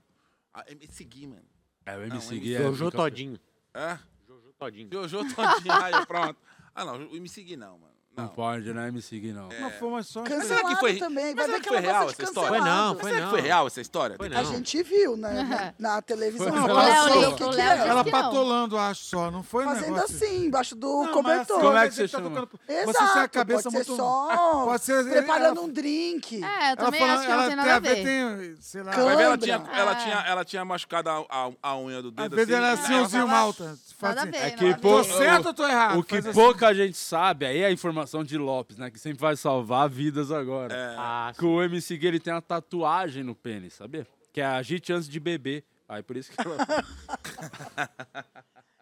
Ah, é me seguir, mano. É, o Não, MC o Gui é. Jojo Todinho. Hã? Jojo Todinho. Jojo todinho, aí pronto. Ah, não, o me seguir não, mano. Não Não. pode, né? MC Gui não. Uma forma só. Cancelado será que foi- também. mas Vai será ver que que foi ela gosta real de essa história? cancelado. Foi não, foi Mas será não. que foi real essa história? Foi A não. gente viu, *laughs* né? Na, na televisão. Não, Não, passou. passou. O O que, que Léo é? disse Ela que não. patolando, acho só. Não foi um Fazendo negócio. assim, embaixo do Não, mas cobertor. assim, Como é que ele tá você chama? tocando- Exato. Você sai a cabeça pode muito. ser só *laughs* Pode ser- ele- preparando ela- um drink. É, eu Ela também falando- acho que não ela tem nada a até ver. Tem, um- sei lá, Clã- Vai ver, ela Lambra. tinha, ela, Ah. tinha, ela tinha machucado a, a, a unha do dedo. né? Às vezes era e assim, ela ozinho falava, malta. Fala Nada a assim, ver, É nada que a ver. tá Tô pô- certo ou tô errado? O que Faz assim. pouca gente sabe aí é a informação de Lopes, né? Que sempre vai salvar vidas agora. Ah, Que o MC Gui ele tem uma tatuagem no pênis, sabia? Que é agite antes de beber. Aí por isso que ela.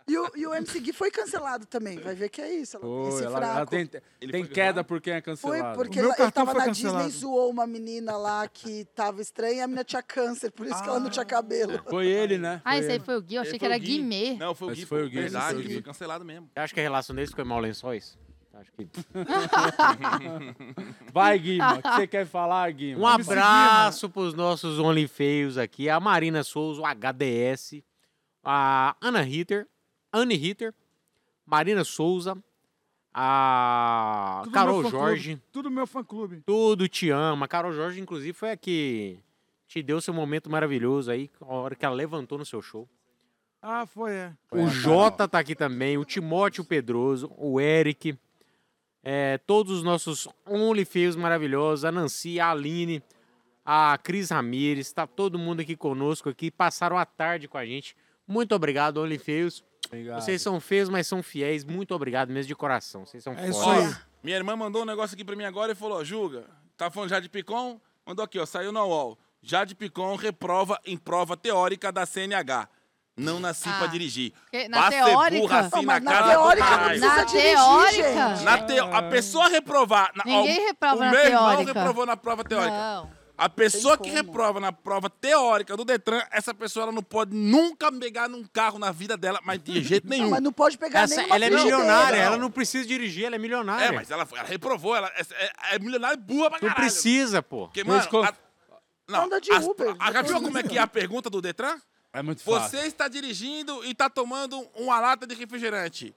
E o, e o MC Gui foi cancelado também. Vai ver que é isso. Ela, Pô, esse ela, ela fraco. tem, Ele tem foi queda cancelado? por quem é Foi cancelado. porque O meu ela- ele cartão tava foi na cancelado. Disney e zoou uma menina lá que tava estranha e a menina tinha câncer, por isso que ela não Ah. tinha cabelo. Foi ele, né? Ah, esse aí ele. foi o Gui, eu Ele achei que foi o era Gui. Guimê. Não, foi o Mas Gui. foi pô. o Gui, Verdade, foi o ele Gui. foi cancelado mesmo. Você acha que a relação deles foi mal é lençóis? Acho que... *laughs* Vai, Guima. O que você quer falar, Guima? Um abraço pros nossos Only Feios aqui. A Marina Souza, o HDS, a Ana Ritter, Anne Ritter, Marina Souza, a Tudo meu Carol fã-clube, Jorge. Tudo meu fã-clube. Tudo te ama. Carol Jorge, inclusive, foi a que te deu seu momento maravilhoso aí, a hora que ela levantou no seu show. Ah, foi, é. O Jota tá aqui também, o Timóteo Pedroso, o Eric, é, todos os nossos Only Feios maravilhosos, a Nancy, a Aline, a Cris Ramires, tá todo mundo aqui conosco aqui, passaram a tarde com a gente. Muito obrigado, Only Feios. Obrigado. Vocês são feios, mas são fiéis. Muito obrigado mesmo de coração. Vocês são É isso foda. aí. Minha irmã mandou um negócio aqui pra mim agora e falou, ó, Julga, tá falando já de Picon? Mandou aqui, ó, saiu na UOL. Jade Picon reprova em prova teórica da CNH. Não nasci Ah. pra dirigir. Que- na Vá ser teórica? burra assim Não, na mas na casa do teórica não caralho. precisa Na dirigir, teórica? gente. Na teo- A pessoa reprovar. na- Ninguém ó, reprova o na meu irmão teórica. reprovou na prova teórica. Não. A pessoa Tem que como. reprova na prova teórica do Detran, essa pessoa ela não pode nunca pegar num carro na vida dela, mas de *laughs* jeito nenhum. Não, mas não pode pegar Essa- nenhuma ela é frigideira. milionária, não. ela não precisa dirigir, ela é milionária. É, mas ela, foi- ela reprovou, ela é, é, é milionária burra pra Não caralho. precisa, pô. Porque, mano, Mas a- não, Anda de as- Uber, a- já viu depois como é que é a pergunta do Detran? É muito fácil. Você está dirigindo e está tomando uma lata de refrigerante.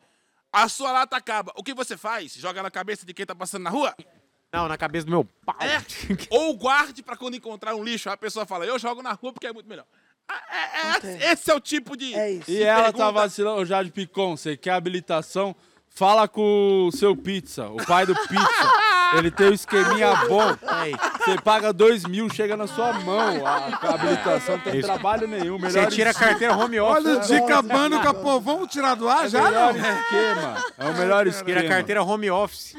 A sua lata acaba. O que você faz? Joga na cabeça de quem tá passando na rua? Não, na cabeça do meu pau. É? *laughs* Ou guarde pra quando encontrar um lixo. A pessoa fala, eu jogo na rua porque é muito melhor. Ah, é- é- esse é o tipo de. É isso. E ela tá pergunta- vacilando, Ô, Jade Picon, você quer habilitação? Fala com o seu pizza, o pai do pizza. Ele tem um esqueminha bom. Você paga dois mil, chega na sua mão. A a habilitação não tem Isso. trabalho nenhum. Melhor Você tira a carteira home office. Olha o Dica Bando Capô. Vamos tirar do ar é já, melhor não? esquema. É o melhor esquema. Tira a carteira *laughs* home office.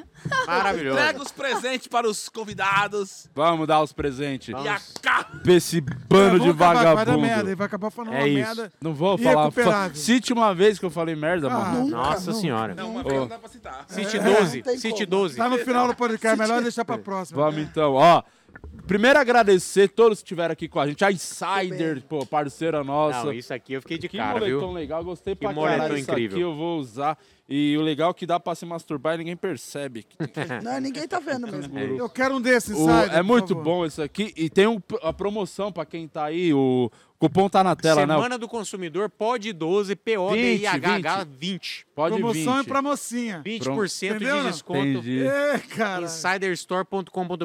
Maravilhoso. Pega os presentes para os convidados Vamos dar os presentes e acaba. pra esse bando de É, Vamos acabar, Vai dar merda, ele vagabundo. vai acabar falando É uma isso. merda. Não vou falar. Fa- Irrecuperável. Cite uma vez que eu falei merda, Ah, mano. Nossa senhora. Não, uma vez não dá pra citar. City É. não 12, tem City como. 12. Tá no final do podcast, melhor deixar pra próxima. né? Vamos então, ó. Primeiro agradecer todos que estiveram aqui com a gente. A Insider, pô, parceira nossa. Não, isso aqui eu fiquei de que cara, moletom viu? legal, gostei pra moletom caralho. Isso incrível. aqui eu vou usar. E o legal é que dá pra se masturbar e ninguém percebe. *laughs* Não, ninguém tá vendo mesmo. É Eu quero um desses, É O- Insider, é por muito favor. bom isso aqui. E tem um- a promoção pra quem tá aí. O cupom tá na tela, né? Semana do Consumidor, POD 12, PODIHH 20. Pode vir. Promoção é pra mocinha. 20% Entendeu, de não? desconto. Entendi. Ê, cara. Insiderstore.com.br,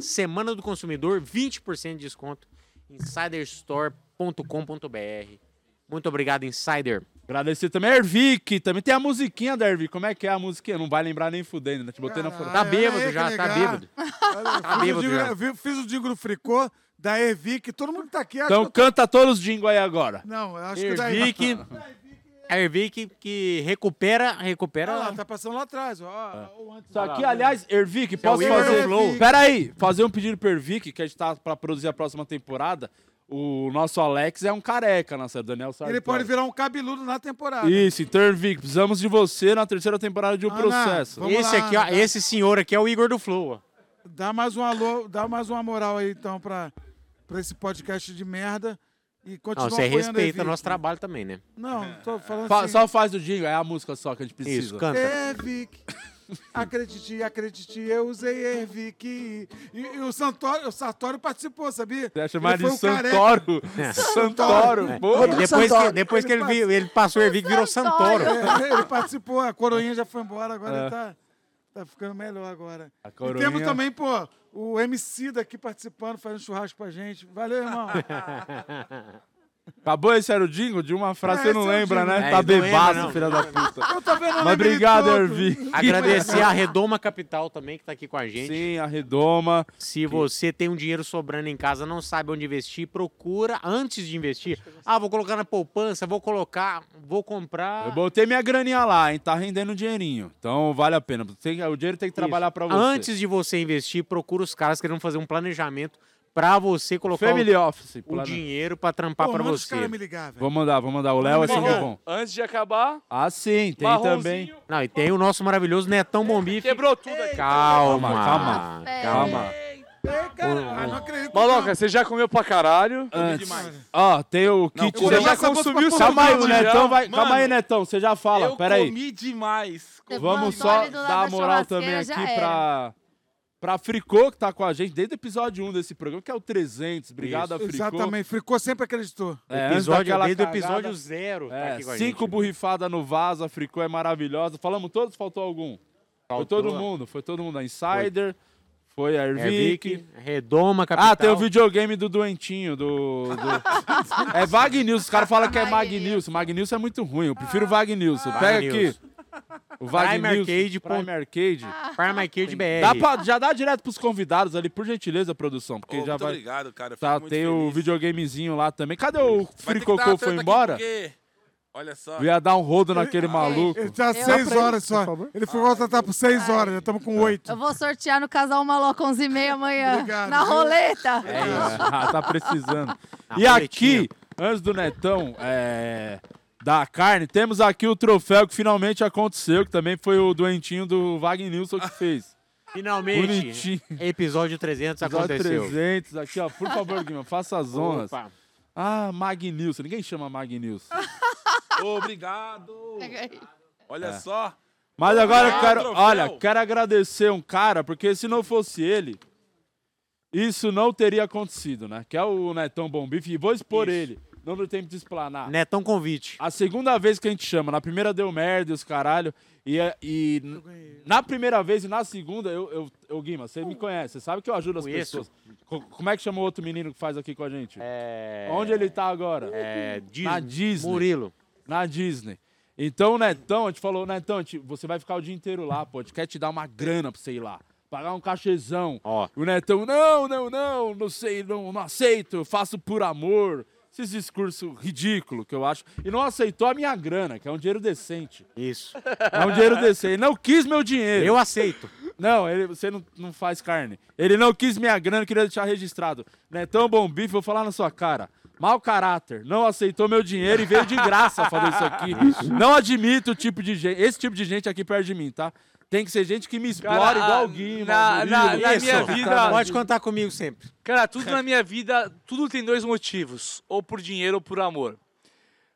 Semana do Consumidor, 20% de desconto. Insiderstore.com.br. Muito obrigado, Insider. Agradecer também a Ervic. Também tem a musiquinha da Ervic. Como é que é a musiquinha? Não vai lembrar nem fudendo, né? Te botei na Caralho. fora. Tá olha aí bêbado que já, tá legal. bêbado. é, Tá Olha, fiz, o bêbado jingle, já. eu vi- fiz o jingle fricô da Evic. Todo mundo que tá aqui acha Então que... eu canta todos os jingle aí agora. tô- Não, eu acho que da Evic... Ervic, a Ervic que recupera, recupera. Ah. Olha lá, tá passando lá atrás, ó. Ah. Ou antes. Isso aqui, aliás, Ervic, posso é o Igor fazer... do Flow. Peraí, fazer um pedido pro Ervic, que a gente tá pra produzir a próxima temporada. O nosso Alex é um careca na série, Daniel Sartori. Ele pode né? virar um cabeludo na temporada. Isso, então, Ervic, precisamos de você na terceira temporada de O Ana, Processo. Ah, vamos- Esse lá, aqui, ó, tá. esse senhor aqui é o Igor do Flow. ó. Dá mais um alô, dá mais uma moral aí, então, pra, pra esse podcast de merda. E continua Não, você apoiando a respeita Evic. nosso trabalho também, né? Não, tô falando Fa- assim. É. Só faz o jingle, é a música só que a gente precisa. Isso, canta. Ervic. Acredite, acredite, eu usei Ervic. E, e o, Santoro, o Sartório participou, sabia? Você acha Ele mais de foi o careca. Santoro? *laughs* É. Santoro, pô. Rodrigo Depois que, Santoro. depois que ele, vi- ele passou o Ervic, virou Santoro. *laughs* É. Santoro. tá- É, ele participou, a coroinha já foi embora, agora ele tá, tá ficando melhor agora. A E coroinha- temos também, pô, o MC daqui participando, fazendo churrasco pra gente. Valeu, *laughs* irmão. *laughs* Acabou esse era o jingle? De uma frase É, você não esse é o lembra, jingle. né? É, tá não lembra, bebaço, não. filha da puta. Eu tô vendo Mas obrigado, Ervic. Ervi. Agradecer a Redoma Capital também, que tá aqui com a gente. Sim, a Redoma. Se você tem um dinheiro sobrando em casa, não sabe onde investir, procura antes de investir. Ah, vou colocar na poupança, vou colocar, vou comprar. Eu botei minha graninha lá, hein? Tá rendendo um dinheirinho. Então vale a pena. Tem que- o dinheiro tem que trabalhar pra você. Antes de você investir, procura os caras que vão fazer um planejamento pra você colocar Family o, Office. o plano- dinheiro pra trampar pra os você. caras me ligar, velho. Vou mandar, vou mandar. O Léo é sempre Marrom, bom. antes de acabar, Ah, sim, tem Marronzinho também. Não, e tem o nosso maravilhoso Netão É, Bombife. quebrou tudo aqui. Calma, Calma, calma. Ah, Calma. Ei, cara, ah, não acredito. Maloca, você já comeu pra caralho. Antes. Ó, tem o kit. eu vou Você levar já- essa bolsa consumiu Calma aí, já. o Netão um, né? Então vai. Mano, Calma aí, Netão. Você já fala. eu Pera aí. comi demais. Vamos só dar a moral também aqui pra, pra Fricô, que tá com a gente desde o episódio 1 desse programa, que é o 300. Obrigado a Fricô. Exatamente, Fricô sempre acreditou. É, antes episódio, daquela desde o cagada- episódio zero tá É, aqui com a cinco gente. borrifadas no vaso, a Fricô é maravilhosa. Falamos todos, faltou algum? Foi Faltou todo mundo, foi todo mundo. A Insider, foi, a Ervic. Ervic, Redoma, Capital. Ah, tem o videogame do Doentinho, do. do- é Vagnilson, os caras falam que é Magnilson. Magnilson é muito ruim, eu prefiro Vagnilson. Pega aqui. Vagnilson. O Vagnilson. Arcade, pô. Prime Arcade. Parma Arcade BR. Dá pra- já dá direto pros convidados ali, por gentileza, produção. Porque Ô, já muito vai. obrigado, cara. eu fico Tá, muito tem o feliz. videogamezinho lá também. Cadê Vai o ter que Fricocô? dar uma Foi treta aqui embora? porque Olha só. Eu ia dar um rodo naquele maluco. Ele tá seis aprendi, horas só. por favor. Ele foi contratar por seis horas, já estamos Tá. com oito. Eu vou sortear no casal Maloca 11 e meia *laughs* amanhã. Obrigado, na viu? roleta. É isso. Tá Ah, tá precisando. Na e roletinha. aqui, antes do Netão é, da carne, temos aqui o troféu que finalmente aconteceu, que também foi o doentinho do Wagner Nilson que fez. Finalmente, Bonitinho. episódio 300 Episódio aconteceu. 300 aqui, ó. Por favor, Guima, faça as honras. Opa. Ah, Magnilson. Ninguém chama Magnilson. *laughs* Obrigado. Olha só. É. Mas agora eu Ah, quero, troféu. olha, quero agradecer um cara, porque se não fosse ele, isso não teria acontecido, né? Que é o Netão Bombife, e vou expor ele. Não deu tempo de explanar. Netão convite. A segunda vez que a gente chama, na primeira deu merda e os caralho. E, é, e n- na primeira vez e na segunda, eu, eu, eu Guima, você me conhece, você sabe que eu ajudo as Conheço. pessoas. Co- como é que chama o outro menino que faz aqui com a gente? É... Onde ele tá agora? É, Disney. Na Disney. Murilo. Na Disney. Então o Netão, a gente falou, Netão, a gente- você vai ficar o dia inteiro lá, pô, a gente quer te dar uma grana pra você ir lá. Pagar um cachezão. Ó. O Netão, não, não, não, não sei, não, não aceito, eu faço por amor. Esse discurso ridículo que eu acho. E não aceitou a minha grana, que é um dinheiro decente. Isso. É um dinheiro decente. Ele não quis meu dinheiro. Eu aceito. Não, ele- você não, não faz carne. Ele não quis minha grana, queria deixar registrado. Netão Bom Bife, vou falar na sua cara. Mau caráter, não aceitou meu dinheiro e veio de graça fazer tá isso aqui. Não admito o tipo de gente, esse tipo de gente aqui perto de mim, tá? Tem que ser gente que me explora Cara, igual a- o Guima, na- o Murilo. na- na Isso, minha tá vida- na- Pode contar comigo sempre. Cara, tudo na minha vida, tudo tem dois motivos. Ou por dinheiro ou por amor.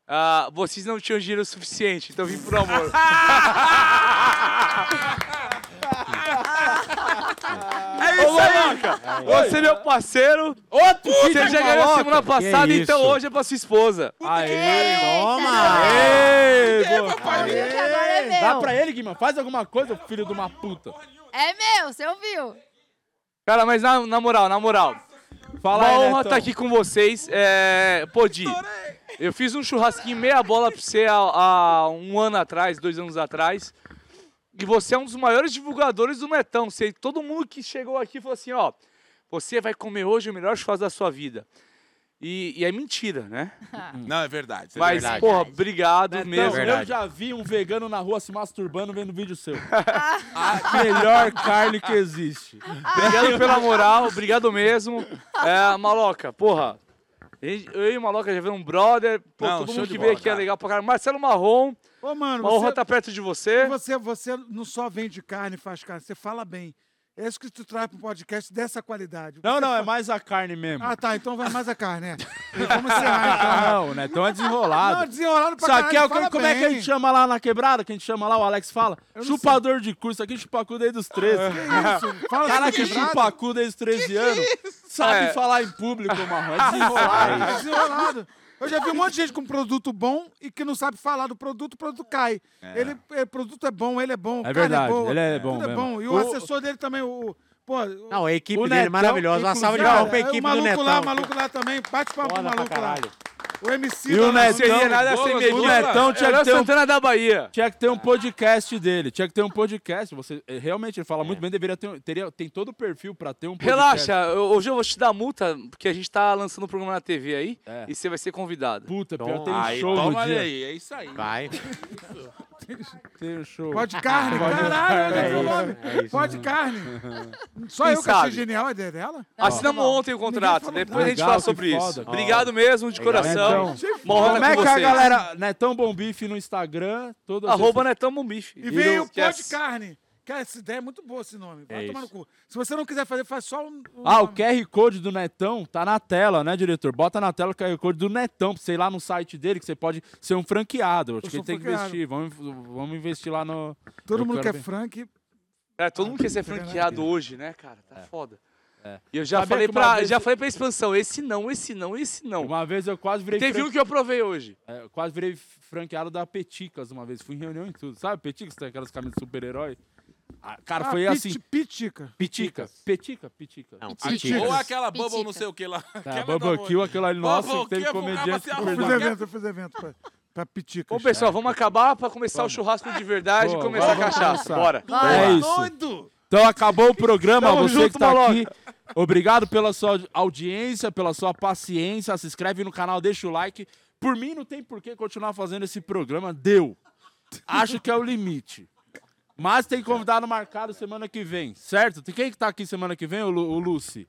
Ah, vocês não tinham dinheiro suficiente, então eu vim *laughs* por amor. é isso aí, cara. Você é meu parceiro. Outro Você já ganhou a semana passada, isso. então hoje é pra sua esposa. Aê, Toma! aê, boa. Que agora é meu. Dá pra ele, Guima, faz alguma coisa, filho de uma puta. É meu, você ouviu? Cara, mas na, na moral, na moral. Fala Uma né, aí, honra Netão. estar aqui com vocês. É, pô, Di, eu fiz um churrasquinho meia bola pra você há, há um ano atrás, dois anos atrás. E você é um dos maiores divulgadores do Netão. Você, todo mundo que chegou aqui falou assim, ó, você vai comer hoje o melhor churrasco da sua vida. E, e é mentira, né? Não, é verdade. isso é Mas, verdade. É porra, obrigado Não, mesmo. eu já vi um vegano na rua se masturbando vendo vídeo seu. *laughs* a melhor carne que existe. Obrigado pela moral, obrigado mesmo. É, Maloca, porra. Eu e o Maloca já viramos um brother. Pô, Não, todo show mundo de que bola, veio aqui cara. Um é legal pra caralho. Marcelo Marrom, Ô, mano, a honra você, tá perto de você. você, você não só vende carne e faz carne, você fala bem. É isso que tu traz pra um podcast dessa qualidade. Não, Você não, é fa- mais a carne mesmo. Ah, tá, então vai mais a carne, é. E Vamos *laughs* encerrar, Não, né? Então é então. Não, desenrolado. desenrolando pra Isso aqui é caralho, o que, fala como é que a bem. gente chama lá na quebrada? Que a gente chama lá, o Alex fala. não Chupador de curso, aqui chupacu desde os 13. Isso, fala Cara assim, que quebrado. chupacu desde os 13 anos. Sabe É. falar em público, Marrom. É desenrolado. Ah, Desenrolado. Eu já vi um monte de gente com produto bom e que não sabe falar do produto, o produto cai. Ele, é, produto é bom, ele é bom, É carne verdade, é boa, ele é bom tudo é mesmo. bom. E o, O- assessor dele também, o... Pô, o- Não, a equipe O dele é Netão, maravilhosa. Uma salva de Cara, né? palmas pra equipe o do maluco Netão. lá, o maluco lá também, bate papo pro Foda pra maluco lá. caralho. O MC E lá, o Netão, Seria nada sem o medida. Netão tinha que Léo ter um Santana da Bahia. Tinha que ter um podcast dele. Tinha que ter um podcast. Você eh, realmente ele fala muito bem, deveria ter, um- teria, tem todo o perfil pra ter um podcast. Relaxa, eu- hoje eu vou te dar multa, porque a gente tá lançando um programa na TV aí É. e você vai ser convidado. Puta, pior Toma. tem um Então, Aí, show no toma dia. aí, é isso aí. *laughs* Vai. Tem um show. Pode carne, Pode- caralho, olha É aqui o isso, nome. Pode carne. Só Quem eu que achei sabe? genial a ideia dela. Assinamos ontem o contrato, falou depois a gente nada. fala Legal, sobre que isso. foda. então. Obrigado mesmo, de coração. É, Netão. Uma honra Como tá é com que a vocês. galera. Netão Bombife no Instagram. Todas as Arroba Netão Bombife. E veio é o Esquece. Pode Carne. Cara, essa ideia é muito boa esse nome. Vai É tomar no isso. cu. Se você não quiser fazer, faz só um. um Ah, o nome. QR Code do Netão tá na tela, né, diretor? Bota na tela o QR Code do Netão, pra você ir lá no site dele, que você pode ser um franqueado. Acho que sou ele tem que franqueado. investir. Vamos, vamos investir lá no. Todo eu mundo que é quero ver. Frank. É. É, todo mundo quer ser franqueado hoje, né, cara? Tá foda. E eu já Sabia falei, que uma pra, vez- já falei pra expansão, esse não, esse não, esse não. Uma vez eu quase virei. Teve franque- um que eu provei hoje. É, eu quase virei franqueado da Peticas uma vez. Fui em reunião e tudo. Sabe Peticas? Tem aquelas camisas de super-herói. Ah, cara, Ah, foi Pit- assim. Pitica. Petica. Petica, Petica. Não, Piticas. Piticas. Ou aquela bubble não Pitica. sei o que lá. Ah, Tá, Bubble Kill, aquele ali nosso, que Bubble teve Kill, comediante que eu vou Eu fiz Mas perdeu. evento, eu fiz evento pra, pra Pitica. Bom, pessoal, vamos acabar pra começar o churrasco de verdade e Boa, começar a vamos cachaça. começar. Bora. É isso. Então acabou o programa, Tamo você junto, que tá Maloca. aqui. Obrigado pela sua audiência, pela sua paciência. Se inscreve no canal, deixa o like. Por mim, não tem por que continuar fazendo esse programa. Deu. Acho que é o limite. Mas tem convidado marcado semana que vem, certo? Tem quem que tá aqui semana que vem, o, Lu, o Lucy?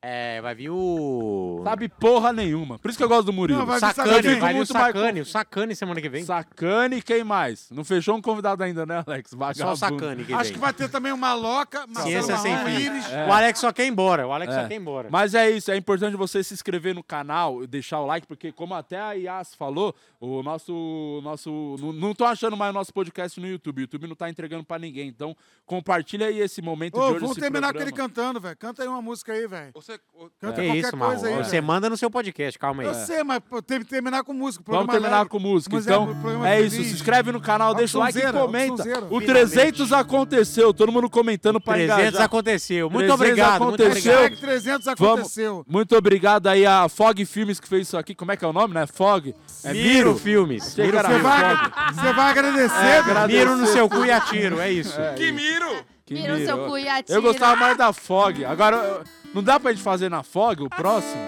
É, vai vir o. Sabe porra nenhuma. Por isso que eu gosto do Murilo. Não, vai- Eu Sacane, vai fico vir o muito mais Sacane. O Sacane semana que vem. Sacane, quem mais? Não fechou um convidado ainda, né, Alex? Só Vagabundo. o Sacane que Acho vem. que vai ter também o Maloca, Marcelo Ciência sem Marrom, fim. É. Iris. O Alex só quer ir embora. O Alex É. só quer ir embora. Mas é isso, é importante você se inscrever no canal, deixar o like, porque como até a Yas falou, o nosso. o nosso não, não tô achando mais o nosso podcast no YouTube. O YouTube não tá entregando pra ninguém. Então, compartilha aí esse momento Ô, de hoje. vamos esse terminar com programa. ele cantando, velho. Canta aí uma música aí, velho. Você, o- Canta Que qualquer É isso, Marrom. coisa aí, Você é velho. manda no seu podcast, calma aí. Eu sei, mas pô, teve que terminar com música. Vamos terminar com música. Mas é então, um programa é feliz. isso. Se inscreve no canal, Vamos deixa o like e sonzeira, vamos comenta. sonzeira. O 300 aconteceu. Todo mundo comentando pra 300 engajar. aconteceu. Muito 300 obrigado, muito aconteceu. obrigado. Hashtag 300 Vamos. aconteceu. Muito obrigado aí a Fog Filmes que fez isso aqui. Como é que é o nome, né? Fog? É Miro Filmes. Achei que era Você vai, Fog. É, você vai agradecer, velho. agradecer. Miro no seu cu e atiro, é isso. que miro! Que Mira o seu miro. cu e atira. Eu gostava mais da Fog. Agora, eu- não dá pra gente fazer na Fog *laughs* o próximo?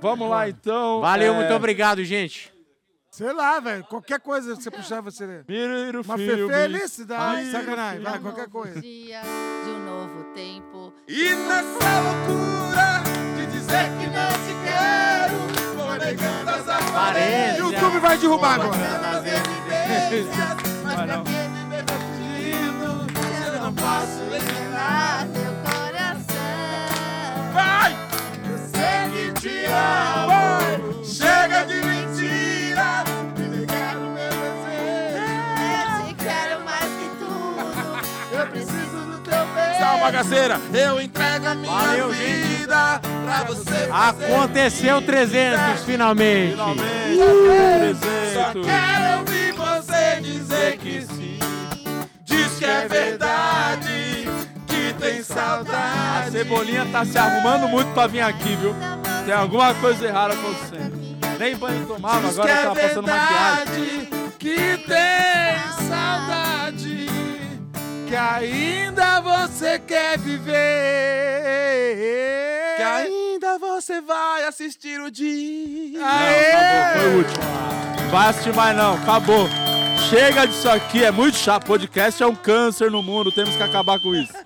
Vamos lá, então. Valeu, É, muito obrigado, gente. Sei lá, velho. Qualquer coisa que você puxar, você lê. Miro Uma fe- Filmes. felicidade, sacanagem. É Vai, um qualquer novo coisa. dia, de um novo tempo. E nessa loucura de dizer que não te quero, vou negando as aparências. O YouTube vai derrubar agora. As evidências, mas pra que viver fingindo? Eu não posso eliminar. Meu coração. Vai! Eu sei que te amo. Chega de mentira. Me negar o meu desejo. Eu te quero mais que tudo. Eu preciso do teu beijo. Salva, gaceira. Eu entrego a minha Valeu, vida pra você. Aconteceu 300, finalmente. Só quero ouvir você dizer que sim. Diz que é verdade, que tem A saudade. Cebolinha tá se arrumando muito pra vir aqui, viu? Tem alguma coisa errada acontecendo. Nem banho tomava, Diz que agora é tá passando maquiagem. verdade, que tem saudade. Que ainda você quer viver. Que ainda você vai assistir o dia. Acabou, foi o último. Vai assistir mais não, acabou. Chega disso aqui, é muito chato. Podcast é um câncer no mundo, temos que acabar com isso.